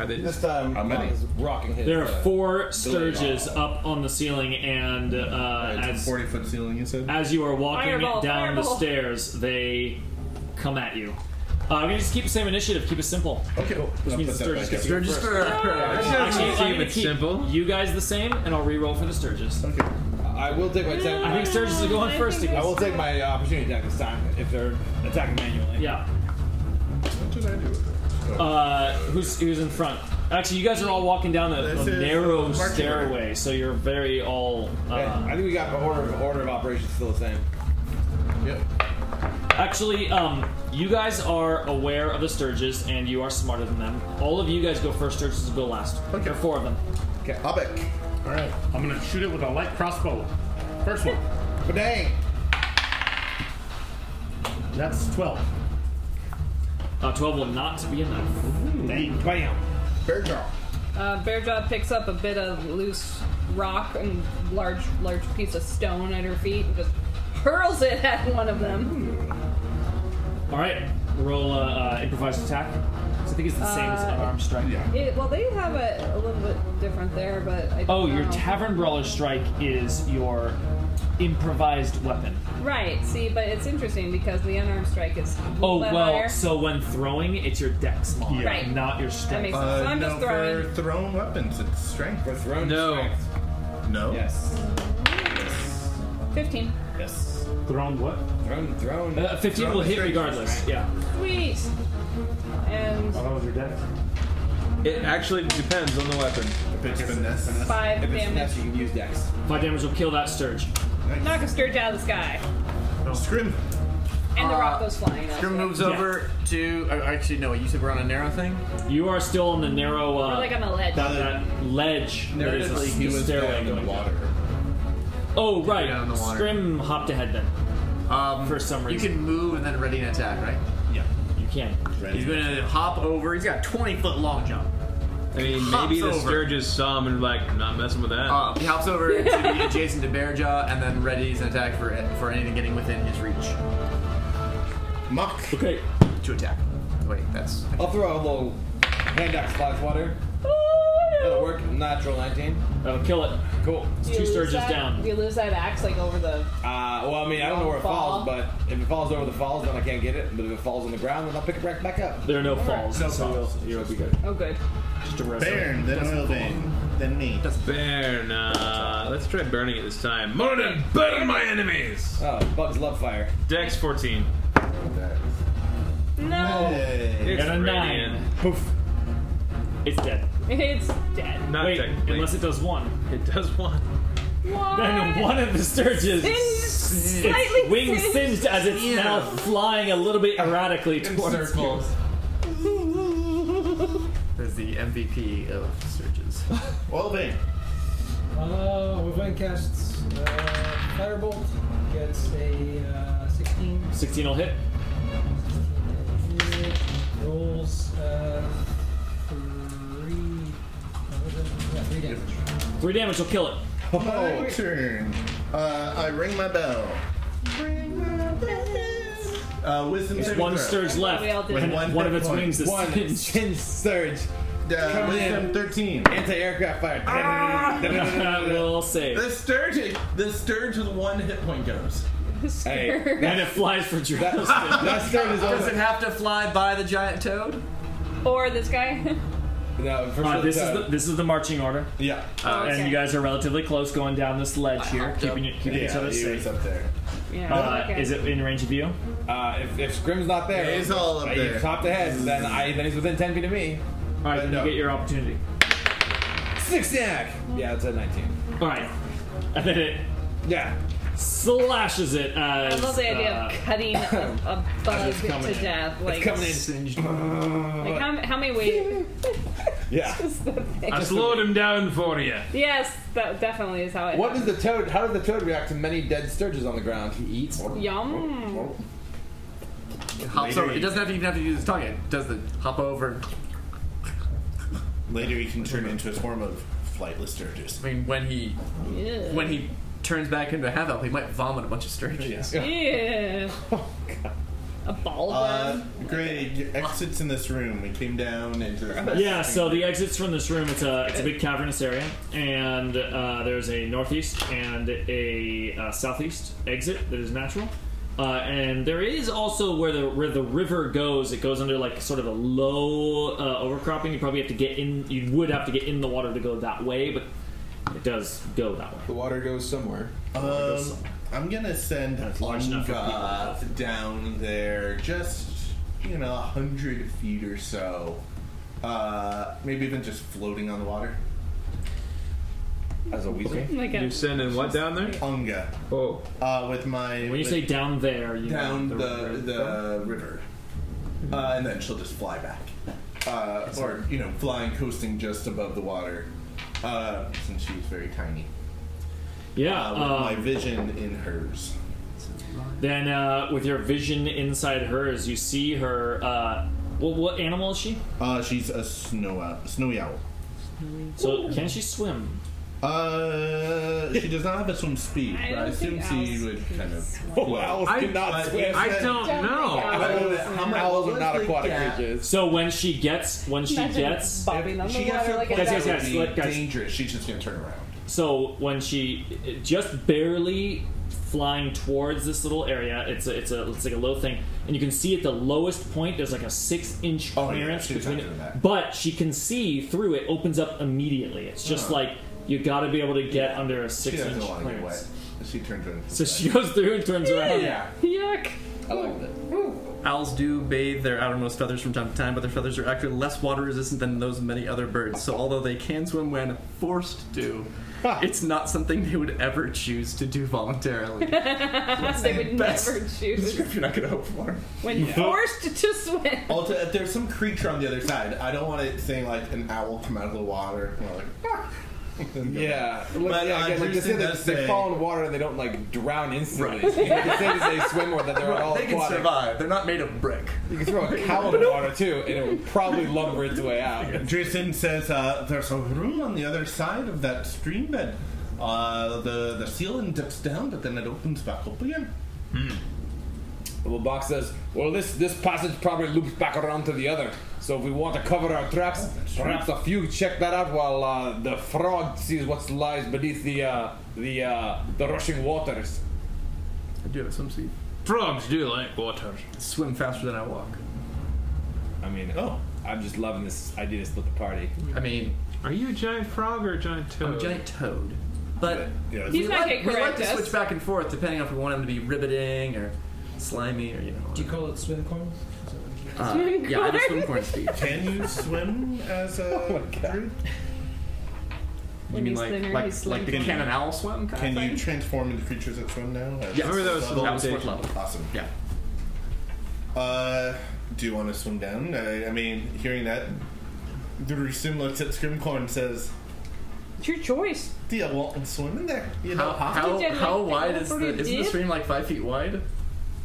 Speaker 8: This time,
Speaker 9: How many?
Speaker 8: Is rocking his.
Speaker 3: There are
Speaker 8: uh,
Speaker 3: four
Speaker 8: billiard ball.
Speaker 3: sturges up on the ceiling, and uh, as
Speaker 9: forty foot ceiling, you said.
Speaker 3: As you are walking
Speaker 5: Fireball,
Speaker 3: down the
Speaker 5: fireball.
Speaker 3: stairs, they come at you. Uh, I'm gonna just keep the same initiative. Keep it simple.
Speaker 9: Okay.
Speaker 3: Which means
Speaker 9: I'll put
Speaker 3: Sturgis
Speaker 9: that back
Speaker 3: gets
Speaker 9: up.
Speaker 3: to go
Speaker 9: Sturgis
Speaker 3: first.
Speaker 9: for-
Speaker 5: Uh,
Speaker 3: Actually,
Speaker 9: Keep
Speaker 3: I'm gonna
Speaker 9: it
Speaker 3: keep
Speaker 6: simple.
Speaker 3: You guys the same, and I'll re-roll for the Sturgis. Okay.
Speaker 8: I will take my attack.
Speaker 3: I think Sturgis is going first.
Speaker 8: I will take my uh, opportunity attack this time if they're attacking manually.
Speaker 3: Yeah.
Speaker 9: What did I do?
Speaker 3: Uh, who's who's in front? Actually, you guys are all walking down the,
Speaker 8: This
Speaker 3: the
Speaker 8: is
Speaker 3: narrow
Speaker 8: marching
Speaker 3: stairway, so you're very all. Uh,
Speaker 8: Hey, I think we got the order of order of operations still the same.
Speaker 9: Yep.
Speaker 3: Actually, um, you guys are aware of the Sturges, and you are smarter than them. All of you guys go first. Sturges go last. Okay. There are four of them.
Speaker 8: Okay.
Speaker 9: Hobbit.
Speaker 13: All right, I'm gonna shoot it with a light crossbow. First one.
Speaker 8: Dang.
Speaker 13: That's twelve.
Speaker 3: Uh, Twelve will not be enough.
Speaker 13: Dang.
Speaker 8: Bam. Bear jaw.
Speaker 5: Uh, Bear Jaw picks up a bit of loose rock and large, large piece of stone at her feet and just hurls it at one of them.
Speaker 3: All right, roll uh, uh, improvised attack. So I think it's the same as
Speaker 5: Uh,
Speaker 3: unarmed strike.
Speaker 5: It, well, they have it a little bit different there, but I don't
Speaker 3: Oh, your
Speaker 13: Um,
Speaker 5: know.
Speaker 3: tavern brawler strike is your improvised weapon.
Speaker 5: right. See, but it's interesting because the unarmed strike is a little
Speaker 3: Oh
Speaker 5: bit
Speaker 3: well,
Speaker 5: higher.
Speaker 3: so when throwing, it's your dex mod,
Speaker 5: Yeah. Right.
Speaker 3: not your strength.
Speaker 5: makes sense. So I'm
Speaker 9: Uh, no,
Speaker 5: just throwing.
Speaker 9: For thrown weapons, it's strength. For
Speaker 8: thrown
Speaker 9: no. No.
Speaker 8: Yes.
Speaker 5: fifteen.
Speaker 8: Yes.
Speaker 13: Thrown Uh, what?
Speaker 8: Thrown. Thrown.
Speaker 3: Uh, 15 will hit regardless. Yeah.
Speaker 5: Sweet. And
Speaker 13: Oh, your deck.
Speaker 6: It actually depends on the weapon. If
Speaker 9: it's finesse,
Speaker 5: Five
Speaker 8: If it's
Speaker 5: damage.
Speaker 8: finesse, you can use dex.
Speaker 3: Five damage will kill that Sturge.
Speaker 5: knock a sturge out of the sky,
Speaker 9: Scrim.
Speaker 5: and the
Speaker 12: Uh,
Speaker 5: rock goes flying.
Speaker 12: Scrim moves over to. Uh, actually, no. You said we're on a narrow thing.
Speaker 3: You are still on the narrow. Uh,
Speaker 5: We're like on a ledge.
Speaker 3: that- that ledge. That is
Speaker 9: Narratively,
Speaker 3: the,
Speaker 9: he
Speaker 3: the
Speaker 9: was
Speaker 3: stairway
Speaker 9: down in the
Speaker 3: going
Speaker 9: water.
Speaker 3: Oh right,
Speaker 12: down in the water.
Speaker 3: Scrim hopped ahead then.
Speaker 12: Um,
Speaker 3: for some
Speaker 12: You
Speaker 3: reason,
Speaker 12: can move and then ready an attack, right?
Speaker 9: Yeah.
Speaker 3: you can.
Speaker 12: He's gonna hop over. He's got 20 foot long jump.
Speaker 6: I mean,
Speaker 12: Hops
Speaker 6: maybe the
Speaker 12: over.
Speaker 6: Sturges saw him and were like, not messing with that.
Speaker 12: Uh, he hops over to be adjacent to Bearjaw and then readies an attack for for anything getting within his reach.
Speaker 9: Muck.
Speaker 3: Okay.
Speaker 12: To attack. Wait, that's.
Speaker 8: I'll throw a little hand axe splash water. That'll work. Natural 19.
Speaker 3: That'll Uh, kill it. Cool. It's
Speaker 5: Do Oh, you lose that? Do you lose that axe like over the?
Speaker 8: Uh, well, I mean, I don't know where it
Speaker 5: Fall.
Speaker 8: falls, but if it falls over the falls, then I can't get it. But if it falls on the ground, then I'll pick it right back up.
Speaker 3: There are no
Speaker 8: All right.
Speaker 3: falls, so you'll- you'll be good.
Speaker 5: Oh, good.
Speaker 3: Just a
Speaker 8: rest.
Speaker 9: Bairn, then Oilbane, then me.
Speaker 6: That's burn. Uh, let's try burning it this time. Morden, burn my enemies.
Speaker 8: Oh, bugs love fire.
Speaker 6: Dex 14.
Speaker 5: No.
Speaker 6: It's
Speaker 3: Got a
Speaker 6: radiant.
Speaker 3: nine. Poof. It's dead.
Speaker 5: It's dead.
Speaker 6: Not
Speaker 3: Wait,
Speaker 6: technically.
Speaker 3: unless it does one.
Speaker 6: It does one.
Speaker 5: What?
Speaker 3: Then one of the sturges,
Speaker 5: Singed, slightly
Speaker 3: its wings
Speaker 5: singed.
Speaker 3: singed as it's
Speaker 5: Yeah.
Speaker 3: now flying a little bit erratically towards you.
Speaker 12: As the MVP of searches.
Speaker 9: Well, then.
Speaker 2: Uh, Wolverine casts uh, Firebolt, gets a uh, 16.
Speaker 3: 16 will hit.
Speaker 2: It rolls uh, three. uh, what was it? Yeah, three damage.
Speaker 3: Three damage will kill it.
Speaker 9: My Oh, turn. Uh, I ring my bell. Uh, wisdom
Speaker 3: There's
Speaker 9: saving
Speaker 3: one
Speaker 9: throw.
Speaker 3: surge left,
Speaker 9: With
Speaker 3: and one of
Speaker 9: hit
Speaker 3: its
Speaker 9: point.
Speaker 3: wings is singed.
Speaker 8: Chin surge.
Speaker 9: Uh, wisdom 13.
Speaker 8: Anti-aircraft fire.
Speaker 3: Ah! will save.
Speaker 9: The Sturge, the Sturge with one hit point goes.
Speaker 3: and it flies for Drowston.
Speaker 12: Does it have to fly by the giant toad?
Speaker 5: Or this guy.
Speaker 8: No,
Speaker 12: for sure
Speaker 3: Uh,
Speaker 12: it's
Speaker 3: this is
Speaker 12: out.
Speaker 3: the this is the marching order. Uh,
Speaker 9: Yeah,
Speaker 5: Oh, okay.
Speaker 3: and you guys are relatively close, going down this ledge here, keeping you, keeping each
Speaker 9: Yeah,
Speaker 3: other
Speaker 9: he
Speaker 3: safe.
Speaker 9: was up there.
Speaker 5: Yeah.
Speaker 3: Uh,
Speaker 5: Oh, okay.
Speaker 3: Is it in range of you?
Speaker 8: Uh, if, if Scrim's not there,
Speaker 9: Yeah, he's all up
Speaker 8: I-
Speaker 9: there.
Speaker 8: Top to head, then I then he's within 10 feet of me.
Speaker 3: All right, then you get your opportunity.
Speaker 8: Six stack. Yeah, it's a 19.
Speaker 3: All right, and then it
Speaker 8: yeah
Speaker 3: slashes it. As, uh,
Speaker 5: I love the idea of cutting a, a bug
Speaker 3: it's coming
Speaker 5: to
Speaker 3: in.
Speaker 5: death. Like,
Speaker 8: Singed.
Speaker 5: like how, how many ways?
Speaker 8: Yeah.
Speaker 6: I slowed him down for you.
Speaker 5: yes, that definitely is how it.
Speaker 8: What does the toad? How does the toad react to many dead sturges on the ground? He eats.
Speaker 5: Yum.
Speaker 12: Hops
Speaker 9: Later
Speaker 12: over. Oh, It
Speaker 9: you-
Speaker 12: doesn't have to even have to use his tongue. It does the hop over.
Speaker 9: Later, he can turn into his form of flightless sturges.
Speaker 12: I mean, when he
Speaker 5: Yeah.
Speaker 12: when he turns back into Havok, he might vomit a bunch of sturges.
Speaker 5: Yeah. A ball of
Speaker 9: Uh, Greg, your exits in this room. We came down into this.
Speaker 3: Yeah, so the exits from this room, it's a, it's a big cavernous area, and uh, there's a northeast and a uh, southeast exit that is natural. Uh, and there is also where the where the river goes. It goes under like sort of a low uh, overcropping. You probably have to get in. You would have to get in the water to go that way, but it does go that way.
Speaker 8: The water goes somewhere.
Speaker 9: Um, I'm gonna send Lunga down there, just you know, a hundred feet or so. Uh, maybe even just floating on the water.
Speaker 8: As a weasel.
Speaker 5: Like a-
Speaker 6: You're sending what down there?
Speaker 9: Unga.
Speaker 6: Oh.
Speaker 9: Uh, with my.
Speaker 3: When you say down there, you
Speaker 9: down
Speaker 3: mean
Speaker 9: the the, river, uh, and then she'll just fly back, uh, or you know, flying coasting just above the water, uh, since she's very tiny.
Speaker 3: yeah.
Speaker 9: uh, with my
Speaker 3: um,
Speaker 9: vision in hers.
Speaker 3: Then, uh, with your vision inside hers, you see her. Uh, what, what animal is she?
Speaker 9: Uh, she's a snow owl, snowy owl.
Speaker 3: So, can she swim?
Speaker 9: Uh, she does not have a swim speed,
Speaker 5: I
Speaker 9: but I
Speaker 5: don't
Speaker 9: assume
Speaker 5: think
Speaker 9: she would kind of.
Speaker 8: Oh, owls
Speaker 9: I-
Speaker 8: cannot
Speaker 9: I-
Speaker 8: swim.
Speaker 9: I don't
Speaker 5: Don't know. think owls
Speaker 8: Owls-
Speaker 5: can swim.
Speaker 8: Owls are
Speaker 9: Let's
Speaker 8: not
Speaker 9: look
Speaker 8: aquatic
Speaker 9: at-
Speaker 8: creatures.
Speaker 3: So when she gets, when she
Speaker 5: Imagine
Speaker 3: gets,
Speaker 5: bobbing on
Speaker 9: She
Speaker 5: the
Speaker 9: gets
Speaker 5: water
Speaker 9: her
Speaker 5: like a
Speaker 9: point
Speaker 3: Guys,
Speaker 5: duck.
Speaker 3: guys,
Speaker 9: that
Speaker 3: guys,
Speaker 9: would be
Speaker 3: let- guys.
Speaker 9: dangerous. She's just gonna turn around.
Speaker 3: so when she just barely flying towards this little area, it's a, it's a, it's like a low thing, and you can see at the lowest point there's like a six inch
Speaker 9: Oh, yeah,
Speaker 3: clearance
Speaker 9: she's not
Speaker 3: between
Speaker 9: doing
Speaker 3: it,
Speaker 9: that.
Speaker 3: but she can see through it. Opens up immediately. It's just
Speaker 9: Huh.
Speaker 3: like you got to be able to get under a
Speaker 9: She
Speaker 3: six
Speaker 9: doesn't
Speaker 3: inch
Speaker 9: want to get wet.
Speaker 3: clearance.
Speaker 9: She turns around.
Speaker 3: So she goes through and turns around.
Speaker 9: Yeah.
Speaker 5: Yuck.
Speaker 8: I like that.
Speaker 12: Owls do bathe their outermost feathers from time to time, but their feathers are actually less water resistant than those of many other birds. So although they can swim when forced to, it's not something they would ever choose to do voluntarily.
Speaker 5: they would
Speaker 12: Best
Speaker 5: never choose
Speaker 12: Description I could hope for.
Speaker 5: when forced to swim.
Speaker 9: Also, if there's some creature on the other side, I don't want it saying like an owl come out of the water. You know, like, "Ah."
Speaker 8: Yeah,
Speaker 9: But,
Speaker 8: like, yeah,
Speaker 9: uh,
Speaker 8: again, like they
Speaker 9: Drewson
Speaker 8: say that
Speaker 9: does
Speaker 8: they
Speaker 9: say-
Speaker 8: fall in water and they don't like drown instantly. They say that they swim or that they're all
Speaker 12: they can
Speaker 8: aquatic.
Speaker 12: survive. They're not made of brick.
Speaker 8: You can throw a cow in the water too, and it would probably lumber its way out.
Speaker 9: Jason says uh, there's a room on the other side of that stream bed. Uh, the the ceiling dips down, but then it opens back up again.
Speaker 8: Well, Bach says, well, this, this passage probably loops back around to the other. So if we want to cover our tracks, perhaps a few check that out while uh, the fraud sees what lies beneath the uh, the uh, the rushing waters.
Speaker 10: I do have some seed.
Speaker 6: Frogs do like water.
Speaker 10: Swim faster than I walk.
Speaker 8: I mean, oh, I'm just loving this idea to split the party.
Speaker 10: I mean,
Speaker 6: are you a giant frog or a giant toad?
Speaker 10: I'm a giant toad. But
Speaker 8: Yeah,
Speaker 5: He's
Speaker 10: we,
Speaker 5: not
Speaker 10: like,
Speaker 5: gonna
Speaker 10: we like
Speaker 5: correct
Speaker 10: to
Speaker 5: us.
Speaker 10: switch back and forth depending on if we want him to be ribbiting or slimy or you know.
Speaker 27: Do you call it swim corn?
Speaker 10: Uh, yeah, I just swim corn speed.
Speaker 9: Can you swim as a druid?
Speaker 10: You mean like like like the canon owl swim? Kind
Speaker 9: Can
Speaker 10: of
Speaker 9: you
Speaker 10: thing?
Speaker 9: transform into creatures that swim now?
Speaker 10: Yes. Remember that was
Speaker 9: Level?
Speaker 10: that was fourth level.
Speaker 9: Awesome.
Speaker 10: Yeah.
Speaker 9: Uh, do you want to swim down? I, I mean, hearing that, Durusim looks at Scrimcorn and says,
Speaker 5: It's your choice.
Speaker 9: Do you want to swim in there? You know,
Speaker 10: How, how,
Speaker 5: Did you
Speaker 10: how
Speaker 5: like
Speaker 10: wide
Speaker 5: that
Speaker 10: is
Speaker 5: before
Speaker 10: the
Speaker 5: you
Speaker 10: isn't the
Speaker 5: did?
Speaker 10: stream like five feet wide? It's- it-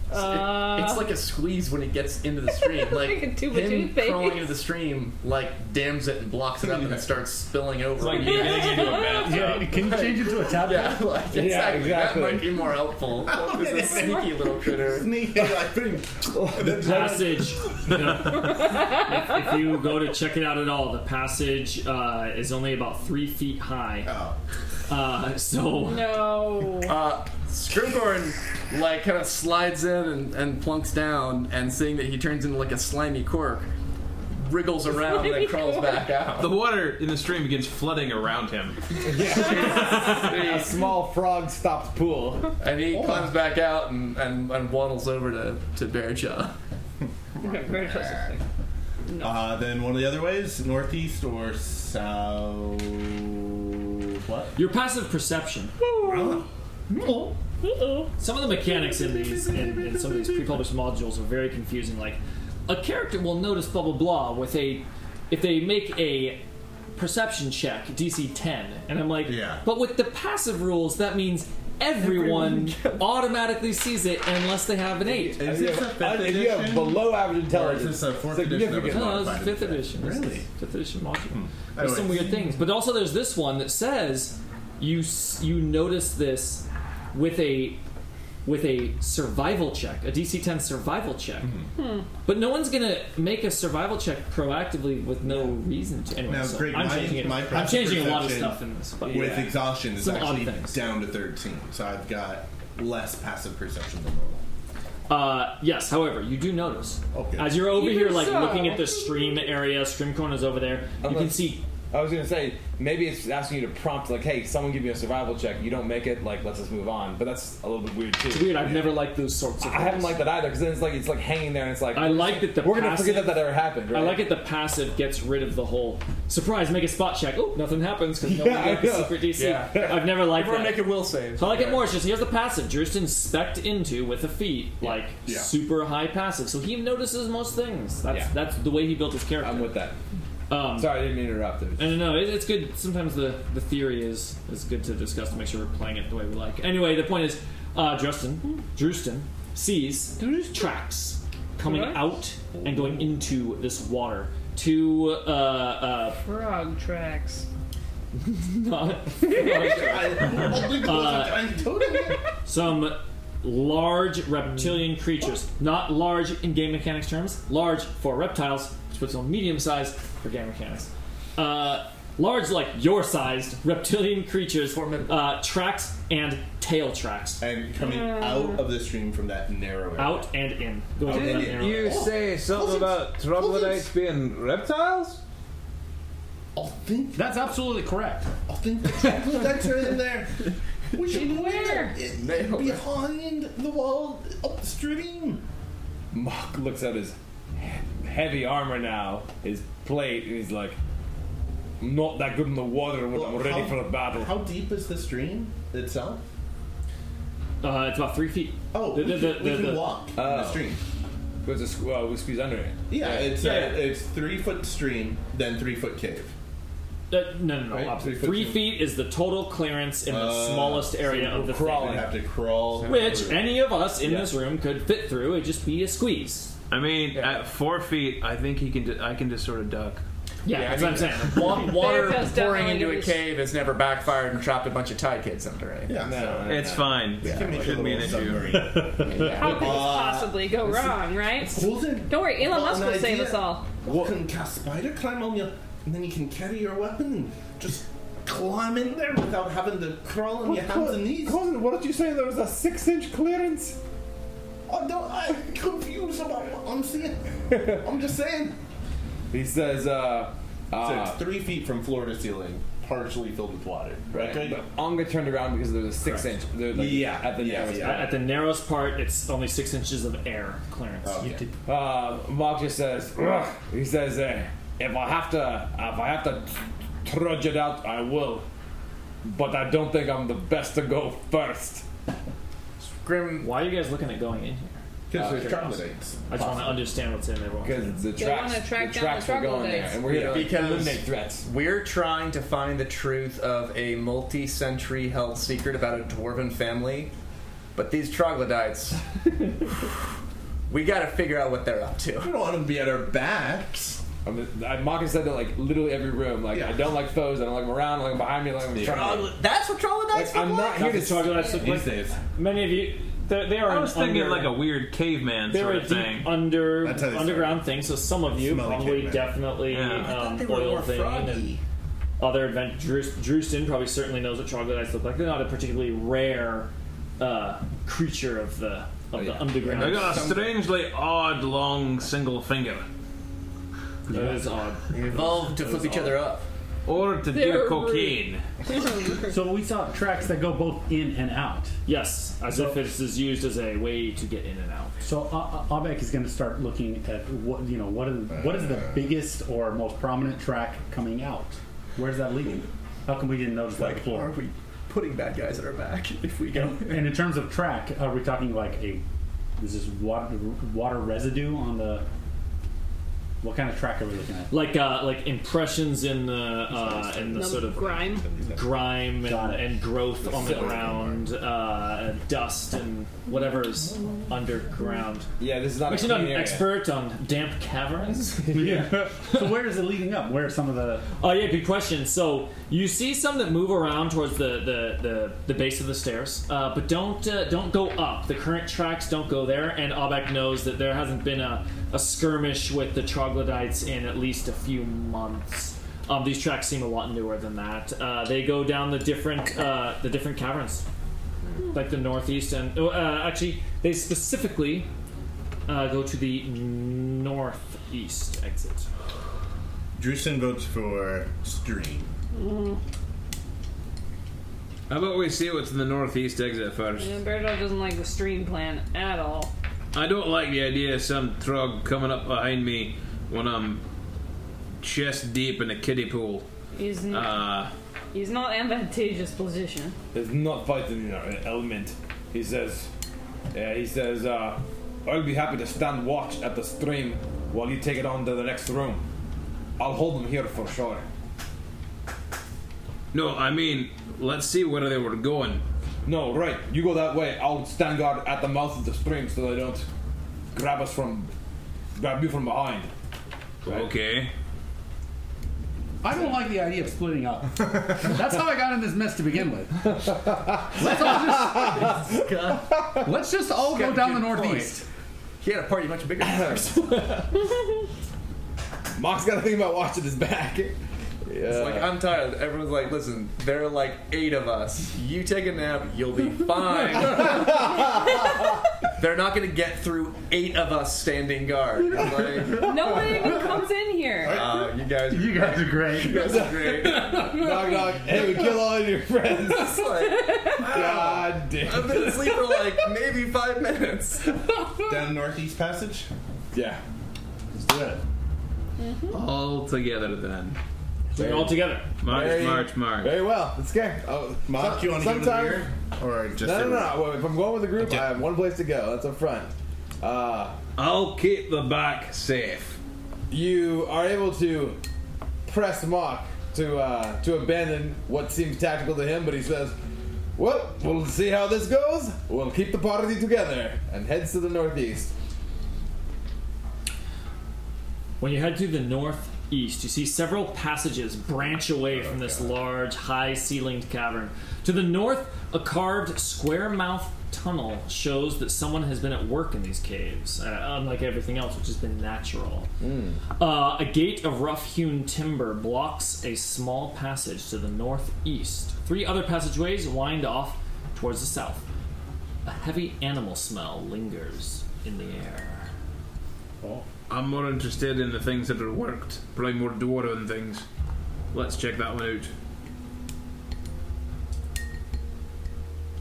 Speaker 5: Uh,
Speaker 10: it's like a squeeze when it gets into the stream. Like
Speaker 5: Like a tube of
Speaker 10: him
Speaker 5: toothpaste.
Speaker 10: crawling into the stream, like dams it and blocks it up, and it starts spilling over.
Speaker 6: like getting into a bathtub. Yeah,
Speaker 28: can you change it to a tablet?
Speaker 10: Yeah, like,
Speaker 28: Yeah,
Speaker 10: exactly.
Speaker 28: exactly.
Speaker 10: That might be more helpful. This is a sneaky little critter.
Speaker 9: Sneaky, I think.
Speaker 3: The passage. if, if you go to check it out at all, the passage uh, is only about three feet high. Uh, so
Speaker 5: No.
Speaker 12: Ah,
Speaker 10: Uh, Scrimgorn, like, kind of slides in and, and plunks down, and seeing that he turns into, like, a slimy cork, wriggles around and then crawls back out.
Speaker 6: The water in the stream begins flooding around him.
Speaker 8: a small frog stopped pool.
Speaker 10: And he climbs back out and, and, and waddles over to, to Bearjaw.
Speaker 9: Uh, then one of the other ways, northeast or south. What?
Speaker 3: your passive perception. Some of the mechanics in these in, in some of these pre-published modules are very confusing. Like a character will notice blah blah blah with a if they make a perception check DC 10, and I'm like,
Speaker 9: Yeah.
Speaker 3: But with the passive rules, that means everyone, automatically sees it unless they have an eight.
Speaker 9: Is this a fifth
Speaker 8: if you have
Speaker 9: edition?
Speaker 8: uh, below
Speaker 9: Or
Speaker 8: average
Speaker 9: is
Speaker 8: intelligence,
Speaker 9: this a fourth edition that was
Speaker 8: significant.
Speaker 3: No, it's
Speaker 9: modified
Speaker 3: fifth
Speaker 9: into that?
Speaker 3: edition. It's
Speaker 9: Really?
Speaker 3: fifth edition module. There's
Speaker 9: Anyway.
Speaker 3: some weird things, but also there's this one that says you s- you notice this with a with a survival check, a DC 10 survival check.
Speaker 5: Hmm.
Speaker 3: But no one's gonna make a survival check proactively with no reason to. Anyway,
Speaker 9: Now,
Speaker 3: so
Speaker 9: Greg,
Speaker 3: I'm
Speaker 9: my,
Speaker 3: changing it.
Speaker 9: my
Speaker 3: I'm changing a lot of
Speaker 9: perception
Speaker 3: stuff in this. But
Speaker 9: With exhaustion is
Speaker 3: Some odd
Speaker 9: actually
Speaker 3: things.
Speaker 9: down to 13, so I've got less passive perception than normal.
Speaker 3: Uh, yes, however, you do notice.
Speaker 9: Okay.
Speaker 3: As you're over
Speaker 8: Even
Speaker 3: here, like
Speaker 8: so.
Speaker 3: looking at the stream area, Scrimcorn is over there. you can
Speaker 8: Unless-
Speaker 3: see.
Speaker 8: I was gonna say maybe it's asking you to prompt like, "Hey, someone give me a survival check." You don't make it, like, let's just move on. But that's a little bit weird too.
Speaker 3: It's weird. I've never liked those sorts of.
Speaker 8: I haven't
Speaker 3: things.
Speaker 8: liked that either because then it's like it's like hanging there and it's like
Speaker 3: I like that the
Speaker 8: we're gonna
Speaker 3: passive-
Speaker 8: forget that that ever happened. Right?
Speaker 3: I like it. The passive gets rid of the whole surprise. Make a spot check. Oh, nothing happens because no
Speaker 8: Yeah,
Speaker 3: one
Speaker 8: I
Speaker 3: got the
Speaker 8: know.
Speaker 3: secret DC.
Speaker 8: Yeah.
Speaker 3: I've never liked
Speaker 8: Everyone
Speaker 3: that.
Speaker 8: make a
Speaker 10: will save.
Speaker 3: So I like it more. It's just he has the passive. Just inspect into with a feat, like
Speaker 8: Yeah.
Speaker 3: super high passive. So he notices most things. That's
Speaker 8: Yeah.
Speaker 3: that's the way he built his character. I'm
Speaker 8: with that.
Speaker 3: Um,
Speaker 8: Sorry, I didn't mean to interrupt. It.
Speaker 3: and no, it, it's good. Sometimes the, the theory is is good to discuss to make sure we're playing it the way we like. Anyway, the point is, uh, Drustin, Drustin sees tracks coming
Speaker 5: Tracks?
Speaker 3: out and going into this water. Two uh, uh,
Speaker 5: Frog tracks.
Speaker 3: not
Speaker 5: Uh,
Speaker 3: some large reptilian creatures. Not large in game mechanics terms, large for reptiles, which puts on medium size for game mechanics. Uh, large, like your sized reptilian creatures, uh, tracks and tail tracks.
Speaker 9: And coming out of the stream from that narrow area.
Speaker 3: Out and in. Going from that narrow
Speaker 6: Didn't you
Speaker 3: area.
Speaker 6: say something about troglodytes being reptiles?
Speaker 9: I think
Speaker 29: that's absolutely correct.
Speaker 9: I think the troglodytes are in there. We should
Speaker 5: In
Speaker 9: go
Speaker 5: where?
Speaker 9: in there.
Speaker 10: Nailed it.
Speaker 9: Behind the wall upstream.
Speaker 8: Mock looks at his he- heavy armor now, his plate, and he's like, "I'm not that good in the water when I'm ready
Speaker 9: how-
Speaker 8: for a battle."
Speaker 9: How deep is the stream itself?
Speaker 3: Uh, it's about three feet.
Speaker 9: Oh,
Speaker 3: The-
Speaker 9: we
Speaker 3: the-
Speaker 9: can-
Speaker 3: the-
Speaker 9: we can
Speaker 3: the-
Speaker 9: walk in
Speaker 8: Oh.
Speaker 9: the stream.
Speaker 8: There's a squ- uh, we squeeze under it.
Speaker 9: Yeah, it's
Speaker 3: Yeah,
Speaker 9: a,
Speaker 3: yeah.
Speaker 9: it's three foot stream, then three foot cave.
Speaker 3: Uh, no, no, no.
Speaker 9: Right?
Speaker 3: opposite.
Speaker 9: Three foot
Speaker 3: Three
Speaker 9: two.
Speaker 3: feet is the total clearance in the
Speaker 9: Uh,
Speaker 3: smallest area
Speaker 9: so
Speaker 3: of the
Speaker 9: we're crawling.
Speaker 3: thing.
Speaker 9: Have to crawl.
Speaker 3: Which
Speaker 9: through.
Speaker 3: any of us in this room could fit through. It'd just be a squeeze.
Speaker 6: I mean, at four feet, I think he can. Di- I can just sort of duck.
Speaker 3: Yeah, that's what I'm saying.
Speaker 12: Wa- water
Speaker 3: Bear Grylls
Speaker 12: pouring
Speaker 3: definitely
Speaker 12: into a
Speaker 3: is-
Speaker 12: cave has never backfired and trapped a bunch of Thai kids under it.
Speaker 9: Yeah,
Speaker 3: no,
Speaker 6: It's fine.
Speaker 12: Yeah.
Speaker 6: It shouldn't be an issue.
Speaker 5: How could this possibly go wrong, right? Don't worry, Elon Musk will save us all.
Speaker 9: You can cast spider climb on you, and then you can carry your weapon and just climb in there without having to crawl on your hands and knees.
Speaker 11: Cousin, what did you say? There was a six-inch clearance.
Speaker 9: Oh, no, I'm confused about what I'm seeing. I'm just saying.
Speaker 11: He says, uh, uh,
Speaker 9: so it's three feet from floor to ceiling, partially filled with water.
Speaker 11: Right.
Speaker 9: Okay.
Speaker 11: But Onga turned around because there's a six
Speaker 3: Correct.
Speaker 11: inch. There, like,
Speaker 3: Yeah,
Speaker 11: At the narrowest.
Speaker 3: At- At the narrowest part, it's only six inches of air clearance. You did-
Speaker 11: Uh, Mark just says, "Ugh." he says, uh, if I have to, if I have to trudge it out, I will. But I don't think I'm the best to go first.
Speaker 12: Grim,
Speaker 3: why are you guys looking at going in here?
Speaker 11: 'Cause there's
Speaker 3: curiosity.
Speaker 11: troglodytes.
Speaker 3: I just want to
Speaker 11: Possibly.
Speaker 3: understand what's in there.
Speaker 11: Because the
Speaker 12: They
Speaker 11: tracks,
Speaker 12: wanna track
Speaker 11: the
Speaker 12: down
Speaker 11: tracks
Speaker 12: the
Speaker 11: were going there,
Speaker 12: troglodytes.
Speaker 11: and we're here to
Speaker 12: because
Speaker 11: eliminate threats.
Speaker 12: We're trying to find the truth of a multi-century held secret about a dwarven family, but these troglodytes, we got to figure out what they're up to. We
Speaker 9: don't want them to be at our backs.
Speaker 11: I mean, I- Mark has said that like literally every room. Like I don't like foes. I don't like them around. I don't like them behind me. I don't like them in front of me.
Speaker 12: That's what troglodytes
Speaker 11: Like, I'm
Speaker 12: look
Speaker 11: not
Speaker 12: like?
Speaker 11: here to
Speaker 3: Troglodytes look like- Many of you, they, they are.
Speaker 6: I
Speaker 3: an
Speaker 6: was thinking
Speaker 3: under-
Speaker 6: like a weird caveman
Speaker 3: They're
Speaker 6: sort
Speaker 3: a
Speaker 6: of
Speaker 3: deep
Speaker 6: thing.
Speaker 3: under
Speaker 6: That's how they
Speaker 3: underground thing. So some of you
Speaker 6: Smelly
Speaker 3: probably
Speaker 6: caveman.
Speaker 3: definitely
Speaker 6: Yeah. I thought
Speaker 3: um,
Speaker 6: they were
Speaker 3: oil
Speaker 6: more
Speaker 3: thing and
Speaker 6: froggy.
Speaker 3: other advent Drus- Drustin probably certainly knows what troglodytes look like. They're not a particularly rare uh, creature of the of
Speaker 6: Oh,
Speaker 3: the underground.
Speaker 6: They got a strangely odd long single finger.
Speaker 3: That is odd.
Speaker 12: They evolved to flip each other up.
Speaker 6: Or to do cocaine.
Speaker 13: so we saw tracks that go both in and out.
Speaker 3: Yes, as
Speaker 13: So-
Speaker 3: if it's is used as a way to get in and out.
Speaker 13: So uh, uh, Abek is going to start looking at what you know. What are the, what is the
Speaker 9: Uh.
Speaker 13: biggest or most prominent track coming out? Where's that leading? How come we didn't notice that before? Are
Speaker 12: we putting bad guys at our back if we
Speaker 13: go? And, and in terms of track, are we talking like a is this water water residue on the? What kind of track are we looking at?
Speaker 3: Like uh, like impressions in the uh, in the
Speaker 5: Num-
Speaker 3: sort of
Speaker 5: grime?
Speaker 3: grime and, and growth on the
Speaker 11: Filth.
Speaker 3: ground, uh, and dust and whatever is underground.
Speaker 11: Yeah, this is not.
Speaker 3: Makes
Speaker 11: a
Speaker 3: you not
Speaker 11: clean
Speaker 3: an
Speaker 11: area.
Speaker 3: expert on damp caverns.
Speaker 13: yeah. so where is it leading up? Where are some of the?
Speaker 3: Oh yeah, good question. So you see some that move around towards the the, the, the base of the stairs, uh, but don't uh, don't go up. The current tracks don't go there, and Abek knows that there hasn't been a, a skirmish with the troglodytes in at least a few months. Um, these tracks seem a lot newer than that. Uh, they go down the different uh, the different caverns, like the northeast and oh, uh, actually they specifically uh, go to the northeast exit.
Speaker 30: Drusen votes for stream.
Speaker 6: How about we see what's in the northeast exit first?
Speaker 5: Yeah, Berto doesn't like the stream plan at all.
Speaker 6: I don't like the idea of some trog coming up behind me when I'm chest deep in a kiddie pool.
Speaker 5: He's n-
Speaker 3: Ah.
Speaker 6: Uh,
Speaker 5: he's not advantageous position.
Speaker 8: It's not fighting an element. He says, uh, he says, uh, I'll be happy to stand watch at the stream while you take it on to the next room. I'll hold them here for sure.
Speaker 6: no, I mean, let's see where they were going.
Speaker 8: No, right. You go that way. I'll stand guard at the mouth of the stream so they don't grab us from, grab you from behind.
Speaker 6: Okay.
Speaker 13: I don't like the idea of splitting up. That's how I got in this mess to begin with. Let's all just, let's just all go down the northeast.
Speaker 12: He had a party much bigger than ours.
Speaker 8: Mock's got to think about watching his back.
Speaker 12: It's like I'm tired. Everyone's like, listen, there are like eight of us. You take a nap, you'll be fine. They're not gonna get through eight of us standing guard. Like,
Speaker 5: No one even comes in here.
Speaker 12: uh, you guys, are
Speaker 13: you guys are great.
Speaker 12: You guys are great.
Speaker 8: knock, knock. Hey, we kill all your friends.
Speaker 12: It's like,
Speaker 8: God damn.
Speaker 12: I've been asleep for like maybe five minutes.
Speaker 9: Down Northeast Passage?
Speaker 8: Yeah.
Speaker 9: Let's do it.
Speaker 6: All together then.
Speaker 3: We're all together.
Speaker 6: March,
Speaker 8: Very-
Speaker 6: march, march.
Speaker 8: Very well. Let's go. Oh,
Speaker 6: Mark, you wanna give it a beer?
Speaker 30: Or just
Speaker 8: no,
Speaker 30: a-
Speaker 8: no, no, no. If I'm going with the group, I have one place to go. That's up front. Uh,
Speaker 6: I'll keep the back safe.
Speaker 8: You are able to press Mock to uh, to abandon what seems tactical to him, but he says, "Well, we'll see how this goes. We'll keep the party together," and heads to the northeast.
Speaker 3: When you head to the north east, you see several passages branch away from this large, high ceilinged cavern. To the north, a carved square mouth tunnel shows that someone has been at work in these caves, uh, unlike everything else, which has been natural. Uh, a gate of rough hewn timber blocks a small passage to the northeast. Three other passageways wind off towards the south. A heavy animal smell lingers in the air.
Speaker 6: I'm more interested in the things that are worked, probably more dwarven things. Let's check that one out.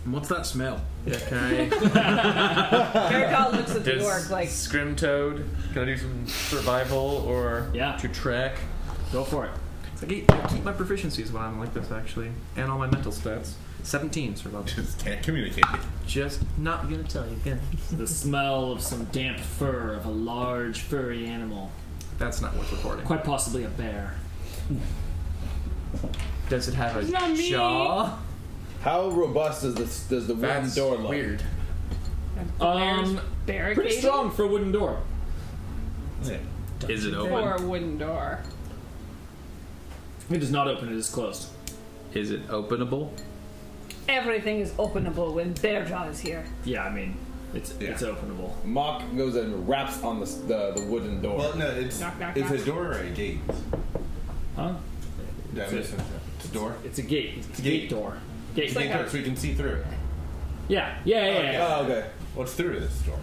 Speaker 6: And what's that smell?
Speaker 10: Yeah, can I?
Speaker 6: Caracol
Speaker 5: looks at the
Speaker 10: Does
Speaker 5: orc like-
Speaker 10: Scrim Toad. Can I do some survival or
Speaker 3: yeah
Speaker 10: to track?
Speaker 3: Go for it.
Speaker 10: I keep, I keep my proficiencies when I'm like this actually, and all my mental stats. Seventeen survival. Just
Speaker 9: can't communicate.
Speaker 10: Just not gonna tell you. Again.
Speaker 3: the smell of some damp fur of a large furry animal.
Speaker 10: That's not worth recording.
Speaker 3: Quite possibly a bear.
Speaker 10: Does it have
Speaker 3: It's not me.
Speaker 8: jaw? How robust does this does the wooden
Speaker 10: That's
Speaker 8: door look? Weird.
Speaker 3: Um, pretty
Speaker 5: barricaded?
Speaker 3: strong for a wooden door.
Speaker 6: Is it
Speaker 5: Or a wooden door.
Speaker 3: It is not open. It is closed.
Speaker 6: Is it openable?
Speaker 5: Everything is openable when Bearjaw is here.
Speaker 3: Yeah, I mean, it's it's openable.
Speaker 8: Mock goes and raps on the s- the, the wooden door.
Speaker 31: Well, no, it's
Speaker 5: Knock, knock,
Speaker 31: it's
Speaker 5: knock.
Speaker 31: a door or a gate.
Speaker 3: Huh?
Speaker 31: Yeah, I
Speaker 3: It's
Speaker 31: misunderstood. it's a door.
Speaker 3: It's a gate. It's a
Speaker 31: gate,
Speaker 3: door.
Speaker 31: Gate,
Speaker 3: Gate-
Speaker 31: gate door, so we can see through it.
Speaker 3: Yeah, yeah, yeah. yeah.
Speaker 8: Oh,
Speaker 31: okay. What's through this door?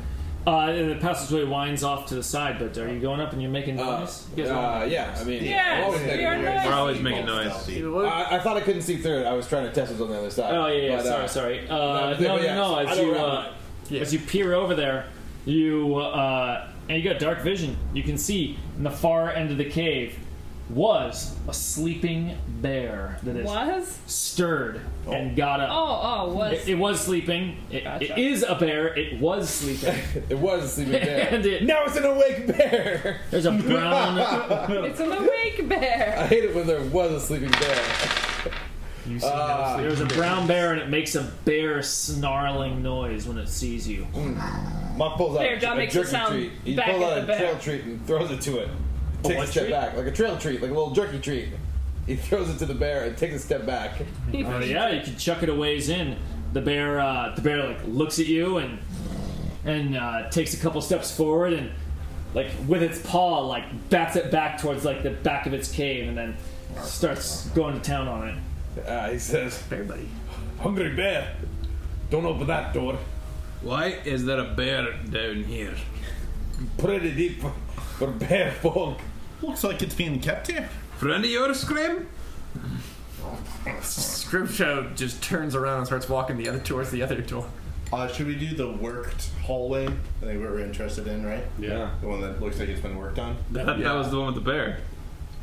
Speaker 3: Uh, and the passageway winds off to the side, but are you going up and you're making noise? You guys are-
Speaker 8: Uh, yeah, I mean,
Speaker 3: Yes,
Speaker 31: Oh,
Speaker 8: I'm always
Speaker 3: we
Speaker 8: making
Speaker 3: are
Speaker 8: noise.
Speaker 3: noisy. We're always
Speaker 6: making noise.
Speaker 8: I, I thought I couldn't see through it. I was trying to test it on the other side.
Speaker 3: Oh yeah, yeah.
Speaker 8: But,
Speaker 3: sorry,
Speaker 8: uh,
Speaker 3: sorry.
Speaker 8: no,
Speaker 3: Uh,
Speaker 8: but
Speaker 3: no, no,
Speaker 8: yeah,
Speaker 3: no.
Speaker 8: I
Speaker 3: As
Speaker 8: know
Speaker 3: you
Speaker 8: where I'm
Speaker 3: uh,
Speaker 8: at.
Speaker 3: as you peer over there, you uh, and you got dark vision. You can see in the far end of the cave was a sleeping bear that is
Speaker 5: Was?
Speaker 3: stirred and got up.
Speaker 5: Oh, oh, was.
Speaker 3: It, it was sleeping. It, it is a bear. It was sleeping.
Speaker 8: it was a sleeping bear.
Speaker 3: and it,
Speaker 8: now it's an awake bear.
Speaker 3: There's a brown.
Speaker 5: it's an awake bear.
Speaker 8: I hate it when there was a sleeping bear.
Speaker 3: You
Speaker 8: see no Ah. sleeping
Speaker 3: There's a
Speaker 8: bear.
Speaker 3: brown bear, and it makes a bear snarling noise when it sees you.
Speaker 8: Mock pulls out
Speaker 3: Bear
Speaker 8: a,
Speaker 3: John makes it
Speaker 8: jerky
Speaker 3: sound
Speaker 8: treat. He
Speaker 3: back
Speaker 8: pulls
Speaker 3: at
Speaker 8: out
Speaker 3: the
Speaker 8: a trail
Speaker 3: back.
Speaker 8: treat and throws it to it.
Speaker 3: A
Speaker 8: Takes
Speaker 3: what
Speaker 8: a step
Speaker 3: treat?
Speaker 8: back, like a trail treat, like a little jerky treat. He throws it to the bear and takes a step back.
Speaker 3: Oh yeah, you can chuck it a ways in. The bear, uh, the bear like looks at you and and uh, takes a couple steps forward and like with its paw like bats it back towards like the back of its cave and then starts going to town on it.
Speaker 8: Uh, he says,
Speaker 3: "Bear buddy,
Speaker 6: Hungry bear. Don't open that door. Why is there a bear down here?
Speaker 8: Pretty deep for, for bear folk.
Speaker 9: Looks like it's being kept here.
Speaker 6: Friend of yours, Scrim?
Speaker 10: Scrim Toad just turns around and starts walking the other towards the other door.
Speaker 9: Uh, should we do the worked hallway? I think we're interested in, right?
Speaker 6: Yeah.
Speaker 9: The one that looks like it's been worked on.
Speaker 6: That, that was the one with the bear.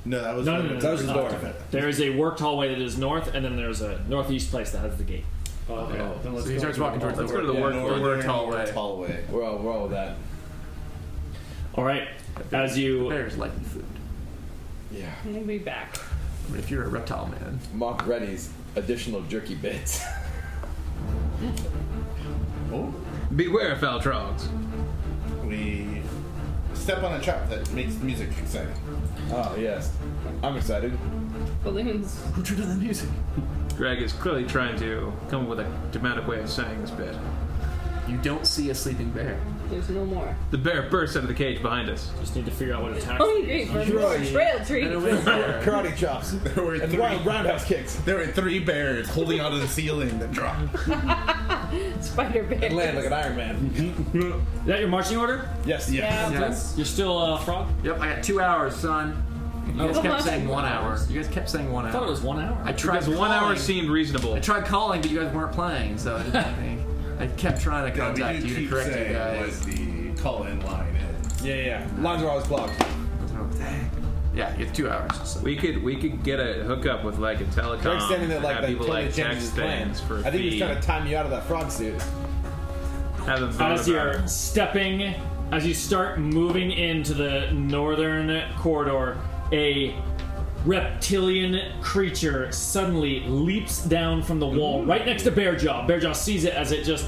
Speaker 9: No, that was
Speaker 3: No,
Speaker 9: the-
Speaker 3: no, no, no,
Speaker 9: that was
Speaker 3: no,
Speaker 9: the
Speaker 3: no.
Speaker 9: door.
Speaker 3: There is a worked hallway that is north, and then there's a northeast place that has the gate. Oh,
Speaker 10: okay. Oh. Then let's So he go starts to the walking towards the
Speaker 3: Let's
Speaker 10: work-
Speaker 3: go to the
Speaker 10: yeah,
Speaker 3: work,
Speaker 10: northern
Speaker 3: work hallway.
Speaker 10: worked
Speaker 9: hallway.
Speaker 8: We're all, we're all that.
Speaker 3: All right. As you
Speaker 10: bears like food.
Speaker 8: Yeah.
Speaker 5: We'll be back.
Speaker 10: If you're a reptile man,
Speaker 8: Mock readies additional jerky bits.
Speaker 6: Beware, Faltrogs.
Speaker 9: We step on a trap that makes the music exciting.
Speaker 8: Oh yes, I'm excited.
Speaker 5: Balloons.
Speaker 10: Who turned on the music?
Speaker 6: Greg is clearly trying to come up with a dramatic way of saying this bit.
Speaker 10: You don't see a sleeping bear.
Speaker 5: There's no more.
Speaker 6: The bear bursts out of the cage behind us.
Speaker 3: Just need to figure out what attack.
Speaker 5: Hungry for more trail treats.
Speaker 8: Karate chops.
Speaker 9: There were three,
Speaker 8: roundhouse kicks.
Speaker 9: There were three bears holding onto the ceiling that dropped.
Speaker 5: Spider bear.
Speaker 8: Iron
Speaker 3: Man. Is that your marching order?
Speaker 8: Yes.
Speaker 5: Yeah.
Speaker 10: Yes.
Speaker 3: You're still uh, frog.
Speaker 10: Yep, I got two hours, son. You guys kept saying one hour. You guys kept saying one hour.
Speaker 3: I thought it was one hour.
Speaker 10: I tried.
Speaker 6: Because one hour
Speaker 10: calling-
Speaker 6: seemed reasonable.
Speaker 10: I tried calling, but you guys weren't playing, so I, didn't think. I kept trying to
Speaker 9: Yeah, we
Speaker 10: contact
Speaker 9: do
Speaker 10: you to
Speaker 9: keep
Speaker 10: correct you
Speaker 9: saying
Speaker 10: guys.
Speaker 9: was the call-in line.
Speaker 8: Yeah, yeah. Lines are always blocked.
Speaker 10: Yeah, it's two hours. So.
Speaker 6: We could we could get a hookup with like a telecom.
Speaker 8: Greg's
Speaker 10: Um,
Speaker 8: standing there like
Speaker 6: have
Speaker 8: that.
Speaker 6: people
Speaker 8: totally
Speaker 6: like
Speaker 8: changes
Speaker 6: text
Speaker 8: his plan.
Speaker 6: things for. a
Speaker 8: I think he's
Speaker 6: fee,
Speaker 8: trying to time you out of that frog suit.
Speaker 6: have a
Speaker 3: As
Speaker 6: vote about
Speaker 3: you're stepping, as you start moving into the northern corridor, a reptilian creature suddenly leaps down from the wall right next to Bearjaw. Bearjaw sees it as it just.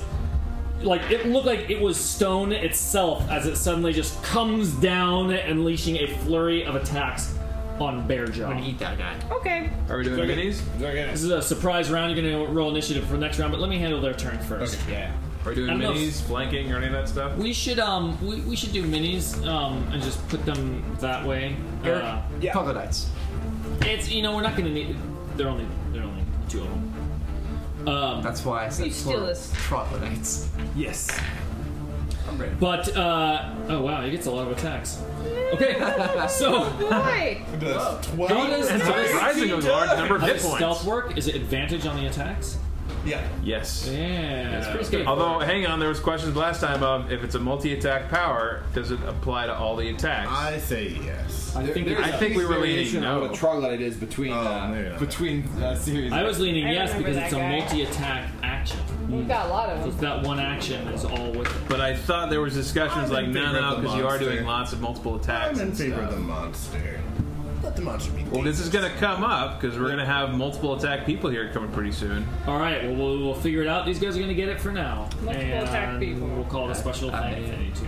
Speaker 3: Like, it looked like it was stone itself as it suddenly just comes down, unleashing a flurry of attacks. on Bear Jaw. I'm
Speaker 10: gonna eat that guy.
Speaker 5: Okay.
Speaker 6: Are we doing
Speaker 3: Okay.
Speaker 6: minis?
Speaker 3: This is a surprise round. You're going to roll initiative for the next round, but let me handle their turn first. Yeah.
Speaker 6: Are we doing
Speaker 3: I don't know if-
Speaker 6: minis, flanking, or any of that stuff?
Speaker 3: We should um we, we should do minis um and just put them that way.
Speaker 6: Eric,
Speaker 3: Uh,
Speaker 10: yeah. Troglodytes.
Speaker 3: It's you know we're not gonna need. They're only they're only two of them. Um,
Speaker 10: That's why I said
Speaker 3: You steal
Speaker 10: plural.
Speaker 3: this.
Speaker 10: troglodytes.
Speaker 3: Yes.
Speaker 10: I'm ready.
Speaker 3: But uh oh wow, he gets a lot of attacks. Okay, so
Speaker 5: Boy.
Speaker 3: How does-
Speaker 5: That's
Speaker 3: how does-
Speaker 5: surprisingly large number of
Speaker 3: how
Speaker 5: hit
Speaker 3: does
Speaker 5: points.
Speaker 3: Stealth work is it advantage on the attacks?
Speaker 9: Yeah.
Speaker 6: Yes.
Speaker 3: Yeah. That's pretty scary.
Speaker 6: Although, hang on, there was questions last time of if it's a multi-attack power, does it apply to all the attacks? I
Speaker 9: say yes. Oh,
Speaker 6: I think,
Speaker 8: There- there's
Speaker 6: I
Speaker 8: a
Speaker 6: think we were leaning
Speaker 8: variation on
Speaker 6: no.
Speaker 8: What a troglodyte is between
Speaker 10: Oh.
Speaker 8: uh, between uh, series.
Speaker 3: I was leaning
Speaker 5: I
Speaker 3: yes
Speaker 5: remember
Speaker 3: because
Speaker 5: that
Speaker 3: it's a
Speaker 5: guy.
Speaker 3: multi-attack action.
Speaker 5: We've got a lot of
Speaker 3: So
Speaker 5: them.
Speaker 3: it's that one action is all with it.
Speaker 6: But I thought there was discussions
Speaker 3: I'm
Speaker 6: like,
Speaker 3: in
Speaker 6: no,
Speaker 3: favor
Speaker 6: no,
Speaker 3: of the
Speaker 6: because you are
Speaker 3: monster.
Speaker 6: doing lots of multiple attacks.
Speaker 9: I'm in
Speaker 6: and
Speaker 9: favor
Speaker 6: stuff.
Speaker 9: of the monster. Let the monster be.
Speaker 6: Well, this is going to come up because we're going to have multiple attack people here coming pretty soon.
Speaker 3: All right, well, we'll we'll figure it out. These guys are gonna get it for now,
Speaker 5: Multiple
Speaker 3: and
Speaker 5: attack people.
Speaker 3: we'll call it a special thing if they need to.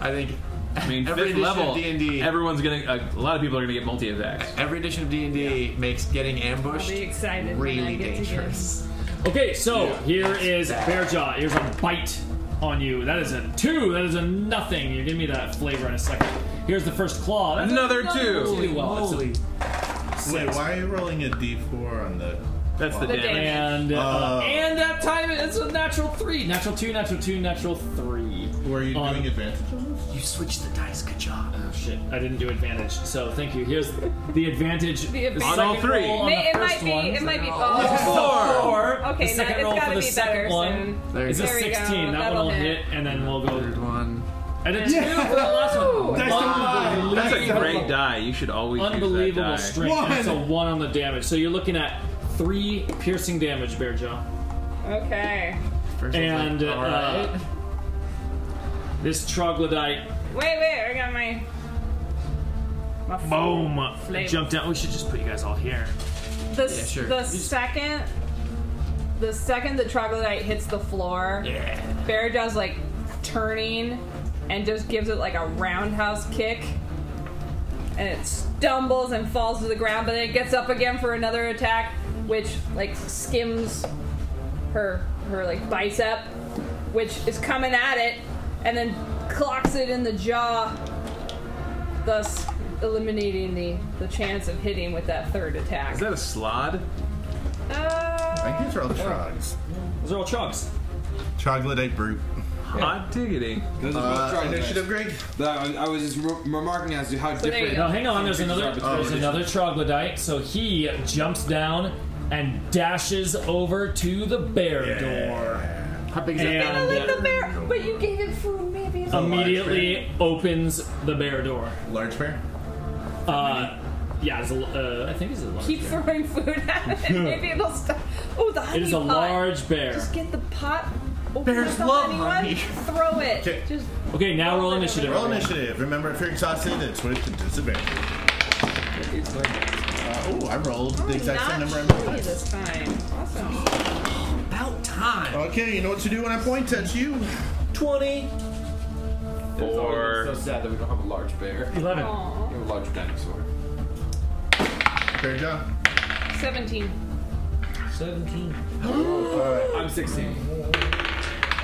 Speaker 10: I think.
Speaker 6: I mean,
Speaker 10: Every
Speaker 6: fifth
Speaker 10: edition of
Speaker 6: level,
Speaker 10: D&D
Speaker 6: everyone's going to, a lot of people are going to get multi attacks.
Speaker 10: Every edition of D and D makes getting ambushed
Speaker 5: I'll be excited when I
Speaker 10: really
Speaker 5: get to get
Speaker 10: dangerous.
Speaker 3: Okay, so here is
Speaker 10: bad.
Speaker 3: Bear Jaw. Here's a bite on you. That is a two. That is a nothing. You're giving me that flavor in a second. Here's the first claw. That's
Speaker 6: Another
Speaker 3: another
Speaker 6: two.
Speaker 3: Really well. It's a
Speaker 6: Holy
Speaker 9: Wait, why are you rolling a d4 on the?
Speaker 6: That's the The
Speaker 3: And
Speaker 6: damage.
Speaker 3: uh,
Speaker 9: Oh.
Speaker 3: and that time it- it's a natural three, natural two, natural two, natural three.
Speaker 9: Were you
Speaker 3: Um,
Speaker 9: doing advantage?
Speaker 10: You switched the dice. Good job.
Speaker 3: Oh shit! I didn't do advantage, so thank you. Here's the advantage.
Speaker 5: The advantage.
Speaker 3: second roll on
Speaker 5: May-
Speaker 3: the
Speaker 5: it might
Speaker 3: first
Speaker 5: be.
Speaker 3: one.
Speaker 5: It might be.
Speaker 3: Four.
Speaker 5: Oh,
Speaker 3: Four.
Speaker 5: Okay,
Speaker 3: the
Speaker 5: now
Speaker 3: second
Speaker 5: it's
Speaker 3: roll
Speaker 5: gotta
Speaker 3: for the
Speaker 5: be better
Speaker 3: second one
Speaker 5: soon. There
Speaker 3: is a
Speaker 5: you go.
Speaker 3: 16. That
Speaker 5: That'll
Speaker 3: one will hit.
Speaker 5: hit.
Speaker 3: and then we'll go. Third
Speaker 10: one.
Speaker 3: And a two for the last one.
Speaker 6: That's,
Speaker 3: Unbelievable.
Speaker 6: a great die. You should always use that die.
Speaker 3: Unbelievable strength. and It's a one on the damage. So you're looking at three piercing damage, Bearjaw.
Speaker 5: Okay.
Speaker 3: And
Speaker 5: all
Speaker 3: uh,
Speaker 5: right.
Speaker 3: this troglodyte
Speaker 5: Wait, wait. I got my. my
Speaker 3: boom
Speaker 5: flavor.
Speaker 3: jumped down. We should just put you guys all here.
Speaker 5: The, s-
Speaker 3: Yeah, sure.
Speaker 5: the
Speaker 3: You just-
Speaker 5: second, the second the troglodyte hits the floor, Bearjaw's like turning and just gives it like a roundhouse kick, and it stumbles and falls to the ground. But then it gets up again for another attack, which like skims her her like bicep, which is coming at it, and then clocks it in the jaw, thus eliminating the the chance of hitting with that third attack.
Speaker 6: Is that a slod?
Speaker 5: Uh,
Speaker 9: I think these are all trogs.
Speaker 3: Those are all trogs.
Speaker 9: Troglodyte brute.
Speaker 6: Hot diggity.
Speaker 8: Those are
Speaker 10: Uh,
Speaker 8: both troglodytes.
Speaker 9: initiative, Greg.
Speaker 8: That I, I was just re- remarking as to how
Speaker 5: So there
Speaker 8: different.
Speaker 5: you go.
Speaker 3: Now hang on, there's another there's another troglodyte. So he jumps down and dashes over to the bear door. How big
Speaker 5: it's gonna lick the bear, but you gave it food,
Speaker 3: Um,
Speaker 5: maybe. it's
Speaker 3: immediately opens the bear door.
Speaker 9: Large bear.
Speaker 3: Uh, yeah, it's a, l- uh, I think it's a large.
Speaker 5: Keep
Speaker 3: bear.
Speaker 5: throwing food at it. Maybe it'll stop. Oh, the honey
Speaker 3: It is a
Speaker 5: pot.
Speaker 3: large bear.
Speaker 5: Just get the pot. Open
Speaker 3: Bears
Speaker 5: up the
Speaker 3: love
Speaker 5: honey one,
Speaker 9: honey.
Speaker 5: Throw it. Just
Speaker 3: Okay, now roll initiative.
Speaker 9: Roll initiative. Remember, if you're exhausted, it's with the disadvantage. Uh, oh, I rolled the exact same number I rolled.
Speaker 5: Hey, that's fine. Awesome.
Speaker 9: About time. Okay, you know what to do when I point at you.
Speaker 10: Twenty.
Speaker 6: Or
Speaker 8: so sad that we don't have a large bear.
Speaker 3: Eleven.
Speaker 5: Aw.
Speaker 8: We have a large dinosaur.
Speaker 9: Fair job.
Speaker 5: Seventeen.
Speaker 32: 17.
Speaker 8: I'm 16.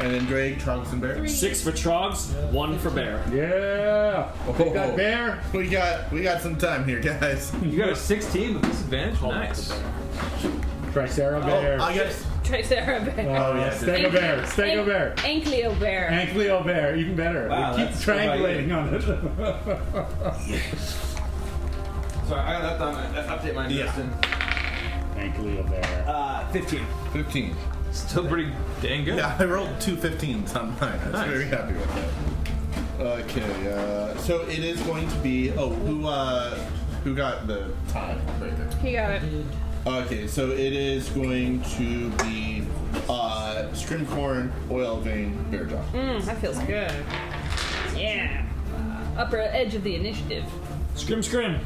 Speaker 9: And then Greg, Trogs, and Bear.
Speaker 3: Six for Trogs, one for Bear.
Speaker 9: Yeah.
Speaker 3: We
Speaker 9: oh,
Speaker 3: got
Speaker 9: Bear. We got we got some time here, guys.
Speaker 6: You got a 16 with disadvantage? Nice.
Speaker 33: Tricera bear.
Speaker 9: Oh, I guess.
Speaker 5: Tricera bear.
Speaker 9: Uh,
Speaker 33: Oh, yeah. Stego bear. Stego
Speaker 5: An-
Speaker 33: bear.
Speaker 5: Ankleo bear.
Speaker 33: Ankleo bear. Even better.
Speaker 8: Wow,
Speaker 33: we keep
Speaker 8: that's-
Speaker 33: triangulating on it.
Speaker 8: Sorry, I gotta update my, update my
Speaker 33: Yeah.
Speaker 8: Justin.
Speaker 33: Ankleo bear.
Speaker 8: Uh, 15.
Speaker 9: 15.
Speaker 6: Still pretty dang good.
Speaker 9: Yeah, I rolled two 15s on mine. I was
Speaker 6: Nice.
Speaker 9: very happy with that. Okay, uh, so it is going to be. Oh, who uh, who got the tie right there?
Speaker 5: He got it.
Speaker 9: Okay, so it is going to be uh, Scrimcorn, Oil Vein, Bear Dog.
Speaker 5: Mmm, that feels good. Yeah. Upper edge of the initiative.
Speaker 3: Scrim, scrim.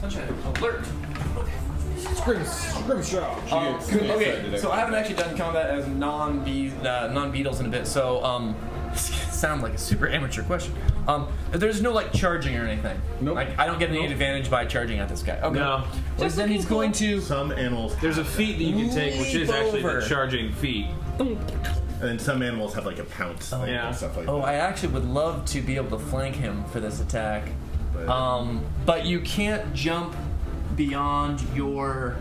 Speaker 10: Sunshine alert.
Speaker 8: Scrim, scrim, show.
Speaker 6: uh,
Speaker 10: Um, okay, so I haven't actually done combat as non non beetles in a bit. So um,
Speaker 6: sound like a super amateur question. Um, there's no like charging or anything. Nope. Like I don't get any advantage by charging at this guy. Okay.
Speaker 10: No.
Speaker 6: Well, then he's going to
Speaker 9: some animals.
Speaker 10: There's a feat that you can take, which is actually the
Speaker 6: Leap over.
Speaker 10: charging feat.
Speaker 9: And then some animals have like a pounce thing
Speaker 6: yeah.
Speaker 9: and stuff like
Speaker 6: oh, I actually would love to be able to flank him for this attack. Um, but you can't jump beyond your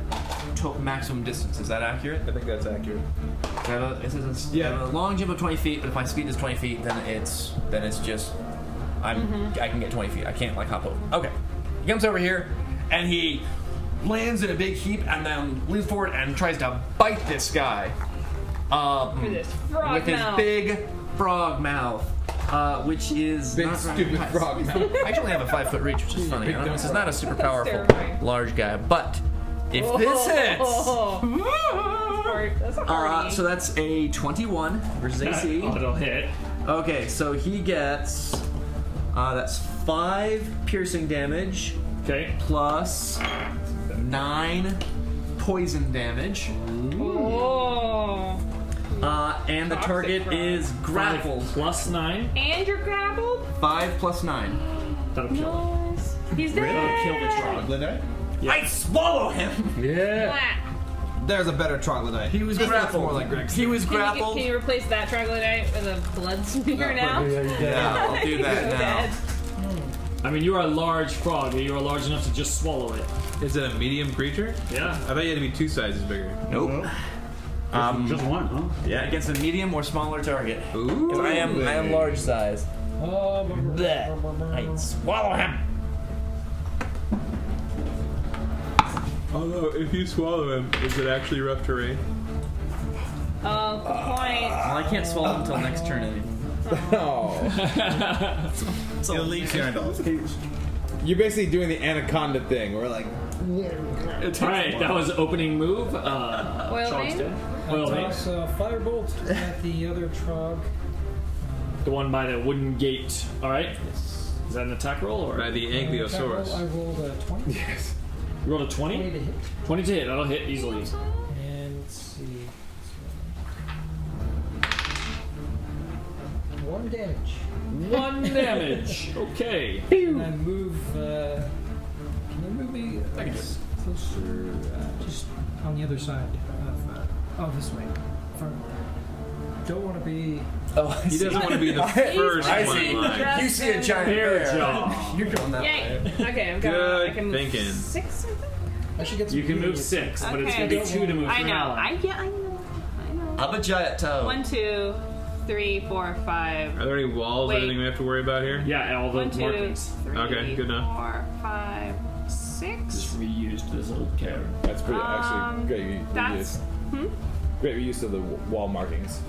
Speaker 6: to- maximum distance. Is that accurate? I think that's accurate. it says it's- I have a long jump of 20 feet, but if my speed is 20 feet, then it's then it's just I'm I can get 20 feet. I can't like hop over. Okay, he comes over here, and he lands in a big heap, and then leans forward and tries to bite this guy. Um,
Speaker 5: With his frog
Speaker 6: with his
Speaker 5: mouth.
Speaker 6: big frog mouth. Uh, which is big
Speaker 8: stupid frog mouth.
Speaker 6: I actually have a five foot reach, which is funny.
Speaker 8: Big
Speaker 6: I know
Speaker 8: dumb
Speaker 6: this is not a
Speaker 8: frog.
Speaker 6: super
Speaker 8: That's
Speaker 6: powerful
Speaker 8: terrifying.
Speaker 6: large guy, but if this hits,
Speaker 5: that's
Speaker 6: uh, so that's a 21 versus AC.
Speaker 3: Oh, it'll hit.
Speaker 6: Okay, so he gets. Uh, that's five piercing damage.
Speaker 3: Okay.
Speaker 6: Plus nine poison damage.
Speaker 5: Oh.
Speaker 6: Uh, and the
Speaker 5: Toxic
Speaker 6: target
Speaker 5: frog.
Speaker 6: is grappled.
Speaker 3: plus nine.
Speaker 5: And you're grappled?
Speaker 6: Five plus nine.
Speaker 3: That'll
Speaker 5: Nice. He's dead.
Speaker 9: troglodyte.
Speaker 6: I swallow him.
Speaker 9: Yeah.
Speaker 5: Mwah.
Speaker 8: There's a better troglodyte. He
Speaker 6: was
Speaker 8: grappled. More like Greg's.
Speaker 6: He was
Speaker 5: Can you, get- can you replace that troglodyte with a blood smear now?
Speaker 8: Yeah, I'll do that
Speaker 5: So
Speaker 8: now.
Speaker 5: bad.
Speaker 3: I mean, you are a large frog. You are large enough to just swallow it.
Speaker 10: Is it a medium creature?
Speaker 3: Yeah.
Speaker 10: I thought you had to be two sizes bigger.
Speaker 6: Nope.
Speaker 10: Um,
Speaker 34: Just one, huh?
Speaker 6: Yeah, against a medium or smaller target.
Speaker 10: Ooh.
Speaker 6: 'Cause I am I am large size. Bleh. I swallow him.
Speaker 10: Although, if you swallow him, is it actually rough terrain?
Speaker 5: Oh, good point.
Speaker 6: Well, I can't swallow him until next turn anyway.
Speaker 8: Oh.
Speaker 9: It leaves you on dolls.
Speaker 8: You're basically doing the anaconda thing, where like,
Speaker 3: All right, that was opening move. Uh,
Speaker 2: Oil
Speaker 3: Sean's
Speaker 2: vein?
Speaker 3: dead.
Speaker 2: I'll
Speaker 3: Oil vein.
Speaker 2: toss uh, firebolt at the other trog.
Speaker 3: The one by the wooden gate. All right. Is that an attack roll or
Speaker 10: By the
Speaker 2: I rolled a 20.
Speaker 3: Yes. You rolled a 20? 20
Speaker 2: to hit.
Speaker 3: That'll hit easily.
Speaker 2: And let's see. One damage.
Speaker 3: One damage. Okay.
Speaker 2: And I move. Uh, can you move me uh, closer? Uh, just on the other side of. Uh, oh, this way. From, don't want to be.
Speaker 6: Oh,
Speaker 10: He doesn't want to be the first
Speaker 6: I
Speaker 10: one
Speaker 6: see.
Speaker 10: in line.
Speaker 6: You see a giant
Speaker 10: Bear
Speaker 6: bear.
Speaker 10: jaw.
Speaker 6: You're going that
Speaker 5: Yay.
Speaker 6: way.
Speaker 5: Okay, I'm going. I
Speaker 10: Good
Speaker 5: can move
Speaker 10: thinking.
Speaker 5: six. I think?
Speaker 2: I should get some
Speaker 3: You can move
Speaker 2: healing.
Speaker 3: six, but it's
Speaker 5: Okay.
Speaker 3: going to be two to move
Speaker 5: I
Speaker 3: three
Speaker 5: know.
Speaker 3: now.
Speaker 5: I yeah. I know. I know.
Speaker 6: I'm a giant toe.
Speaker 5: One, two, three, four, five.
Speaker 10: Are there any walls
Speaker 5: Wait.
Speaker 10: or anything we have to worry about here?
Speaker 3: Yeah, all
Speaker 5: One, two, three,
Speaker 10: okay, good enough.
Speaker 5: Four, five, six.
Speaker 3: Just reused this old cavern.
Speaker 8: that's pretty
Speaker 5: Um,
Speaker 8: actually great. re-
Speaker 5: That's.
Speaker 8: Reuse.
Speaker 5: Hmm?
Speaker 8: Great reuse of the w- wall markings.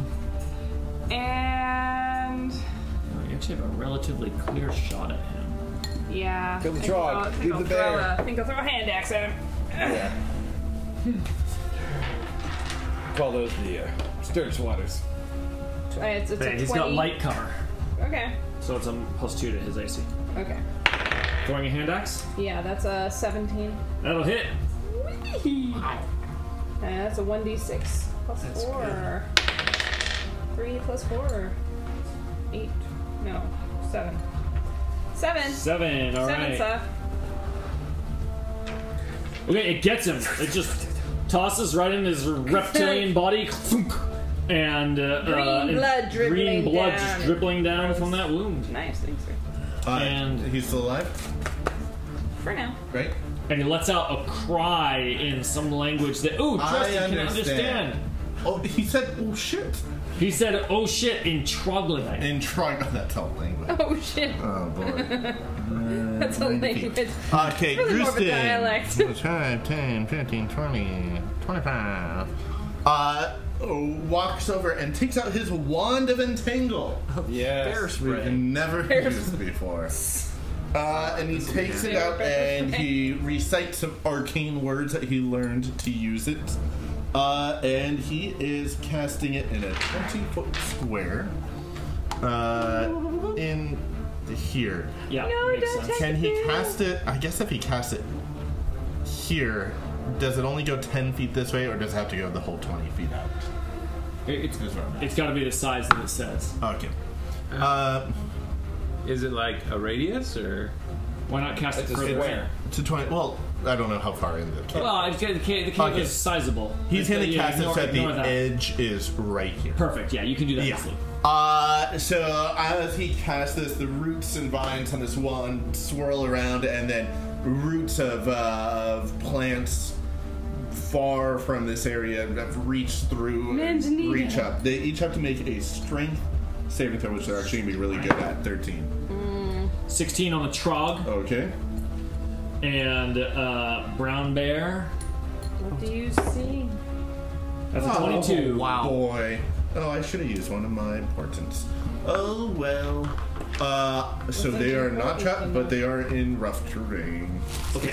Speaker 5: And.
Speaker 3: You actually have a relatively clear shot at him.
Speaker 5: Yeah.
Speaker 8: Kill the
Speaker 5: I think I'll-
Speaker 8: trog.
Speaker 5: I think
Speaker 8: Leave
Speaker 5: I'll
Speaker 8: the
Speaker 5: throw
Speaker 8: bear.
Speaker 5: a- I think I'll throw a hand axe at him.
Speaker 8: Call those the uh, sturge waters.
Speaker 5: Uh, It's, it's
Speaker 3: Hey,
Speaker 5: a
Speaker 3: he's
Speaker 5: 20.
Speaker 3: got light cover,
Speaker 5: Okay.
Speaker 3: so it's a plus two to his AC.
Speaker 5: Okay.
Speaker 3: Throwing a hand axe?
Speaker 5: Yeah, that's a 17.
Speaker 3: That'll hit.
Speaker 5: Uh, that's a 1d6 plus 4. 3 plus 4. 8. No, 7. 7.
Speaker 3: Seven, all
Speaker 5: 7
Speaker 3: right.
Speaker 5: stuff.
Speaker 3: Okay, it gets him. It just tosses right in his reptilian body, thunk, and uh,
Speaker 5: Green
Speaker 3: uh, and
Speaker 5: blood dribbling
Speaker 3: green blood
Speaker 5: down.
Speaker 3: just dribbling down from that wound.
Speaker 5: Nice, thanks. sir.
Speaker 3: and
Speaker 9: he's still alive,
Speaker 5: For now.
Speaker 9: right?
Speaker 3: And he lets out a cry in some language that ooh, Trusty
Speaker 9: I
Speaker 3: can
Speaker 9: understand.
Speaker 3: understand.
Speaker 9: Oh, he said, "Oh shit."
Speaker 3: He said, "Oh shit" in troglodyte.
Speaker 9: In troglodyte, that's all language.
Speaker 5: Oh shit.
Speaker 9: Oh, boy. Uh,
Speaker 5: That's a language.
Speaker 9: Okay,
Speaker 5: Really more of a
Speaker 9: Houston.
Speaker 5: dialect.
Speaker 9: 10, 15, 20, 25. Uh, walks over and takes out his wand of entangle.
Speaker 8: Yes.
Speaker 9: Oh, Bear spray. We've never used before. Uh, and he takes it out and he recites some arcane words that he learned to use it. Uh, and he is casting it in a 20 foot square. Uh, in here.
Speaker 3: Yeah.
Speaker 5: No, makes don't sense. take
Speaker 9: Can he
Speaker 5: it.
Speaker 9: cast it? I guess if he casts it here, does it only go 10 feet this way or does it have to go the whole 20 feet out?
Speaker 3: It- It's, it's got to be the size that it says.
Speaker 9: Okay. Uh,
Speaker 6: is it like a radius or?
Speaker 3: Why not cast it further?
Speaker 9: To twenty. Well, I don't know how far in the cave.
Speaker 3: Well, it's, the cave, the cave
Speaker 9: Okay.
Speaker 3: is sizable.
Speaker 9: He's
Speaker 3: It's-
Speaker 9: gonna
Speaker 3: you
Speaker 9: cast it
Speaker 3: ignore-
Speaker 9: so that the
Speaker 3: ignore that.
Speaker 9: edge is right here.
Speaker 3: Perfect. Yeah, you can do that. Yeah.
Speaker 9: Uh, so as he casts this, the roots and vines on this one swirl around, and then roots of, uh, of plants far from this area have reached through and
Speaker 5: Manzanita.
Speaker 9: reach up. They each have to make a strength saving throw, which they're actually gonna be really good at. Thirteen.
Speaker 3: 16 on the Trog.
Speaker 9: Okay.
Speaker 3: And uh, Brown Bear.
Speaker 5: What do you see?
Speaker 3: That's a 22.
Speaker 9: Wow. Boy. Oh, I should have used one of my portents. Oh, well. Uh, so
Speaker 10: What's
Speaker 9: they
Speaker 10: that
Speaker 9: are
Speaker 10: thing
Speaker 9: not
Speaker 10: called?
Speaker 9: trapped, but they are in rough terrain.
Speaker 10: Okay.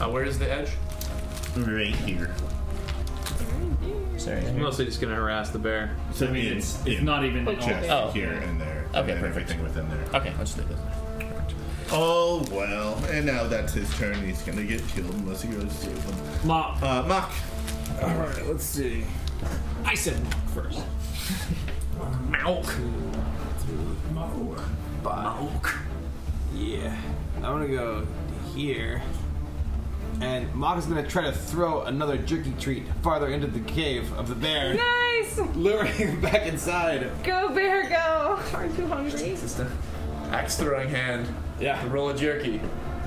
Speaker 10: Uh, where is the edge?
Speaker 9: Right here.
Speaker 10: Sorry.
Speaker 6: I'm mostly just gonna harass the bear.
Speaker 9: So I mean, in- it's- it's in. not even
Speaker 3: Oh.
Speaker 9: an Just open. here and there, and
Speaker 6: Okay,
Speaker 9: then
Speaker 6: perfect.
Speaker 9: everything within there.
Speaker 10: Okay, let's do this.
Speaker 9: Oh, well. And now that's his turn. He's going to get killed unless he goes to them.
Speaker 3: Mop.
Speaker 9: Uh, Mach.
Speaker 3: Alright, let's see. I said Mach first.
Speaker 35: Malk.
Speaker 8: Malk. Yeah. I'm gonna go here. And Mock is gonna try to throw another jerky treat farther into the cave of the bear.
Speaker 5: Nice!
Speaker 8: Luring him back inside.
Speaker 5: Go, bear, go! Aren't you hungry?
Speaker 10: Axe throwing hand.
Speaker 8: Yeah.
Speaker 10: roll a jerky.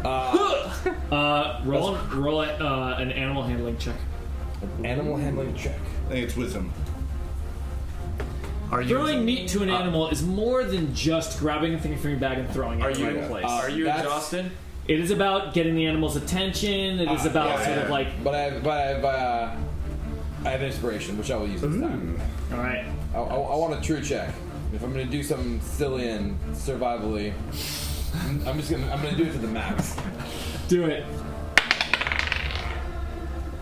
Speaker 3: Uh, uh, roll roll it, uh, an animal handling check.
Speaker 8: Animal handling check.
Speaker 9: I think it's wisdom.
Speaker 10: Are
Speaker 3: throwing meat to an animal is more than just grabbing a thing from your bag and throwing it
Speaker 10: Are
Speaker 3: in
Speaker 10: you-
Speaker 3: the right place.
Speaker 10: uh, are you That's- exhausted?
Speaker 3: It is about getting the animal's attention. It is
Speaker 8: Ah,
Speaker 3: about
Speaker 8: yeah,
Speaker 3: sort of
Speaker 8: yeah.
Speaker 3: like.
Speaker 8: But I have, but I have, uh, I have inspiration, which I will use this time.
Speaker 3: All right.
Speaker 8: I, I, I want a true check. If I'm gonna do something silly and survivally, I'm just gonna I'm gonna do it to the max.
Speaker 3: Do it.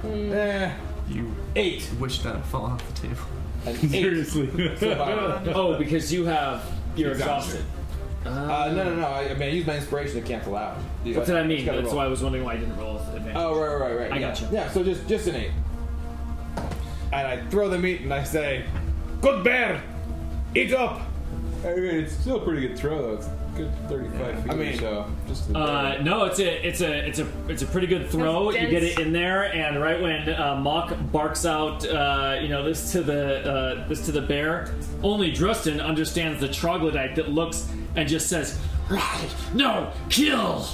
Speaker 8: Eh,
Speaker 10: You
Speaker 8: eight.
Speaker 10: Wish that would fall off the table.
Speaker 8: Seriously.
Speaker 3: oh, because you have you're exhausted.
Speaker 8: Uh, no, no, no. I, I mean, I used my inspiration to cancel out.
Speaker 3: That's what I mean.
Speaker 8: Just gotta
Speaker 3: That's
Speaker 8: roll.
Speaker 3: why I was wondering why I didn't roll with advantage.
Speaker 8: Oh, right, right, right.
Speaker 3: I
Speaker 8: yeah.
Speaker 3: got you.
Speaker 8: Yeah, so just just an eight. And I throw the meat and I say, Good bear! Eat up! I mean, it's still a pretty good throw, though. It's a good 35 feet
Speaker 3: I
Speaker 8: I
Speaker 3: mean,
Speaker 8: mean, or so. Just
Speaker 3: Uh, no, it's a it's a it's a it's a pretty good throw.
Speaker 8: That's
Speaker 3: You
Speaker 8: dense.
Speaker 3: get it in there, and right when uh, Mock barks out, uh, you know this to the uh, this to the bear. Only Drustin understands the troglodyte that looks and just says, "Right, no, kill."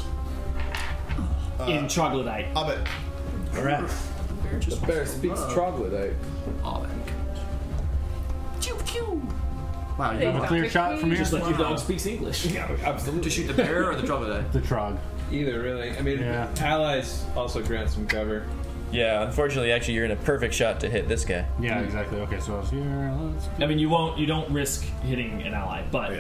Speaker 3: in troglodyte.
Speaker 9: Hobbit.
Speaker 8: All right. The bear speaks troglodyte.
Speaker 10: All
Speaker 5: Pew, pew.
Speaker 10: Wow,
Speaker 5: Uh, you have a clear shot from here? Just like your dog
Speaker 3: speaks English.
Speaker 8: Yeah, absolutely.
Speaker 10: To shoot the bear or the troglodyte?
Speaker 7: The trog.
Speaker 6: Either really. I mean,
Speaker 10: Yeah.
Speaker 6: allies also grant some cover.
Speaker 36: Yeah, unfortunately, actually, you're in a perfect shot to hit this guy.
Speaker 7: Yeah, exactly. Okay, so I was here. Let's...
Speaker 3: I mean, you won't you don't risk hitting an ally, but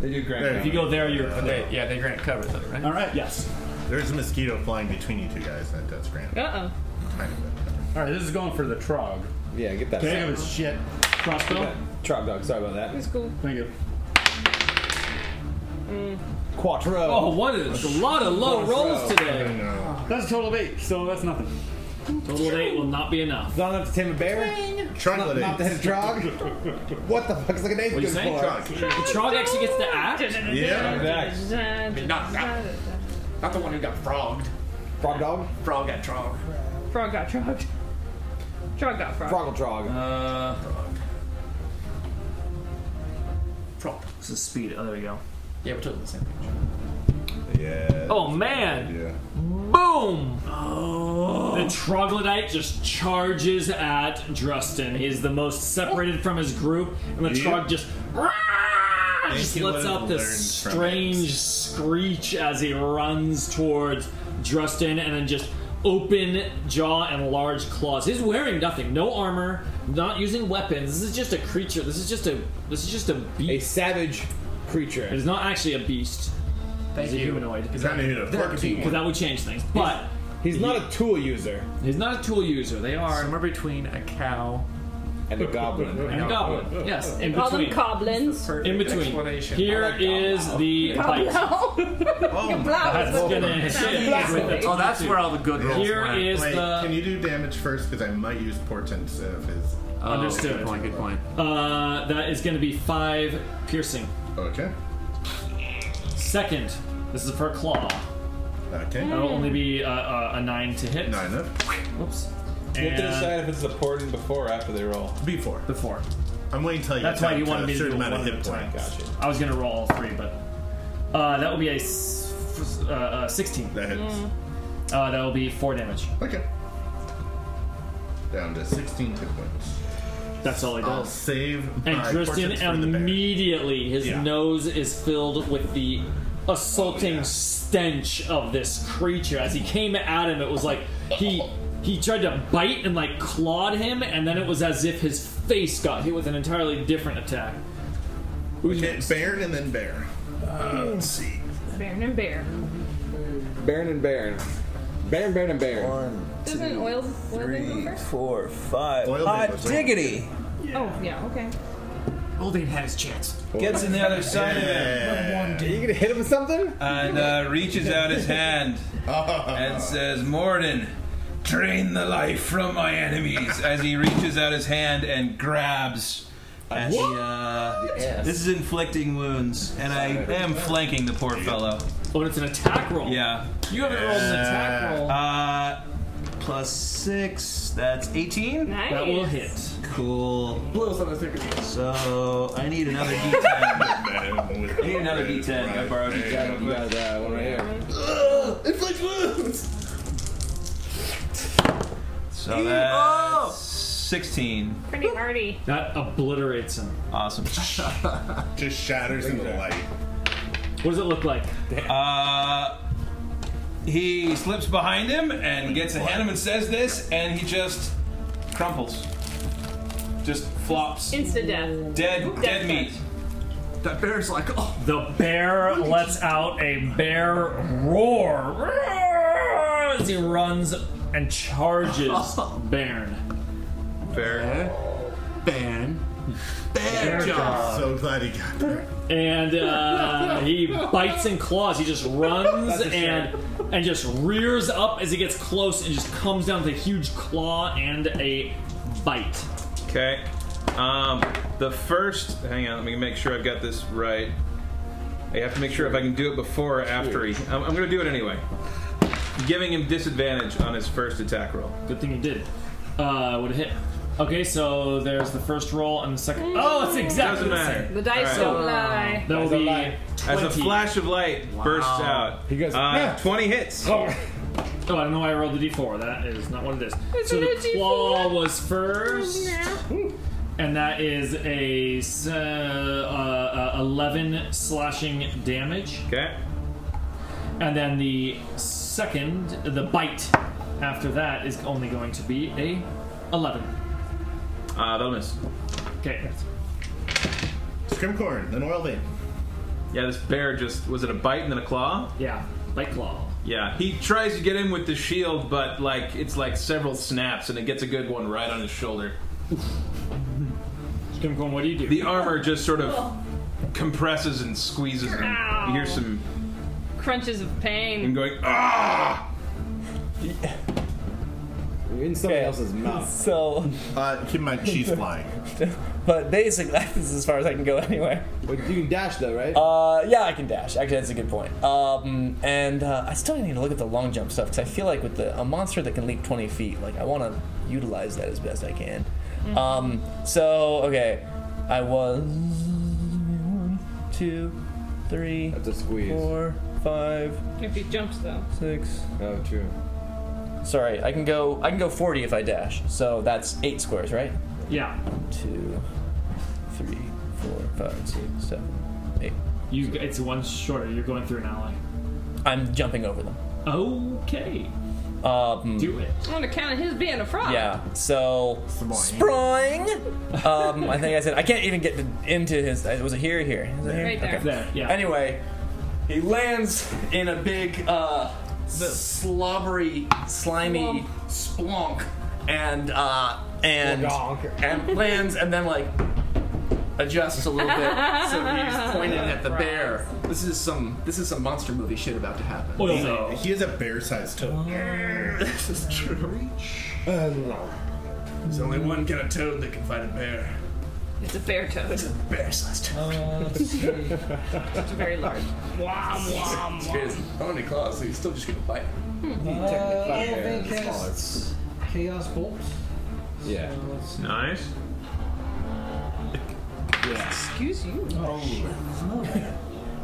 Speaker 6: they do
Speaker 3: grant If you go there, you're
Speaker 10: yeah, they grant cover though, right?
Speaker 7: All right.
Speaker 3: Yes.
Speaker 9: There's a mosquito flying between you two guys. That does grant.
Speaker 5: Uh oh.
Speaker 9: Kind of it.
Speaker 7: All right, this is going for the trog.
Speaker 8: Yeah, get that.
Speaker 7: Think of his shit.
Speaker 3: Crossbow?
Speaker 8: Trog dog, sorry about that.
Speaker 5: It's cool.
Speaker 7: Thank you.
Speaker 5: Mm.
Speaker 8: Quattro.
Speaker 3: Oh, what is a lot of low
Speaker 7: Quattro.
Speaker 3: rolls today.
Speaker 7: That's a total of eight, so that's nothing.
Speaker 3: Total of eight will not be enough.
Speaker 8: Not enough to tame a bear?
Speaker 9: Troglodyte.
Speaker 8: Ah. Not, not to hit a trog? what the fuck is like an eight
Speaker 3: What you
Speaker 8: good for?
Speaker 3: saying? The trog actually Oh, gets the act.
Speaker 10: I mean, not, not, not the one who got frogged.
Speaker 8: Frog dog?
Speaker 10: Frog got trog.
Speaker 5: Frog got frogged. Frog got frog.
Speaker 8: Froggle trog.
Speaker 3: Uh, This is speed. Oh, there we go.
Speaker 10: Yeah, we're totally the same.
Speaker 9: Yeah.
Speaker 3: Oh man!
Speaker 9: Yeah.
Speaker 3: Boom! Oh. The troglodyte just charges at Drustin. He's the most separated from his group, and the
Speaker 9: Yeah.
Speaker 3: trog just,
Speaker 9: Think
Speaker 3: just
Speaker 9: he
Speaker 3: lets
Speaker 9: would've
Speaker 3: out this
Speaker 9: learned from it.
Speaker 3: strange screech as he runs towards Drustin, and then just open jaw and large claws. He's wearing nothing, no armor, not using weapons. This is just a creature. This is just a. This is just a beast. A
Speaker 8: savage creature.
Speaker 3: It is not actually a beast. He's a humanoid.
Speaker 9: He's not even a
Speaker 3: That would be-
Speaker 9: 14.
Speaker 3: That would change things. But
Speaker 8: he's not a tool user.
Speaker 3: He's not a tool user. They are
Speaker 10: somewhere between a cow
Speaker 8: and a goblin.
Speaker 3: And a goblin. Yes, in
Speaker 5: Call them
Speaker 3: between.
Speaker 5: goblins.
Speaker 3: in between. Here is the bite.
Speaker 5: Oh,
Speaker 3: That's gonna hit with the
Speaker 10: Oh, that's where all the good rolls
Speaker 3: Here
Speaker 10: went.
Speaker 3: is
Speaker 9: Wait,
Speaker 3: the-
Speaker 9: can you do damage first? Because I might use portents if his.
Speaker 3: Understood.
Speaker 10: Good point.
Speaker 3: Uh, that is going to be five piercing.
Speaker 9: Okay.
Speaker 3: Second, this is for claw.
Speaker 9: Okay.
Speaker 3: That'll only be uh, uh, a nine to hit. Nine
Speaker 9: up.
Speaker 3: Whoops.
Speaker 8: You have to decide
Speaker 3: if it's the porting before or after they roll.
Speaker 9: Before.
Speaker 3: Before.
Speaker 9: I'm waiting until you
Speaker 3: That's
Speaker 9: get
Speaker 3: why
Speaker 9: down
Speaker 3: you
Speaker 9: to
Speaker 3: wanted
Speaker 9: a
Speaker 3: me to
Speaker 9: certain
Speaker 3: do
Speaker 9: amount of
Speaker 3: one
Speaker 9: hit
Speaker 3: at a time.
Speaker 9: points. Gotcha.
Speaker 3: I was gonna roll all three, but uh, that will be a s- f- uh, uh, sixteen.
Speaker 9: That hits. Mm.
Speaker 3: Uh, that will be four damage.
Speaker 9: Okay. Down to 16 hit points.
Speaker 3: That's all he does.
Speaker 9: I'll save
Speaker 3: And
Speaker 9: my
Speaker 3: Tristan
Speaker 9: fortunes for the
Speaker 3: immediately, his
Speaker 9: Yeah.
Speaker 3: nose is filled with the assaulting stench of this creature. As he came at him, it was like he he tried to bite and like clawed him, and then it was as if his face got hit with an entirely different attack.
Speaker 9: Okay, Bairn and then Bear.
Speaker 3: let's
Speaker 9: see.
Speaker 5: Baron and Bear.
Speaker 8: Baron and Baron. Baron, Baron, and Baron.
Speaker 5: Isn't oil oil thing go first?
Speaker 10: Four, five.
Speaker 8: Oil
Speaker 10: Hot
Speaker 8: thing was
Speaker 10: diggity!
Speaker 5: Oh yeah, okay.
Speaker 37: Oldine had his chance.
Speaker 6: Gets in the other side
Speaker 8: Yeah.
Speaker 6: of him.
Speaker 8: Are you gonna hit him with something?
Speaker 6: And uh, reaches out his hand and says, Morden, drain the life from my enemies. As he reaches out his hand and grabs. At the, uh, this is inflicting wounds, and I am flanking the poor fellow.
Speaker 3: Oh, it's an attack roll.
Speaker 6: Yeah,
Speaker 3: You haven't rolled an attack roll.
Speaker 6: Uh, plus six. That's eighteen.
Speaker 3: Nice. That will hit.
Speaker 6: Cool. Blows on the thicker. So I need another d10. I need another d10. I borrowed d10. You got that one right here.
Speaker 9: Inflict wounds!
Speaker 6: So that's sixteen.
Speaker 5: Pretty hardy.
Speaker 3: That obliterates him.
Speaker 6: Awesome.
Speaker 9: Just shatters into light.
Speaker 3: What does it look like?
Speaker 6: Uh, he slips behind him and gets ahead of him and says this, and he just crumples. Just flops.
Speaker 5: Insta death.
Speaker 6: Dead, dead meat.
Speaker 37: That bear's like, oh.
Speaker 3: The bear lets out a bear roar as he runs and charges Bairn.
Speaker 6: Bairn.
Speaker 3: Bairn.
Speaker 9: Bear Jaw. So glad he got there.
Speaker 3: And uh, he bites and claws. He just runs
Speaker 9: That's a
Speaker 3: and and just rears up as he gets close and just comes down with a huge claw and a bite.
Speaker 6: Okay. Um, the first. Hang on, let me make sure I've got this right. I have to make sure if I can do it before or after he. I'm, I'm going to do it anyway. Giving him disadvantage on his first attack roll.
Speaker 3: Good thing you did. Uh, would hit. Okay, so there's the first roll and the second. Oh, it's exactly
Speaker 6: Doesn't
Speaker 3: the
Speaker 6: matter.
Speaker 3: same.
Speaker 6: The dice Alright. don't lie.
Speaker 3: That will
Speaker 6: As a
Speaker 3: be
Speaker 6: light- as a
Speaker 3: 20.
Speaker 6: flash of light bursts out. He goes, Uh, "Yeah." 20 hits.
Speaker 3: Oh. Oh, I don't know why I rolled the d4. That is not what it is.
Speaker 6: It's
Speaker 3: so
Speaker 6: not
Speaker 3: the
Speaker 6: a D4.
Speaker 3: claw was first,
Speaker 5: Oh,
Speaker 3: and that is a s- uh, uh, uh, 11 slashing damage.
Speaker 6: Okay.
Speaker 3: And then the second, the bite after that is only going to be a 11.
Speaker 6: Uh, that'll miss.
Speaker 3: Okay.
Speaker 9: Scrimcorn, then Oil Vein.
Speaker 6: Yeah, this bear just was it a bite and then a claw?
Speaker 3: Yeah, bite claw.
Speaker 6: Yeah, he tries to get in with the shield, but like it's like several snaps, and it gets a good one right on his shoulder.
Speaker 3: Scrimcorn, what do you do?
Speaker 6: The armor just sort of compresses and squeezes, and you hear some
Speaker 5: Crunches of
Speaker 6: him
Speaker 5: pain.
Speaker 6: going ah.
Speaker 8: You're in somebody else's mouth.
Speaker 10: So.
Speaker 9: Uh, keep my cheese flying.
Speaker 10: but basically, this is as far as I can go anyway.
Speaker 8: But you can dash though, right?
Speaker 10: Uh, yeah, I can dash. Actually, that's a good point. Um, and uh, I still need to look at the long jump stuff because I feel like with the, a monster that can leap 20 feet, like I want to utilize that as best I can.
Speaker 38: Mhm.
Speaker 10: Um, so okay, I was one, two, three,
Speaker 8: That's a squeeze.
Speaker 10: four, five,
Speaker 5: If he jumps though.
Speaker 10: six.
Speaker 8: Oh, true.
Speaker 10: Sorry, I can go. I can go 40 if I dash. So that's eight squares, right?
Speaker 3: Yeah.
Speaker 10: Two, three, four, five, six, seven, eight.
Speaker 3: You, it's one shorter. You're going through an alley.
Speaker 10: I'm jumping over them.
Speaker 3: Okay.
Speaker 10: Um,
Speaker 3: Do it.
Speaker 5: On account of his being a frog.
Speaker 10: Yeah. So sprawling. um, I think I said I can't even get to- into his. uh, Was it here? or Here? Is it here?
Speaker 5: Right there.
Speaker 10: Okay.
Speaker 5: There,
Speaker 3: yeah.
Speaker 10: Anyway, he lands in a big, uh, slobbery, slimy splonk, and uh,
Speaker 8: Oh,
Speaker 10: and
Speaker 8: Splonk.
Speaker 10: and lands, and then like
Speaker 7: adjusts a little bit, so he's pointed at the
Speaker 10: Frogs.
Speaker 7: bear. This is some this is some monster movie shit about to happen.
Speaker 9: Oil Vein. He is a bear-sized toad.
Speaker 37: this is true.
Speaker 9: Uh, no.
Speaker 37: There's only one kind of toad that can fight a bear.
Speaker 5: It's a bear toad. It's a
Speaker 12: bear sized
Speaker 5: toad. it's very large. Wom, wom,
Speaker 12: It's crazy. How many claws? So he's still just gonna bite.
Speaker 1: Uh,
Speaker 12: technically,
Speaker 1: Elven
Speaker 12: yeah, it's
Speaker 2: uh,
Speaker 1: casts Chaos Bolt.
Speaker 12: Yeah.
Speaker 6: Nice.
Speaker 5: Excuse you.
Speaker 2: Oh, shit.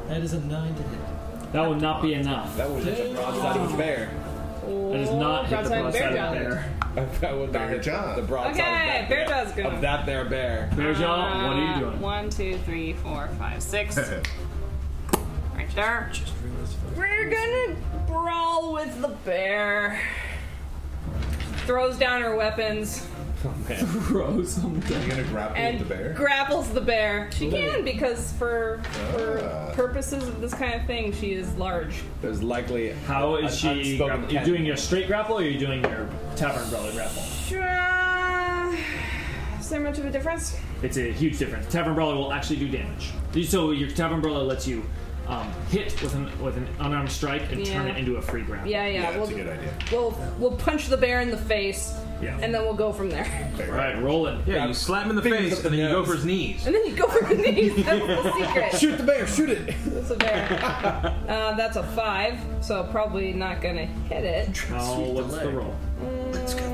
Speaker 2: That is a nine to hit.
Speaker 3: That would not be enough. That
Speaker 2: would hit the broadside of the
Speaker 8: bear.
Speaker 3: That does not hit the
Speaker 5: broadside of the bear
Speaker 3: broadside of the
Speaker 5: jaw.
Speaker 3: bear.
Speaker 8: that would not hit the broadside of
Speaker 5: Okay,
Speaker 8: that
Speaker 5: bear jaw's good.
Speaker 8: Of that there bear.
Speaker 3: Bear jaw, what are you
Speaker 5: Uh,
Speaker 3: doing?
Speaker 5: One, two, three, four, five, six. right there. We're gonna brawl with the bear. Throws down her weapons.
Speaker 3: Throws them down.
Speaker 30: You're gonna grapple
Speaker 5: And
Speaker 30: with the bear?
Speaker 5: grapples the bear. She can because for for
Speaker 8: Ah.
Speaker 5: purposes of this kind of thing, she is large.
Speaker 8: There's likely.
Speaker 3: How is she? Grapple? Are you doing your straight grapple or are you doing your tavern brawler grapple?
Speaker 5: Uh, Is there much of a difference?
Speaker 3: It's a huge difference. Tavern brawler will actually do damage. So your tavern brawler lets you um, hit with an with an unarmed strike and turn
Speaker 5: Yeah.
Speaker 3: it into a free grapple.
Speaker 5: Yeah, yeah. we'll,
Speaker 3: idea.
Speaker 5: We'll we'll punch the bear in the face.
Speaker 3: Yeah.
Speaker 5: And then we'll go from there.
Speaker 3: All right, roll it.
Speaker 6: Yeah, you slap him in the face and then you go for his knees.
Speaker 5: And then you go for the knees. That's the secret.
Speaker 8: the bear, shoot it!
Speaker 5: That's a bear. Uh, that's a five, so probably not gonna hit it.
Speaker 3: Oh, what's the roll?
Speaker 5: Let's go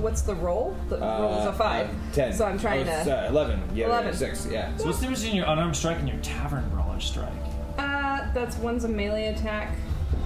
Speaker 5: What's the roll? The roll was
Speaker 8: Uh,
Speaker 5: a five.
Speaker 8: uh, ten.
Speaker 5: So I'm trying
Speaker 8: Oh, it's,
Speaker 5: to.
Speaker 8: Uh, Eleven. Yeah,
Speaker 5: Eleven.
Speaker 8: Yeah, six. Yeah.
Speaker 3: So what's the difference between your unarmed strike and your tavern brawler strike?
Speaker 5: Uh, that's one's a melee attack.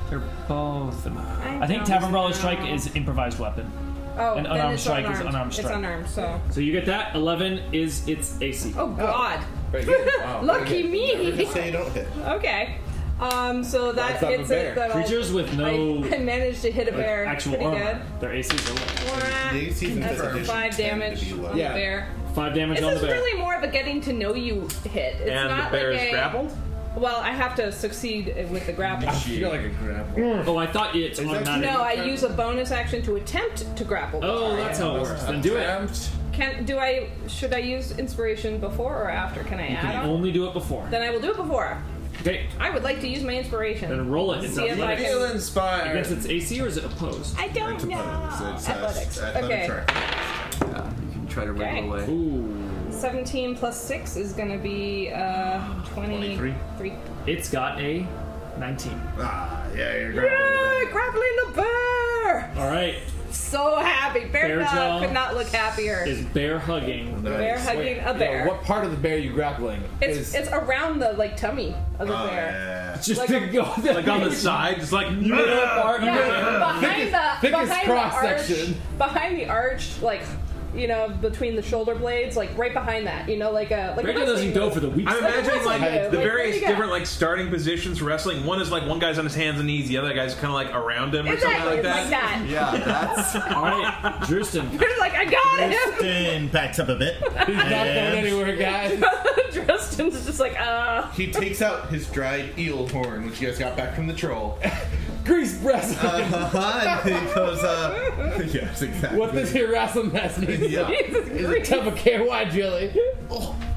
Speaker 3: They're both. I,
Speaker 5: I
Speaker 3: think
Speaker 5: don't
Speaker 3: tavern brawler strike
Speaker 5: know.
Speaker 3: is improvised weapon.
Speaker 5: Oh,
Speaker 3: An
Speaker 5: then
Speaker 3: unarmed
Speaker 5: it's
Speaker 3: strike is
Speaker 5: unarmed.
Speaker 3: unarmed
Speaker 5: It's
Speaker 3: strike.
Speaker 5: unarmed, so.
Speaker 3: So you get that. Eleven is its AC.
Speaker 5: Oh God.
Speaker 3: Very good. Wow, very
Speaker 5: Lucky
Speaker 3: good.
Speaker 5: me.
Speaker 3: Never just say you don't hit.
Speaker 5: Okay. Um, so that
Speaker 3: That's not a
Speaker 5: hits
Speaker 3: bear.
Speaker 5: it. That I'll-
Speaker 3: Creatures with no,
Speaker 5: I, I managed to hit a
Speaker 3: Like,
Speaker 5: bear.
Speaker 3: actual
Speaker 5: Pretty
Speaker 3: armor. Their ACs are low.
Speaker 5: good. That's five damage on the bear.
Speaker 3: Five damage
Speaker 5: This
Speaker 3: on the
Speaker 5: is
Speaker 3: bear.
Speaker 5: really more of a getting to know you hit. It's
Speaker 3: And the
Speaker 5: not
Speaker 3: bear
Speaker 5: like
Speaker 3: is
Speaker 5: a,
Speaker 3: grappled?
Speaker 5: Well, I have to succeed with the grapple.
Speaker 3: like a grapple. Oh, I thought it's automatic.
Speaker 5: no, I use a bonus action to attempt to grapple.
Speaker 3: Oh,
Speaker 5: Sorry.
Speaker 3: that's how it works. Then do it.
Speaker 5: Can do I? Should I use inspiration before or after? Can I
Speaker 3: You
Speaker 5: add
Speaker 3: can
Speaker 5: on?
Speaker 3: only do it before.
Speaker 5: Then I will do it before.
Speaker 3: Okay.
Speaker 5: I would like to use my inspiration.
Speaker 3: Then roll it. It's
Speaker 5: See if I
Speaker 3: athletics.
Speaker 5: can-
Speaker 3: I guess it's AC or is it opposed?
Speaker 5: I don't It's know. opposed. It's, uh, Athletics. athletics Okay. track.
Speaker 12: You can try to
Speaker 5: Okay.
Speaker 12: wiggle away.
Speaker 3: Ooh.
Speaker 5: 17 plus 6 is going to be uh, 23.
Speaker 3: It's got a 19.
Speaker 30: Ah, yeah, you're
Speaker 5: Yay! Grappling the bear!
Speaker 3: All right.
Speaker 5: So happy. Bear,
Speaker 3: Bear
Speaker 5: dog
Speaker 3: Jaw
Speaker 5: could not look happier.
Speaker 3: Is bear hugging?
Speaker 5: Bear hugging a bear.
Speaker 8: what part of the bear are you grappling?
Speaker 5: It's,
Speaker 8: is,
Speaker 5: it's around the like tummy of the bear.
Speaker 8: It's just
Speaker 5: Like
Speaker 8: to go
Speaker 6: Like on the side, it's like you
Speaker 8: know that part?
Speaker 5: Yeah, behind the
Speaker 8: thickest
Speaker 5: behind
Speaker 8: cross
Speaker 5: the arch,
Speaker 8: section.
Speaker 5: behind the arch, like you know, between the shoulder blades, like right behind that, you know, like a like a
Speaker 3: Rachel
Speaker 5: wrestling
Speaker 3: doesn't go
Speaker 5: move.
Speaker 3: for the weak
Speaker 6: I'm
Speaker 5: Like,
Speaker 6: imagining
Speaker 5: what's
Speaker 6: like
Speaker 5: up, dude?
Speaker 6: the
Speaker 5: Like,
Speaker 6: various
Speaker 5: what do you got?
Speaker 6: different like starting positions for wrestling. One is like one guy's on his hands and knees, the other guy's kind of like around him or
Speaker 5: Exactly,
Speaker 6: something like that.
Speaker 5: like that. Yeah,
Speaker 6: that's
Speaker 3: all right. Drustin,
Speaker 5: You're like, I got him.
Speaker 30: Driston backs up a bit. He's
Speaker 5: not going
Speaker 8: anywhere, guys.
Speaker 5: Justin's just like, uh.
Speaker 30: He takes out his dried eel horn, which you guys got back from the troll.
Speaker 8: Grease breast.
Speaker 30: Uh-huh, and he goes, uh, yes, exactly.
Speaker 8: What this here wrestling mess needs
Speaker 30: Yeah. Jesus
Speaker 8: is a tub of KY jelly.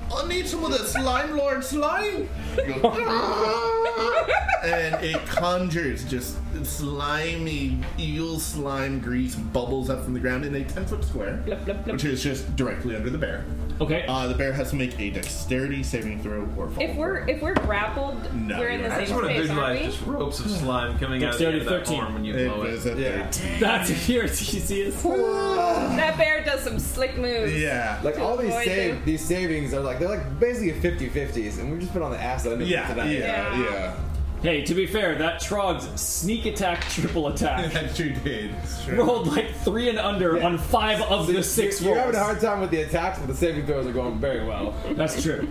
Speaker 30: I need some of that slime, Lord Slime. He goes, and it conjures just slimy eel slime grease bubbles up from the ground in a 10 foot square, which is just directly under the bear.
Speaker 3: Okay.
Speaker 30: Uh, the bear has to make a dexterity saving throw or fall.
Speaker 5: If we're if we're grappled,
Speaker 30: No,
Speaker 5: we're in the
Speaker 30: you're not.
Speaker 5: same
Speaker 30: I just wanna
Speaker 5: space, aren't we?
Speaker 6: visualize just ropes of slime coming out of the
Speaker 3: Dexterity
Speaker 6: end of that
Speaker 3: 13.
Speaker 6: arm when you
Speaker 30: It
Speaker 6: blow
Speaker 30: was a
Speaker 6: it. Oh, Yeah.
Speaker 3: that's here. Easy as.
Speaker 5: that bear does some slick moves.
Speaker 8: Like all these
Speaker 5: Avoid
Speaker 8: save, these savings are like they're like basically 50-50s, and we've just been on the ass end of
Speaker 3: Yeah,
Speaker 8: it tonight.
Speaker 3: yeah, Yeah. Hey, to be fair, that Trog's sneak attack triple attack.
Speaker 30: that sure did.
Speaker 3: Rolled like three and under on five of the six
Speaker 8: You're having a
Speaker 3: rolls.
Speaker 8: hard time with the attacks, but the saving throws are going very well.
Speaker 3: That's true.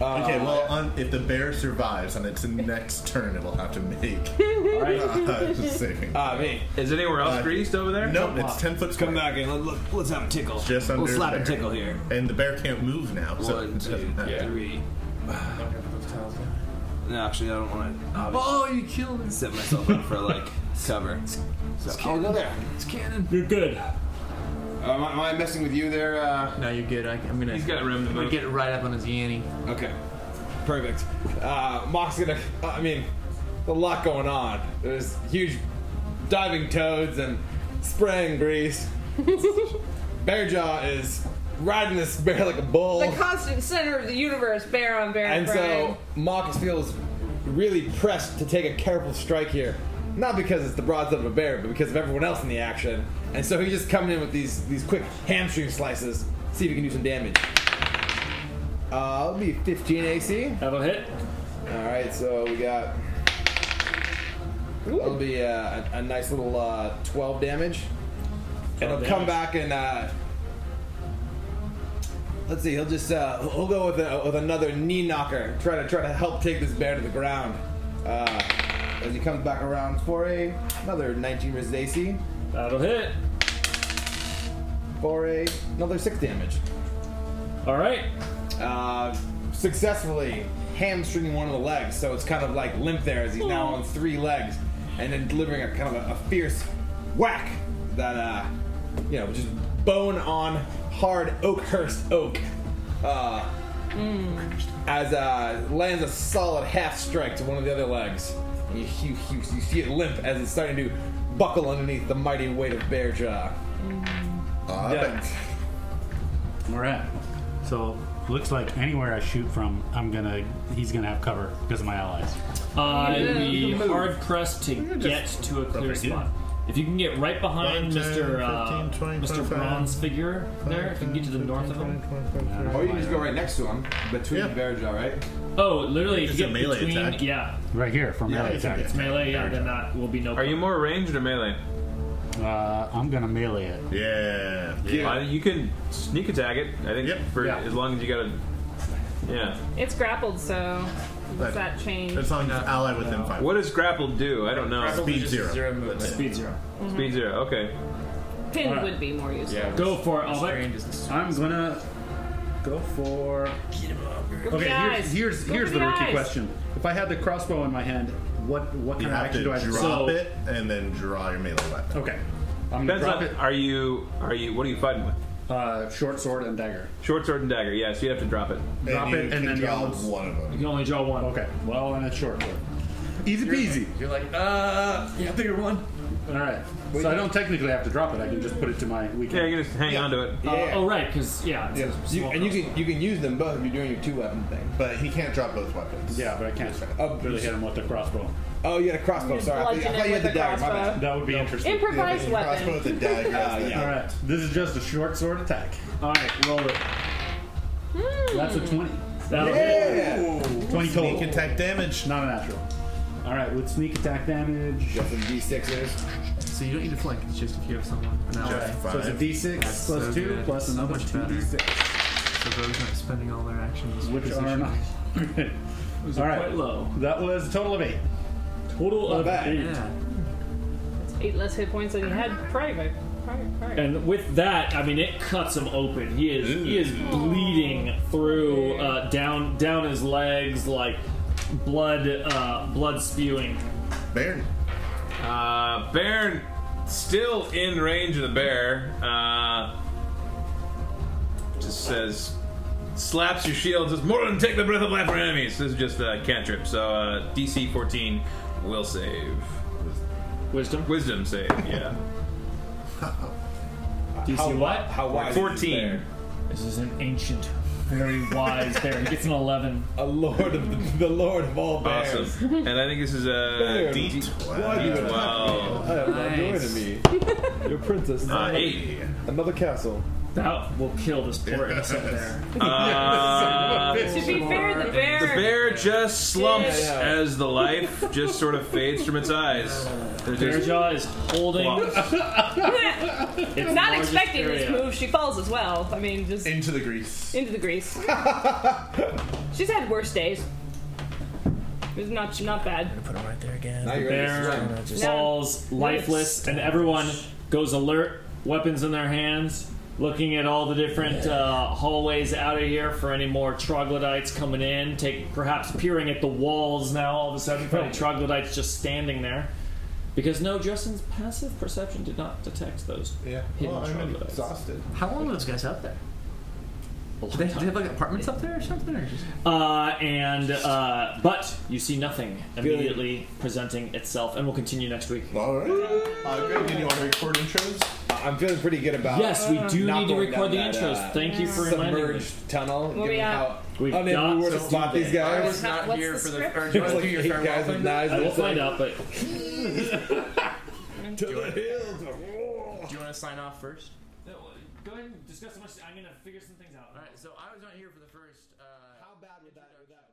Speaker 30: okay, well, on, if the bear survives on its next turn, it will have to make.
Speaker 3: right.
Speaker 30: Uh, saving.
Speaker 8: Ah, me.
Speaker 6: Is anywhere else
Speaker 30: Uh,
Speaker 6: greased over there?
Speaker 30: Nope, it's ten foot. Come back
Speaker 6: and let, us have a tickle.
Speaker 30: Just under
Speaker 6: We'll
Speaker 30: the
Speaker 6: slap
Speaker 30: bear.
Speaker 6: and tickle here.
Speaker 30: And the bear can't move now. So it doesn't matter.
Speaker 39: No, actually, I don't want to.
Speaker 12: Oh, you killed him.
Speaker 39: Set myself up for like cover. So,
Speaker 12: I'll go there.
Speaker 39: It's cannon.
Speaker 3: You're good.
Speaker 12: am, I- am I messing with you there? Uh... No, you're good. I, I'm gonna. He's
Speaker 6: got room to
Speaker 12: I'm
Speaker 6: move.
Speaker 12: gonna get right up on his yanny.
Speaker 8: Okay. Perfect. Uh, Mock's gonna. I mean, a lot going on. There's huge diving toads and spraying grease. Bearjaw is riding this bear like a bull.
Speaker 5: The constant center of the universe, bear on bear.
Speaker 8: And
Speaker 5: Brian.
Speaker 8: so Marcus feels really pressed to take a careful strike here. Not because it's the broadside of a bear, but because of everyone else in the action. And so he's just coming in with these these quick hamstring slices. See if he can do some damage. Uh, it'll be 15 AC.
Speaker 3: That'll hit.
Speaker 8: All right, so we got. That'll be uh, a, a nice little uh, 12 damage. And he'll
Speaker 3: 12
Speaker 8: come
Speaker 3: damage.
Speaker 8: back and uh, Let's see. He'll just uh, he'll go with, a, with another knee knocker. Try to try to help take this bear to the ground. Uh, as he comes back around for a another 19 versus AC.
Speaker 3: That'll hit.
Speaker 8: For a another six damage.
Speaker 3: All right.
Speaker 8: Uh, successfully hamstringing one of the legs, so it's kind of like limp there as he's now on three legs, and then delivering a kind of a, a fierce whack that uh, you know just bone on hard Oakhurst oak. Uh, as uh, lands a solid half strike to one of the other legs. And you, you, you, you see it limp as it's starting to buckle underneath the mighty weight of Bear Jaw. Done.
Speaker 7: All right. So looks like anywhere I shoot from, I'm gonna he's gonna have cover because of my allies.
Speaker 3: Uh, it'd be hard pressed to get to a clear spot. If you can get right behind
Speaker 7: 1, 10,
Speaker 3: Mr. Uh,
Speaker 7: 15, 20,
Speaker 3: Mr.
Speaker 7: 25,
Speaker 3: Bronze figure there, if you can get to the north of him.
Speaker 8: Or Oh, you can just go right next to him, between
Speaker 3: Yeah.
Speaker 8: Bear Jaw, right?
Speaker 3: Oh, literally,
Speaker 8: It's
Speaker 3: if you
Speaker 8: a
Speaker 3: get
Speaker 8: melee
Speaker 3: between,
Speaker 8: attack.
Speaker 3: yeah.
Speaker 7: Right here from
Speaker 3: Yeah,
Speaker 7: melee
Speaker 3: it's a-
Speaker 7: attack.
Speaker 3: it's melee, yeah, then that will be no.
Speaker 7: Are
Speaker 3: you
Speaker 6: more ranged or melee?
Speaker 7: Uh, I'm gonna melee it.
Speaker 6: Yeah. Uh, you can sneak attack it. I think for as long as you got a. Yeah.
Speaker 5: it's grappled, so does
Speaker 6: But-
Speaker 5: that change?
Speaker 6: long as ally within five. What does grappled do? I don't know.
Speaker 5: Grappled Speed is just zero. zero movement. Speed zero. Mhm.
Speaker 6: Speed zero. Okay.
Speaker 5: Pin
Speaker 6: Alright.
Speaker 5: would be more useful.
Speaker 3: for it,
Speaker 7: I'm gonna go for.
Speaker 5: Look
Speaker 7: Okay,
Speaker 5: at the
Speaker 7: here's
Speaker 5: eyes.
Speaker 7: here's,
Speaker 5: Look
Speaker 7: here's
Speaker 5: at
Speaker 7: the
Speaker 5: the
Speaker 7: rookie
Speaker 5: eyes.
Speaker 7: question. If I had the crossbow in my hand, what what kind
Speaker 6: You
Speaker 7: of
Speaker 6: have
Speaker 7: action
Speaker 6: to
Speaker 7: do I have to
Speaker 6: drop
Speaker 7: take?
Speaker 6: it.
Speaker 9: And then draw your melee weapon.
Speaker 7: Okay. I'm gonna
Speaker 6: Depends
Speaker 7: drop
Speaker 6: on,
Speaker 7: it.
Speaker 6: Are you? Are you? What are you fighting with?
Speaker 7: Uh, short sword and dagger.
Speaker 6: Short sword and dagger. Yeah, so you have to drop it.
Speaker 7: Drop it and then the other
Speaker 9: of them.
Speaker 3: You can only draw one.
Speaker 7: Okay. Well, and it's short sword. Easy peasy.
Speaker 40: You're like, uh, yeah, bigger one.
Speaker 7: All right. So I don't technically have to drop it. I can just put it to my weekend.
Speaker 8: Yeah, you can just hang Yeah. on to it. Yeah.
Speaker 3: oh, right, because yeah. it's a
Speaker 8: You,
Speaker 3: small
Speaker 8: and you can you can use them both if you're doing your two weapon thing.
Speaker 9: But he can't drop both weapons.
Speaker 7: Yeah, but I can't really hit him with the crossbow.
Speaker 8: Oh, you had a crossbow.
Speaker 7: Just
Speaker 8: Sorry, I thought- I
Speaker 7: bludgeon
Speaker 8: thought
Speaker 7: him
Speaker 8: you had the
Speaker 7: Mm-hmm. with a
Speaker 8: dagger. My
Speaker 7: crossbow.
Speaker 8: bad.
Speaker 7: That would be interesting.
Speaker 5: Improvised Yeah, weapon. crossbow with a dagger.
Speaker 7: Uh, yeah. All right. This is just a short sword attack. All right, roll it.
Speaker 3: Hmm.
Speaker 7: That's a twenty.
Speaker 3: That'll Yeah!
Speaker 9: hit.
Speaker 7: Twenty total.
Speaker 9: Sneak attack damage.
Speaker 7: Not a natural. All right, with sneak attack damage.
Speaker 8: Got some d6s.
Speaker 7: So you don't need to flank. It's just if you have someone.
Speaker 10: Now,
Speaker 7: So it's a d6 plus two plus another two d6,
Speaker 10: So those aren't spending all their actions.
Speaker 7: which are not.
Speaker 10: Those
Speaker 7: All
Speaker 10: are
Speaker 7: right.
Speaker 10: quite low.
Speaker 7: That was a total of eight.
Speaker 3: Total
Speaker 7: Not
Speaker 3: of
Speaker 7: bad.
Speaker 3: eight.
Speaker 5: It's eight less hit points than you had prior. by- prior, prior.
Speaker 3: And with that, I mean, it cuts him open. He is he is bleeding through uh, down down his legs, like blood uh, blood spewing.
Speaker 9: Baron.
Speaker 6: Uh, Baron still in range of the bear. Uh, just says, slaps your shield. Says, "Morden, take the breath of life for enemies." This is just a cantrip. So uh, DC 14 will save.
Speaker 3: Wisdom.
Speaker 6: Wisdom save. Yeah.
Speaker 3: DC
Speaker 6: How
Speaker 3: what?
Speaker 6: wi- how wise is this
Speaker 3: 14.
Speaker 6: bear?
Speaker 3: This is an ancient, very wise bear. He gets an 11.
Speaker 8: A lord of the, the lord of all
Speaker 6: Awesome. And I think this is a
Speaker 8: Bear.
Speaker 6: D-
Speaker 8: Why you
Speaker 6: D12.
Speaker 8: I have not doing to me. Your princess.
Speaker 6: Uh, eight.
Speaker 8: Another castle.
Speaker 3: That will kill this poor innocent bear.
Speaker 6: Uh,
Speaker 5: to be fair, the bear.
Speaker 6: The bear just slumps
Speaker 5: Yeah.
Speaker 6: as the life just sort of fades from its eyes.
Speaker 3: Bear jaw is holding.
Speaker 5: it's not
Speaker 3: largest
Speaker 5: expecting this
Speaker 3: area.
Speaker 5: move. She falls as well. I mean, just
Speaker 9: into the grease.
Speaker 5: Into the grease. She's had worse days. It's not not bad.
Speaker 41: Put him right there again.
Speaker 3: The bear falls lifeless, and everyone goes alert, weapons in their hands, looking at all the different uh, hallways out of here for any more troglodytes coming in. Take perhaps peering at the walls now. All of a sudden, for any troglodytes just standing there, because no, Justin's passive perception did not detect those yeah. hidden
Speaker 9: Well, I'm
Speaker 3: troglodytes.
Speaker 9: exhausted.
Speaker 3: How long were those guys up there?
Speaker 2: Do they, do they have like apartments up there or something? Or just...
Speaker 3: Uh, and uh, but you see nothing immediately presenting itself, and we'll continue next week.
Speaker 9: All right. Uh, Greg, did you want to record intros?
Speaker 8: I'm feeling pretty good about.
Speaker 3: Yes, we do
Speaker 8: not
Speaker 3: need to
Speaker 8: going
Speaker 3: record
Speaker 8: down
Speaker 3: the
Speaker 8: that,
Speaker 3: intros.
Speaker 8: uh,
Speaker 3: Thank you for reminding me.
Speaker 8: submerged tunnel.
Speaker 3: Where we
Speaker 8: given
Speaker 3: at?
Speaker 8: how
Speaker 3: We've
Speaker 8: unable
Speaker 3: got
Speaker 8: we were
Speaker 3: to
Speaker 8: to
Speaker 3: do
Speaker 8: spot
Speaker 3: that.
Speaker 8: these guys.
Speaker 3: I was not What's here the for the- script? or do you wanna do your
Speaker 8: eight
Speaker 3: farewell
Speaker 8: guys with
Speaker 3: thing?
Speaker 8: knives.
Speaker 3: I will
Speaker 8: It's
Speaker 3: find
Speaker 8: like-
Speaker 3: out, but-
Speaker 12: Do you want to sign off first?
Speaker 3: Go ahead and discuss how much. I'm gonna figure some things out. All right. So I was not here for the first. Uh, How bad would that? Would that